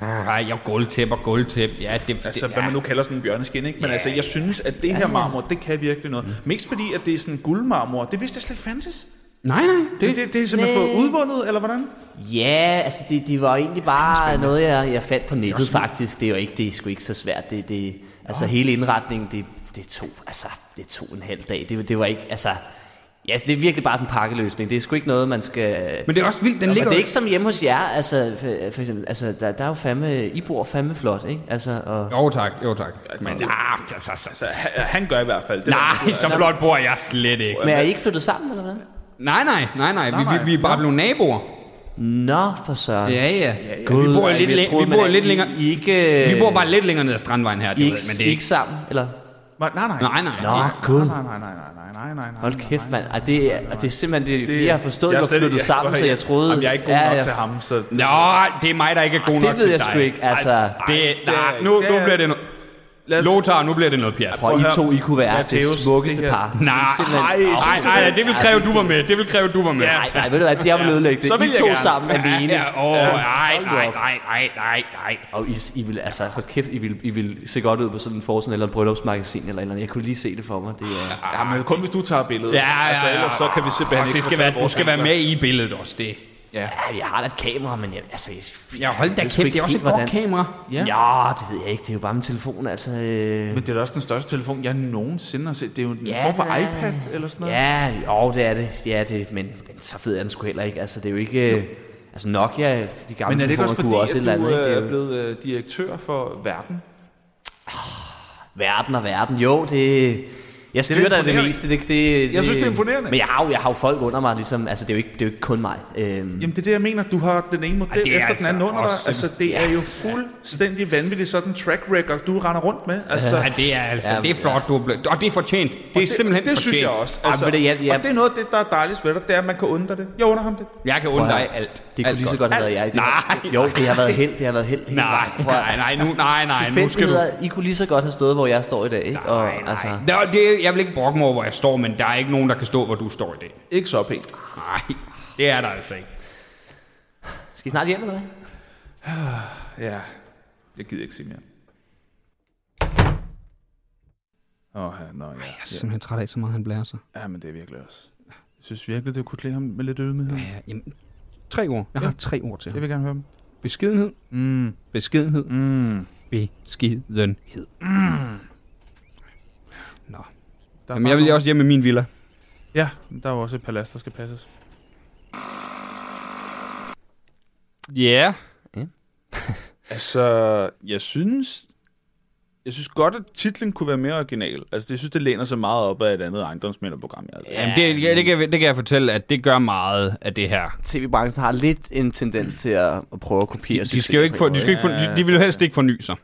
[SPEAKER 1] puh, ej, jeg gulvtæp og gulvtæp. Ja, det,
[SPEAKER 4] Altså,
[SPEAKER 1] det,
[SPEAKER 4] hvad man nu kalder sådan en bjørneskin, ikke? Men altså, jeg synes, at det her marmor, det kan virkelig
[SPEAKER 3] Mm.
[SPEAKER 4] noget. Mest fordi, at det er sådan guldmarmor. Det vidste jeg slet ikke fandtes.
[SPEAKER 1] Nej, nej.
[SPEAKER 4] Det, det, det er simpelthen
[SPEAKER 3] Nej.
[SPEAKER 4] fået udvundet, eller hvordan?
[SPEAKER 3] Ja, altså det, det var egentlig bare noget, jeg, jeg fandt på nettet faktisk. Det er jo ikke, det er sgu ikke så svært. Det, det, altså hele indretningen, det, det tog, altså, det tog en halv dag. Det, det var ikke, altså... Ja, det er virkelig bare sådan en pakkeløsning. Det er sgu ikke noget, man skal...
[SPEAKER 1] Men det er også vildt, den
[SPEAKER 3] Og
[SPEAKER 1] ligger...
[SPEAKER 3] det er
[SPEAKER 1] jo-
[SPEAKER 3] ikke som hjemme hos jer, altså, for, for eksempel, altså der, der er jo fandme, I bor fandme flot, ikke? Altså, og...
[SPEAKER 1] Jo tak, jo tak. Men
[SPEAKER 4] det-
[SPEAKER 1] ah, så, så, så.
[SPEAKER 4] Så Altså, han- han gør i hvert fald. Det
[SPEAKER 1] Nej, så flot bor jeg slet ikke.
[SPEAKER 3] Men er I ikke flyttet sammen, eller hvad?
[SPEAKER 1] Nej, nej, nej, nej. Vi, vi, vi er bare blevet naboer.
[SPEAKER 3] Nå, for søren.
[SPEAKER 1] Ja, ja. God, vi bor
[SPEAKER 3] ej,
[SPEAKER 1] lidt,
[SPEAKER 3] jeg
[SPEAKER 1] læ-
[SPEAKER 3] troede,
[SPEAKER 1] vi bor
[SPEAKER 3] man-
[SPEAKER 1] lidt længere...
[SPEAKER 3] I, I ikke...
[SPEAKER 1] Vi bor bare lidt længere ned ad strandvejen her,
[SPEAKER 3] I
[SPEAKER 1] det ved,
[SPEAKER 3] ikke,
[SPEAKER 1] jeg, men det
[SPEAKER 3] I
[SPEAKER 1] er
[SPEAKER 3] ikke
[SPEAKER 1] ikke...
[SPEAKER 3] sammen, eller?
[SPEAKER 4] Nej, nej, nej.
[SPEAKER 1] Nej, nej.
[SPEAKER 3] Nå,
[SPEAKER 1] ikke-
[SPEAKER 3] gud.
[SPEAKER 4] Nej, nej, nej, nej, nej, nej, nej, nej.
[SPEAKER 3] Hold kæft, mand. Ej, det, er, og det er simpelthen, det, er, fordi
[SPEAKER 4] Det-
[SPEAKER 3] jeg har forstået,
[SPEAKER 4] jeg
[SPEAKER 3] at
[SPEAKER 4] er
[SPEAKER 3] du
[SPEAKER 4] slet
[SPEAKER 3] flyttet
[SPEAKER 4] ikke-
[SPEAKER 3] sammen, så jeg troede...
[SPEAKER 4] Jamen, jeg er ikke god
[SPEAKER 3] Ja,
[SPEAKER 4] nok
[SPEAKER 3] ja.
[SPEAKER 4] til ham, så...
[SPEAKER 1] Nå, det er mig, der ikke er god nok
[SPEAKER 3] Det ved jeg
[SPEAKER 1] til
[SPEAKER 3] sgu
[SPEAKER 1] dig.
[SPEAKER 3] ikke, altså...
[SPEAKER 1] Det,
[SPEAKER 4] det er-
[SPEAKER 1] nej, nu,
[SPEAKER 4] det
[SPEAKER 1] nu
[SPEAKER 4] er-
[SPEAKER 1] bliver det... No-
[SPEAKER 4] Lad os-
[SPEAKER 1] Lothar, nu bliver det noget pjat.
[SPEAKER 3] Prøv, I
[SPEAKER 4] at høre,
[SPEAKER 3] to, I kunne være det
[SPEAKER 4] Matthäus,
[SPEAKER 3] smukkeste
[SPEAKER 4] det her-
[SPEAKER 3] par.
[SPEAKER 1] Nej, nej, nej, nej, det vil kræve, du var med. Det vil kræve, du var med.
[SPEAKER 3] Nej, nej, ved du hvad, jeg vil ødelægge det.
[SPEAKER 4] Så vil
[SPEAKER 3] I
[SPEAKER 4] jeg
[SPEAKER 3] to
[SPEAKER 4] gerne.
[SPEAKER 3] sammen alene.
[SPEAKER 1] Ja, åh, nej,
[SPEAKER 3] hold nu
[SPEAKER 1] nej,
[SPEAKER 3] op.
[SPEAKER 1] nej, nej, nej, nej.
[SPEAKER 3] Og I, I vil, altså, hold kæft, I vil, I vil se godt ud på sådan en forsiden eller en bryllupsmagasin eller et eller andet. Jeg kunne lige se det for mig. Det er...
[SPEAKER 4] Ja, men kun hvis du tager billedet.
[SPEAKER 1] Ja, ja,
[SPEAKER 4] Altså,
[SPEAKER 1] ja,
[SPEAKER 4] ellers
[SPEAKER 1] ja.
[SPEAKER 4] så kan vi simpelthen
[SPEAKER 1] Og
[SPEAKER 4] ikke
[SPEAKER 1] det
[SPEAKER 4] få
[SPEAKER 1] skal
[SPEAKER 4] taget
[SPEAKER 1] være, du
[SPEAKER 4] vores
[SPEAKER 1] skal være
[SPEAKER 4] billeder.
[SPEAKER 1] med i billedet også, det.
[SPEAKER 4] Ja.
[SPEAKER 3] Ja, jeg har da et kamera, men jeg, altså... Jeg,
[SPEAKER 1] Ja, hold da
[SPEAKER 3] jeg ved sgu
[SPEAKER 1] kæft, det er
[SPEAKER 3] ikke
[SPEAKER 1] også et
[SPEAKER 3] helt,
[SPEAKER 1] godt
[SPEAKER 3] hvordan-
[SPEAKER 1] kamera.
[SPEAKER 4] Ja.
[SPEAKER 3] Ja, det ved jeg ikke. Det er jo bare min telefon, altså... Øh...
[SPEAKER 4] Men det er da også den største telefon, jeg nogensinde har set. Det er jo en
[SPEAKER 3] Ja,
[SPEAKER 4] form for
[SPEAKER 3] det er-
[SPEAKER 4] iPad eller sådan noget.
[SPEAKER 3] Ja, jo, det er det. Det er det, men, men så fed er den sgu heller ikke. Altså, det er jo ikke... øh, Altså, Nokia, de gamle
[SPEAKER 4] Men er det
[SPEAKER 3] telefoner
[SPEAKER 4] ikke også fordi,
[SPEAKER 3] kunne også et eller
[SPEAKER 4] at du
[SPEAKER 3] andet. Ikke? Det er
[SPEAKER 4] øh, er
[SPEAKER 3] jo
[SPEAKER 4] blevet øh, direktør for verden?
[SPEAKER 3] verden og verden. Jo, det... Jeg styrer da det
[SPEAKER 4] imponerende.
[SPEAKER 3] meste. Det, det,
[SPEAKER 4] Jeg synes, det er imponerende.
[SPEAKER 3] Men jeg har jo, jeg har jo folk under mig, ligesom. Altså, det er jo ikke, det er jo ikke kun mig. Øhm,
[SPEAKER 4] Jamen det er det, jeg mener. Du har den ene model
[SPEAKER 1] Ej, det er
[SPEAKER 4] efter
[SPEAKER 1] altså
[SPEAKER 4] altså den anden under dig.
[SPEAKER 1] også-
[SPEAKER 4] Altså det er jo fuldstændig vanvittigt sådan en track record, du render rundt med. Altså,
[SPEAKER 1] Ja, det er altså,
[SPEAKER 3] Ja,
[SPEAKER 1] det er flot, du er blevet. Og det er fortjent. Det er simpelthen
[SPEAKER 4] det, det synes
[SPEAKER 1] fortjent.
[SPEAKER 4] jeg også.
[SPEAKER 3] Ej,
[SPEAKER 4] Altså,
[SPEAKER 3] ved du, jeg- jeg-
[SPEAKER 4] Og det er noget af det, der er dejligst ved dig, det er, at man kan undre det. Jeg under ham det.
[SPEAKER 1] Jeg kan
[SPEAKER 3] prøv
[SPEAKER 1] undre
[SPEAKER 3] at
[SPEAKER 1] dig
[SPEAKER 3] høre.
[SPEAKER 1] alt.
[SPEAKER 3] Det kunne
[SPEAKER 1] alt
[SPEAKER 3] lige så
[SPEAKER 1] godt.
[SPEAKER 3] godt have været
[SPEAKER 1] Alt.
[SPEAKER 3] jeg. Det var-
[SPEAKER 1] Nej.
[SPEAKER 3] Jo, det har været held. Det har været held. hele
[SPEAKER 1] Nej,
[SPEAKER 3] vejen. Prøv at-
[SPEAKER 1] nej, nej, nu, nej, nej, nu skal du...
[SPEAKER 3] Tilfældigheder, I kunne lige så godt have stået, hvor jeg står i dag. Ikke? og,
[SPEAKER 1] Nej,
[SPEAKER 3] Altså,
[SPEAKER 1] nej. Nå, det, jeg vil ikke brokke mig over, hvor jeg står, men der er ikke nogen, der kan stå, hvor du står i dag.
[SPEAKER 4] Ikke så pænt.
[SPEAKER 1] Nej, det er der altså ikke.
[SPEAKER 3] skal I snart hjem, eller hvad?
[SPEAKER 4] Ja, jeg gider ikke sige mere. Åh, oh, ja, nå, ja.
[SPEAKER 1] Jeg er simpelthen træt af så meget, han blærer sig.
[SPEAKER 4] ja. ja, men det er virkelig også. Jeg synes virkelig, det kunne klæde ham med lidt ydmyghed.
[SPEAKER 1] Ja, jamen, tre ord. Jeg har
[SPEAKER 4] Ja.
[SPEAKER 1] tre ord til
[SPEAKER 4] Jeg
[SPEAKER 1] ham.
[SPEAKER 4] vil gerne høre dem.
[SPEAKER 1] Beskedenhed,
[SPEAKER 4] Mm,
[SPEAKER 1] beskedenhed,
[SPEAKER 4] mm.
[SPEAKER 1] beskidenhed. Nå.
[SPEAKER 4] Der er
[SPEAKER 1] Jamen,
[SPEAKER 4] bare
[SPEAKER 1] jeg vil
[SPEAKER 4] nogle-
[SPEAKER 1] også hjem i min villa.
[SPEAKER 4] Ja, der er jo også et palads, der skal passes.
[SPEAKER 1] Ja.
[SPEAKER 4] Altså, jeg synes... Jeg synes godt, at titlen kunne være mere original. Altså, det synes, det læner sig meget op af et andet ejendomsmænderprogram. Altså.
[SPEAKER 1] Ja, Jamen, det, det, det, kan, jeg- det kan jeg fortælle, at det gør meget af det her.
[SPEAKER 3] TV-branchen har lidt en tendens til at, at prøve at kopiere
[SPEAKER 1] De skal jo ikke få, de, skal ikke få, de, de vil jo helst ikke forny sig.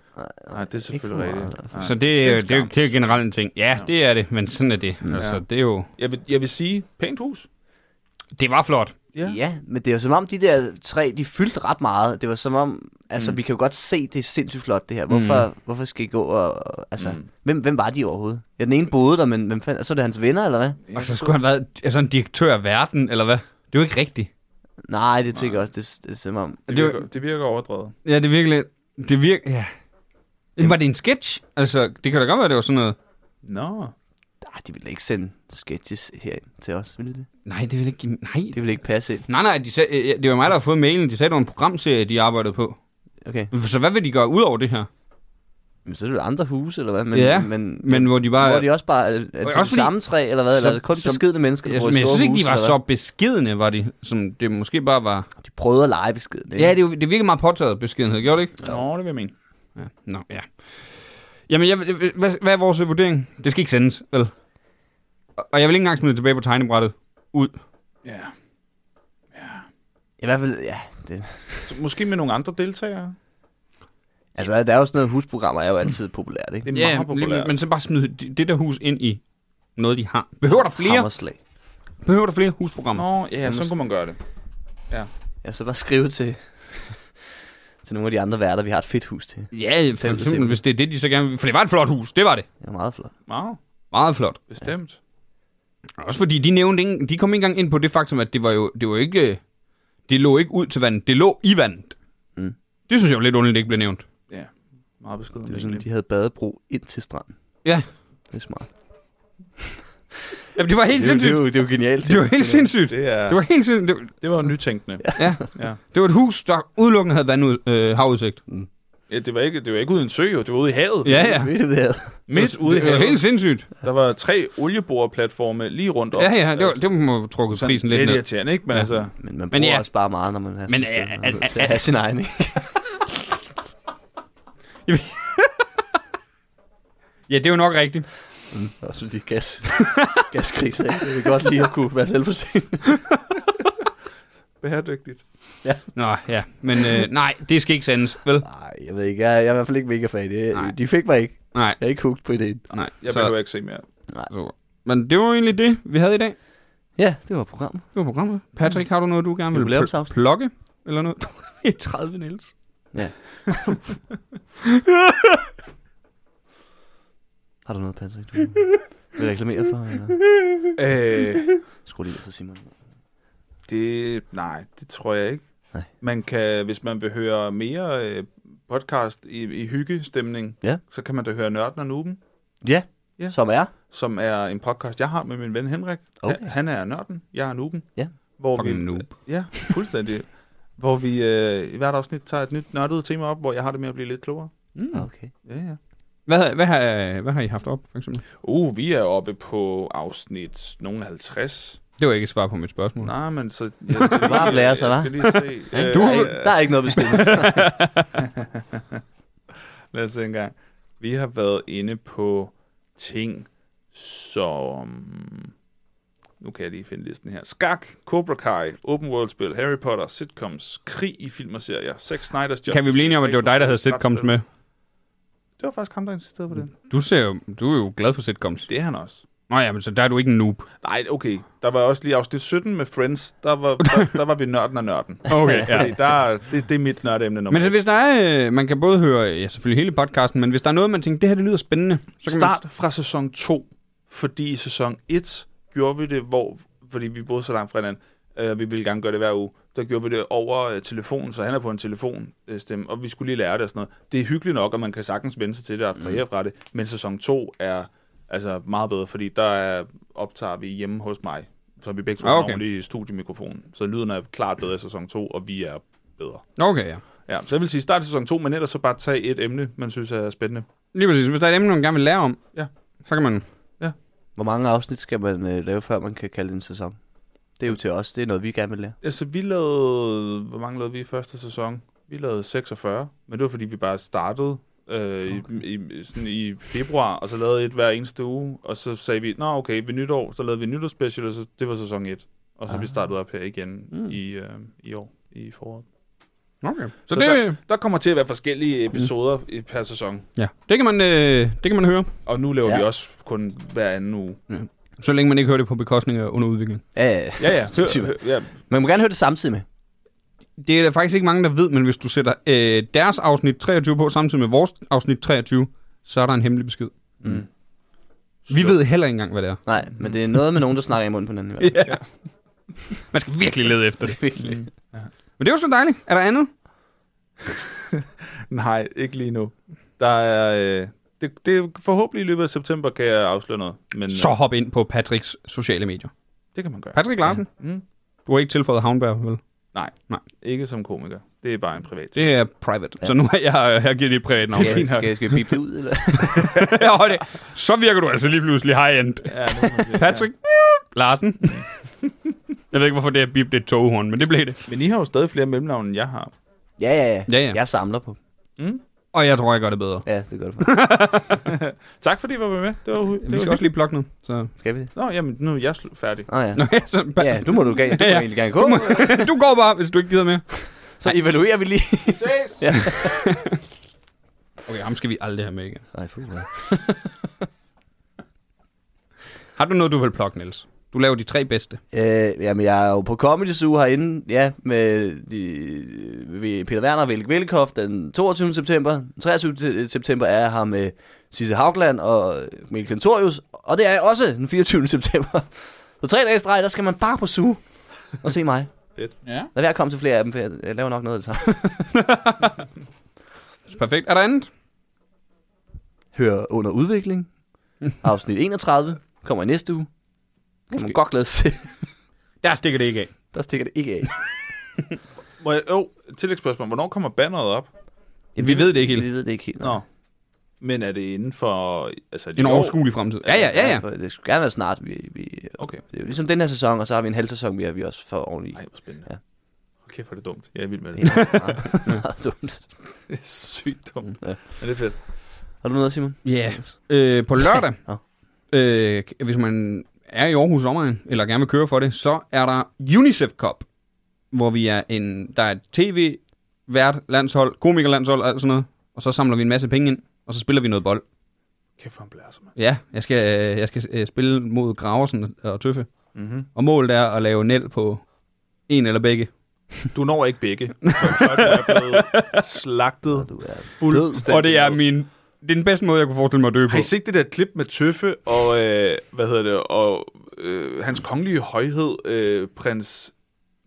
[SPEAKER 4] Nej, det er selvfølgelig
[SPEAKER 3] Ikke for meget,
[SPEAKER 4] rigtigt. Nej.
[SPEAKER 1] Så det, det,
[SPEAKER 4] en
[SPEAKER 1] er, jo- det, er, jo-
[SPEAKER 4] skam.
[SPEAKER 1] det er jo generelt en ting. Ja, det er det, men sådan er det. Altså, det er jo...
[SPEAKER 4] Jeg vil, jeg vil sige, pænt hus.
[SPEAKER 1] Det var flot.
[SPEAKER 4] Ja.
[SPEAKER 3] Ja, men det er jo som om, de der tre, de fyldte ret meget. Det var som om, altså mm. vi kan jo godt se, det er sindssygt flot det her. Hvorfor, mm. hvorfor skal I gå og, og altså, mm. hvem, hvem var de overhovedet? Ja, den ene boede der, men hvem fandt, så er det hans venner, eller hvad?
[SPEAKER 1] Og så skulle han have været altså, en direktør af verden, eller hvad? Det er jo ikke rigtigt.
[SPEAKER 3] Nej, det tænker jeg også, det, det er som om.
[SPEAKER 4] Det
[SPEAKER 1] Det var-
[SPEAKER 4] virker, det virker overdrevet.
[SPEAKER 1] Ja, det er virkelig... Det virker... Ja. Var det en sketch? Altså, det kan da godt være, det var sådan noget...
[SPEAKER 4] Nå.
[SPEAKER 3] Ah, de ville ikke sende sketches her til os, ville de det?
[SPEAKER 1] Nej, det vil ikke... give- Nej,
[SPEAKER 3] Det ville ikke passe ind.
[SPEAKER 1] nej, nej de sag, øh, det var mig, der har fået mailen. De sagde, det var en programserie, de arbejdede på.
[SPEAKER 3] Okay,
[SPEAKER 1] Så hvad vil de gøre ud over det her?
[SPEAKER 3] men så er det jo andre huse, eller hvad? Men,
[SPEAKER 1] Ja,
[SPEAKER 3] men,
[SPEAKER 1] Men hvor de bare...
[SPEAKER 3] Hvor er de også bare er, er det
[SPEAKER 1] også
[SPEAKER 3] de
[SPEAKER 1] fordi-
[SPEAKER 3] samme tre, eller hvad?
[SPEAKER 1] Så-
[SPEAKER 3] eller er det kun
[SPEAKER 1] så-
[SPEAKER 3] beskedne mennesker, der
[SPEAKER 1] jeg,
[SPEAKER 3] bor i
[SPEAKER 1] men jeg
[SPEAKER 3] store
[SPEAKER 1] synes ikke, de
[SPEAKER 3] huse,
[SPEAKER 1] var
[SPEAKER 3] eller
[SPEAKER 1] så beskedende, var de, som det måske bare var...
[SPEAKER 3] hvad? De prøvede at lege beskedne. ikke?
[SPEAKER 1] Ja, det, er jo- det virker meget påtaget beskedenhed, gjorde det ikke?
[SPEAKER 4] Nå, det vil jeg mene.
[SPEAKER 1] Ja. Nå, ja. Jamen, jeg, hvad, hvad er vores vurdering? Det skal ikke sendes, vel? Og- Og jeg vil ikke engang smide det tilbage på tegnebrættet. Ud.
[SPEAKER 4] Ja.
[SPEAKER 3] I hvert fald, ja. Det,
[SPEAKER 4] Så måske med nogle andre deltagere.
[SPEAKER 3] altså, der er jo sådan noget, husprogrammer er jo altid populært, ikke?
[SPEAKER 4] Det er ja, meget
[SPEAKER 1] lige-
[SPEAKER 4] populært.
[SPEAKER 1] men så bare smide det, det der hus ind i noget, de har. Behøver der flere?
[SPEAKER 3] Hammerslag.
[SPEAKER 1] Behøver der flere husprogrammer?
[SPEAKER 4] Nå, ja, sådan kunne man gøre det.
[SPEAKER 3] Ja, så bare skrive til, til nogle af de andre værter, vi har et fedt hus til.
[SPEAKER 1] Ja, for eksempel,
[SPEAKER 3] simpelthen.
[SPEAKER 1] hvis det er det, de så gerne vil. For det var et flot hus, det var det.
[SPEAKER 3] Det er meget flot.
[SPEAKER 4] Meget
[SPEAKER 1] Meget flot.
[SPEAKER 4] bestemt.
[SPEAKER 1] Også fordi de nævnte ingen, de kom ikke engang ind på det faktum, at det var jo det var ikke, øh, det lå ikke ud til vandet, det lå i vandet.
[SPEAKER 3] Mm.
[SPEAKER 1] Det synes jeg jo lidt underligt, det ikke blev nævnt.
[SPEAKER 4] Ja, ja. meget beskeden.
[SPEAKER 3] Det er jo sådan, de havde badebro ind til stranden.
[SPEAKER 1] Ja,
[SPEAKER 3] Det er smart.
[SPEAKER 1] Jamen, det var helt
[SPEAKER 3] Det er, jo, det,
[SPEAKER 1] sindssygt.
[SPEAKER 3] er jo, det er jo genialt.
[SPEAKER 1] Det var helt sindssygt.
[SPEAKER 4] Det er,
[SPEAKER 1] Det var helt sindssygt. Det var,
[SPEAKER 4] det var nytænkende. Ja.
[SPEAKER 1] ja.
[SPEAKER 4] Ja.
[SPEAKER 1] det var et hus, der udelukkende havde vandud, øh, havudsigt.
[SPEAKER 4] Ja, det, var ikke, det var ikke ude i en sø, jo. det var ude i havet.
[SPEAKER 1] Ja, ja.
[SPEAKER 3] Ja. Ved du, det havde?
[SPEAKER 4] Midt ude i
[SPEAKER 1] Det var
[SPEAKER 4] havet.
[SPEAKER 1] helt sindssygt.
[SPEAKER 4] Der var tre olieboreplatforme lige rundt om.
[SPEAKER 1] Ja, ja, det, var, det må have trukket
[SPEAKER 4] sådan
[SPEAKER 1] prisen lidt ned.
[SPEAKER 4] irriterende, ikke? Men
[SPEAKER 1] Ja.
[SPEAKER 4] ja. altså,
[SPEAKER 3] Men man bruger
[SPEAKER 1] Men
[SPEAKER 3] Men,
[SPEAKER 1] ja.
[SPEAKER 3] ja. også bare meget, når man har
[SPEAKER 1] Men,
[SPEAKER 3] sådan et sted.
[SPEAKER 1] øh,
[SPEAKER 3] Man er nødt
[SPEAKER 1] øh,
[SPEAKER 3] til at
[SPEAKER 1] øh,
[SPEAKER 3] have sin egen, ikke?
[SPEAKER 1] Ja, det er jo nok rigtigt.
[SPEAKER 3] Også fordi gas, gaskrise. Det vil godt lige at kunne være selvforsynende.
[SPEAKER 4] bæredygtigt.
[SPEAKER 1] Nå, ja. Men øh, nej, det skal ikke sendes, vel?
[SPEAKER 3] Nej, jeg ved ikke. Jeg, er- jeg er i hvert fald ikke mega fan.
[SPEAKER 1] Nej.
[SPEAKER 3] Jeg, de fik mig ikke.
[SPEAKER 1] Nej,
[SPEAKER 3] Jeg er ikke hooked på ideen.
[SPEAKER 1] nej.
[SPEAKER 4] Jeg
[SPEAKER 1] så,
[SPEAKER 4] behøver ikke se mere.
[SPEAKER 1] så. Men det var egentlig det, vi havde i dag.
[SPEAKER 3] Ja, det var programmet.
[SPEAKER 1] Det var programmet. Patrick, har du noget, du gerne vil pl-
[SPEAKER 3] Jubilæumsafsnit.
[SPEAKER 1] plukke? Eller noget? I 30, Niels.
[SPEAKER 3] Ja. Har du noget, Patrick, du vil reklamere for? Eller?
[SPEAKER 4] Øh,
[SPEAKER 3] Skru lige ned for Simon.
[SPEAKER 4] det, nej, det tror jeg ikke.
[SPEAKER 3] Nej.
[SPEAKER 4] Man kan, hvis man vil høre mere øh, podcast i, i hyggestemning,
[SPEAKER 3] Ja.
[SPEAKER 4] så kan man da høre Nørden og Nuben,
[SPEAKER 3] Ja,
[SPEAKER 4] Ja.
[SPEAKER 3] ja. som er.
[SPEAKER 4] som er en podcast, jeg har med min ven Henrik.
[SPEAKER 3] Okay.
[SPEAKER 4] Han, han er Nørden, jeg er Nuben.
[SPEAKER 3] Ja.
[SPEAKER 4] Hvor
[SPEAKER 1] Fucking
[SPEAKER 4] vi,
[SPEAKER 1] noob.
[SPEAKER 4] Ja, fuldstændig. hvor vi øh, i hvert afsnit tager et nyt nørdet tema op, hvor jeg har det med at blive lidt klogere.
[SPEAKER 3] Ah, Okay.
[SPEAKER 4] Ja, ja.
[SPEAKER 1] Hvad, hvad, har, hvad har I haft op, for eksempel?
[SPEAKER 4] Uh, vi er oppe på afsnit nogen 50.
[SPEAKER 1] Det var ikke et svar på mit spørgsmål.
[SPEAKER 4] Nej, men så... Jeg, jeg, skal
[SPEAKER 3] Bare blære sig,
[SPEAKER 4] jeg
[SPEAKER 3] hva'?
[SPEAKER 4] skal lige se.
[SPEAKER 1] Ja,
[SPEAKER 4] øh,
[SPEAKER 1] du-
[SPEAKER 3] Der, er ikke, der er ikke noget besked.
[SPEAKER 4] Lad os se en gang. Vi har været inde på ting som... Nu kan jeg lige finde listen her. Skak, Cobra Kai, Open World-spil, Harry Potter, sitcoms, krig i film og serier, Zack Snyder's Justice
[SPEAKER 1] Kan vi blive enige om, at det var dig, der havde
[SPEAKER 4] League,
[SPEAKER 1] sitcoms med?
[SPEAKER 4] Det var faktisk ham, der insisterede på det.
[SPEAKER 1] Du, ser jo, du er jo glad for sitcoms.
[SPEAKER 4] Det er han også.
[SPEAKER 1] Nå ja, men så der er du ikke en noob.
[SPEAKER 4] Nej, okay. Der var også lige afsnit 17 med Friends. Der var, der, der var vi nørden og nørden.
[SPEAKER 1] Okay, ja.
[SPEAKER 4] Fordi der, det, det er mit nørdeemne nummer.
[SPEAKER 1] Men så hvis der er, øh, man kan både høre ja, selvfølgelig hele podcasten, men hvis der er noget, man tænker, det her det lyder spændende, så kan
[SPEAKER 4] Start fra sæson 2, fordi i sæson 1 gjorde vi det, hvor, fordi vi boede så langt fra hinanden, Øh, vi ville gerne gøre det hver uge. Der gjorde vi det over øh, telefonen, så han er på en telefonstemme, og vi skulle lige lære det og sådan noget. Det er hyggeligt nok, og man kan sagtens vende sig til det og abstrahere
[SPEAKER 1] Mm.
[SPEAKER 4] fra det, men sæson 2 er altså meget bedre, fordi der er, optager vi hjemme hos mig, så vi begge to
[SPEAKER 1] Ah,
[SPEAKER 4] har
[SPEAKER 1] okay.
[SPEAKER 4] okay. studiemikrofonen. Så lyden er klart bedre i sæson 2, og vi er bedre.
[SPEAKER 1] Okay, ja.
[SPEAKER 4] Ja, så jeg vil sige, start sæson 2, men ellers så bare tage et emne, man synes er spændende.
[SPEAKER 1] Lige præcis. Hvis der er et emne, man gerne vil lære om,
[SPEAKER 4] Ja.
[SPEAKER 1] så kan man...
[SPEAKER 3] Hvor mange afsnit skal man øh, lave, før man kan kalde det en sæson? Det er jo til os. Det er noget, vi gerne vil lære.
[SPEAKER 4] Altså, vi lavede... Hvor mange lavede vi i første sæson? Vi lavede 46, men det var, fordi vi bare startede øh, okay. i, i, sådan i februar, og så lavede et hver eneste uge, og så sagde vi, nå okay, ved nytår, så lavede vi nytårsspecial, og så, det var sæson 1. Og så ah. vi startede op her igen mm. i, øh, i år, i foråret.
[SPEAKER 1] Okay. Så, så
[SPEAKER 4] Så
[SPEAKER 1] det, der...
[SPEAKER 4] Der kommer til at være forskellige episoder mm. per sæson,
[SPEAKER 1] ja. det, kan man, øh, det kan man høre,
[SPEAKER 4] og nu laver
[SPEAKER 3] Ja.
[SPEAKER 4] ja. vi også kun hver anden uge.
[SPEAKER 1] så længe man ikke hører det på bekostning af underudvikling.
[SPEAKER 3] Ja,
[SPEAKER 4] Ja, ja. Hør,
[SPEAKER 3] Typisk.
[SPEAKER 4] hør, ja.
[SPEAKER 3] Man må gerne høre det samtidig med.
[SPEAKER 1] Det er der faktisk ikke mange, der ved, men hvis du sætter øh, deres afsnit 23 på samtidig med vores afsnit 23, så er der en hemmelig besked.
[SPEAKER 3] Mm.
[SPEAKER 1] Vi ved heller ikke engang, hvad det er.
[SPEAKER 3] Nej, men det er noget med nogen, der snakker i munden på hinanden. i hvert fald.
[SPEAKER 1] Man skal virkelig lede efter det.
[SPEAKER 3] Virkelig.
[SPEAKER 1] Men det er jo så dejligt. Er der andet?
[SPEAKER 4] Nej, ikke lige nu. Der er... Øh, det, det, forhåbentlig i løbet af september kan jeg afsløre noget. Men, øh,
[SPEAKER 1] Så hop ind på Patricks sociale medier.
[SPEAKER 4] Det kan man gøre.
[SPEAKER 1] Patrick Larsen,
[SPEAKER 4] Mm.
[SPEAKER 1] du har ikke tilføjet Havnberg, vel?
[SPEAKER 4] Ikke som komiker. Det er bare en privat.
[SPEAKER 1] Det er private. Ja. Så nu har jeg, jeg givet dit privat navn.
[SPEAKER 3] Skal, jeg- skal, jeg- skal vi bippe det ud, eller?
[SPEAKER 1] Ja, og det, så virker du altså lige pludselig high-end.
[SPEAKER 4] Ja, nu må man sige,
[SPEAKER 1] Patrick Larsen. Mm. jeg ved ikke, hvorfor det er bip, det er toghorn, men det blev det.
[SPEAKER 4] Ja. Men I har jo stadig flere mellemnavne, end jeg har.
[SPEAKER 3] Ja, ja, ja.
[SPEAKER 1] Ja, ja.
[SPEAKER 3] Jeg samler på. dem.
[SPEAKER 1] Og jeg tror, jeg gør det bedre.
[SPEAKER 3] Ja, det gør det faktisk.
[SPEAKER 4] Tak fordi I var med. Det var, hu- det
[SPEAKER 1] Vi
[SPEAKER 4] var
[SPEAKER 1] skal også lige plukke noget. Så.
[SPEAKER 3] Skal vi det?
[SPEAKER 4] Nå, jamen, nu er jeg slu- færdig.
[SPEAKER 3] Nå ja.
[SPEAKER 1] Nå, ja, så ba-
[SPEAKER 3] Ja, du må du, gerne, du må
[SPEAKER 1] Ja, ja.
[SPEAKER 3] egentlig gerne gå.
[SPEAKER 1] Du, må, du går bare, hvis du ikke gider mere.
[SPEAKER 3] Så evaluerer vi lige.
[SPEAKER 4] Vi ses!
[SPEAKER 3] Ja.
[SPEAKER 1] Okay, ham skal vi aldrig have med igen.
[SPEAKER 3] Nej, fuh, ja.
[SPEAKER 1] Har du noget, du vil plukke, Niels? Du laver de tre bedste.
[SPEAKER 3] Øh, jamen, jeg er jo på Comedy Zoo herinde, ja, med de, ved Peter Werner og Velke Velkoff den 22. september. Den 23. se- september er jeg her med Sisse Haugland og Mikkel Klintorius, og det er jeg også den 24. september. Så tre dage i streg, der skal man bare på Zoo og se mig.
[SPEAKER 4] Fedt.
[SPEAKER 1] Ja.
[SPEAKER 3] Lad være at komme til flere af dem, for jeg jeg laver nok noget af det samme.
[SPEAKER 1] Perfekt. Er der andet?
[SPEAKER 3] Hører under udvikling. Afsnit 31 kommer i næste uge. Kan man godt glæde sig til.
[SPEAKER 1] Der stikker det ikke af.
[SPEAKER 3] Der stikker det ikke af.
[SPEAKER 4] Må jeg, jo, tillægsspørgsmål. Hvornår kommer banneret op?
[SPEAKER 1] Vi ved det ikke helt.
[SPEAKER 3] Vi ved det ikke helt.
[SPEAKER 4] Nå. Men er det inden for... Altså, er det
[SPEAKER 1] En
[SPEAKER 4] i år?
[SPEAKER 1] overskuelig fremtid. Ja, ja, ja, ja.
[SPEAKER 3] for Det skulle gerne være snart. Vi, vi,
[SPEAKER 4] Okay.
[SPEAKER 3] Det er jo ligesom den her sæson, og så har vi en halv sæson mere, vi også får oveni.
[SPEAKER 4] Ej, hvor spændende.
[SPEAKER 3] Ja.
[SPEAKER 4] Ja. Okay, for det er dumt. Jeg er vild med det.
[SPEAKER 3] Det er meget, meget dumt.
[SPEAKER 4] Det er sygt dumt.
[SPEAKER 3] Ja.
[SPEAKER 4] Ja. Men det er fedt.
[SPEAKER 3] Har du noget, Simon?
[SPEAKER 1] Ja. Øh, på lørdag,
[SPEAKER 3] Nå.
[SPEAKER 1] øh, hvis man er i Aarhus sommeren, eller gerne vil køre for det, så er der UNICEF Cup, hvor vi er en, der er et tv vært landshold, komikerlandshold og alt sådan noget, og så samler vi en masse penge ind, og så spiller vi noget bold.
[SPEAKER 4] Kæft, hvor han blæser, mand.
[SPEAKER 1] Ja, jeg skal, øh, jeg skal øh, spille mod Graversen og Tøffe,
[SPEAKER 4] Mm-hmm.
[SPEAKER 1] og målet er at lave nel på en eller begge.
[SPEAKER 4] Du når ikke begge. Folk er blevet slagtet
[SPEAKER 3] Du er
[SPEAKER 4] fuldstændig.
[SPEAKER 1] Og det er min, det er den bedste måde, jeg kunne forestille mig at dø på.
[SPEAKER 4] Har I set det der klip med Tøffe og, øh, hvad hedder det, og øh, hans kongelige højhed, øh, prins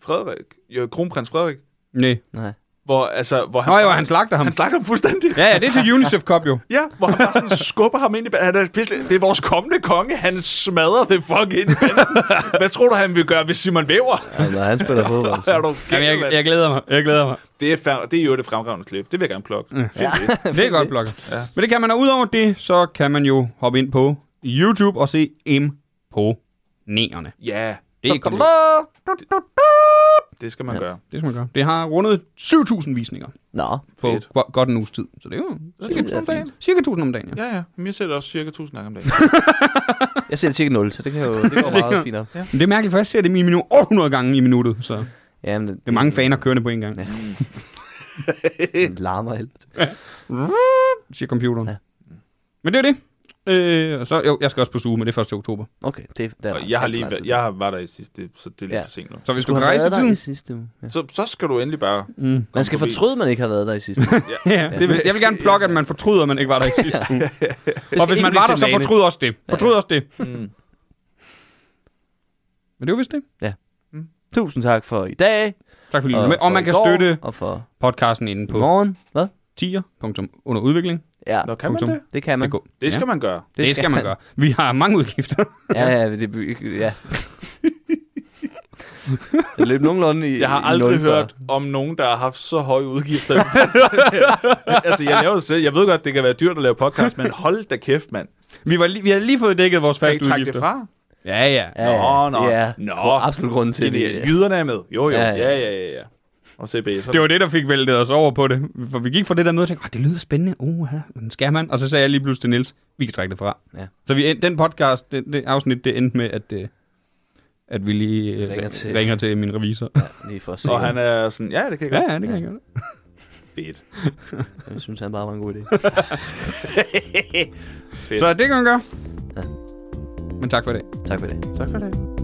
[SPEAKER 4] Frederik, jo, kronprins Frederik,
[SPEAKER 1] Nej.
[SPEAKER 3] Nej.
[SPEAKER 4] hvor, altså, hvor han,
[SPEAKER 1] Nå jo,
[SPEAKER 4] bare-
[SPEAKER 1] han slagter ham.
[SPEAKER 4] han slagter ham fuldstændig.
[SPEAKER 1] Ja, ja, det er til UNICEF Cup jo.
[SPEAKER 4] Ja, hvor han bare sådan skubber ham ind i banden. Han er pisselig. Det er vores kommende konge. Han smadrer det fuck ind i banden. Hvad tror du, han vil gøre, hvis Simon Væver?
[SPEAKER 3] Ja, når han spiller fodbold.
[SPEAKER 4] Er du
[SPEAKER 1] Jamen,
[SPEAKER 4] gæld,
[SPEAKER 1] jeg, jeg glæder mig. Jeg glæder mig.
[SPEAKER 4] Det er, fa- det er jo det fremragende klip. Det vil jeg gerne plukke. Mm. Ja.
[SPEAKER 1] Det er godt blokket. Ja. Men det kan man, og udover det, så kan man jo hoppe ind på YouTube og se imponerende.
[SPEAKER 4] ja,
[SPEAKER 1] Det, er ikke dårligt.
[SPEAKER 4] det skal man gøre.
[SPEAKER 1] det skal man gøre. Det har rundet 7.000 visninger
[SPEAKER 3] Nå,
[SPEAKER 1] på
[SPEAKER 4] Fedt.
[SPEAKER 1] go- godt en uges tid. Så det er jo
[SPEAKER 3] det
[SPEAKER 1] cirka
[SPEAKER 3] er
[SPEAKER 1] 1.000 om dagen.
[SPEAKER 3] fint.
[SPEAKER 1] Cirka 1.000 om dagen, ja.
[SPEAKER 4] Ja, ja. Men jeg ser det også cirka 1000 gange om dagen.
[SPEAKER 3] jeg ser cirka 0, så det kan jo det går meget fint op.
[SPEAKER 1] Men det er mærkeligt, for jeg ser det i minut 800 gange i minuttet, så det
[SPEAKER 3] Ja, men det,
[SPEAKER 1] er
[SPEAKER 4] Mm.
[SPEAKER 1] mange faner kørende på en gang,
[SPEAKER 3] Ja. Det larmer helt.
[SPEAKER 1] siger computeren.
[SPEAKER 3] Ja.
[SPEAKER 1] Ja. Men det er det. Øh, og så, jo, jeg skal også på suge, men det er 1. oktober.
[SPEAKER 3] Okay, det der.
[SPEAKER 4] Og jeg har lige været, jeg har- var der i sidste, så det er lidt
[SPEAKER 3] Ja.
[SPEAKER 4] ja. for sent nu.
[SPEAKER 1] Så hvis du,
[SPEAKER 3] du har
[SPEAKER 1] du kan rejse i
[SPEAKER 3] været der
[SPEAKER 1] tiden...
[SPEAKER 3] i sidste uge. Ja.
[SPEAKER 4] Så, så skal du endelig bare...
[SPEAKER 1] Mm.
[SPEAKER 3] Man skal
[SPEAKER 4] forbi.
[SPEAKER 3] fortryde, man ikke har været der i sidste uge.
[SPEAKER 1] Ja, det vil, jeg vil gerne plukke, at man fortryder, at man ikke var der i sidste uge. Og
[SPEAKER 3] ikke
[SPEAKER 1] hvis man
[SPEAKER 3] blive
[SPEAKER 1] var
[SPEAKER 3] til
[SPEAKER 1] der, så
[SPEAKER 3] en vane.
[SPEAKER 1] fortryd også det. Fortryd også det.
[SPEAKER 4] Mm.
[SPEAKER 1] Men det var vist det.
[SPEAKER 3] Ja.
[SPEAKER 4] Mm.
[SPEAKER 3] Tusind tak for i dag.
[SPEAKER 1] Tak fordi du med.
[SPEAKER 3] for
[SPEAKER 1] Og man
[SPEAKER 3] i
[SPEAKER 1] kan
[SPEAKER 3] går,
[SPEAKER 1] støtte
[SPEAKER 3] Og for
[SPEAKER 1] podcasten inde
[SPEAKER 3] i
[SPEAKER 1] på
[SPEAKER 3] morgen. Hvad?
[SPEAKER 1] tier. Under udvikling.
[SPEAKER 3] Ja,
[SPEAKER 4] Nå, kan man
[SPEAKER 1] Punktum.
[SPEAKER 4] det?
[SPEAKER 3] det kan man.
[SPEAKER 4] Det skal man gøre.
[SPEAKER 1] Det, det skal man gøre. Vi har mange udgifter.
[SPEAKER 3] Ja, ja, det, by- ja. Jeg løb nogenlunde i
[SPEAKER 4] Jeg har
[SPEAKER 3] i
[SPEAKER 4] aldrig
[SPEAKER 3] nul før.
[SPEAKER 4] hørt om nogen, der har haft så høje udgifter. altså, jeg laver det selv. Jeg ved godt, det kan være dyrt at lave podcast, men hold da kæft, mand.
[SPEAKER 1] Vi, var lige, vi havde lige fået dækket vores
[SPEAKER 4] Kan I
[SPEAKER 1] faste
[SPEAKER 4] trække det
[SPEAKER 1] udgifter.
[SPEAKER 4] fra?
[SPEAKER 1] Ja, ja.
[SPEAKER 3] Ja,
[SPEAKER 4] Nå, nå.
[SPEAKER 3] Det er
[SPEAKER 4] Nå.
[SPEAKER 3] absolut grunden til
[SPEAKER 4] Det
[SPEAKER 3] det.
[SPEAKER 4] er det. Jyderne er med. Jo, jo.
[SPEAKER 3] Ja,
[SPEAKER 4] Ja,
[SPEAKER 3] ja.
[SPEAKER 4] ja, ja, ja. Og CBS.
[SPEAKER 1] Det var det, der fik væltet os over på det. For vi gik fra det der møde og tænkte, "Åh, det lyder spændende. Uh, en skærmand. Og så sagde jeg lige pludselig til Niels, vi kan trække det fra.
[SPEAKER 3] Ja.
[SPEAKER 1] Så vi endte, den podcast, det, det afsnit, det endte med, at, øh, at vi lige øh,
[SPEAKER 3] Ringer
[SPEAKER 1] ringer,
[SPEAKER 3] til-
[SPEAKER 1] til. ringer til min revisor.
[SPEAKER 3] Ja, lige for at se.
[SPEAKER 4] Og han er sådan, ja, det kan jeg godt.
[SPEAKER 1] Ja, ja, det kan jeg gøre.
[SPEAKER 4] Fedt.
[SPEAKER 3] Jeg synes, han bare var en god idé.
[SPEAKER 1] Så det kan man gøre.
[SPEAKER 3] Ja.
[SPEAKER 1] Men tak for i dag.
[SPEAKER 3] Tak for det.
[SPEAKER 4] Tak for det.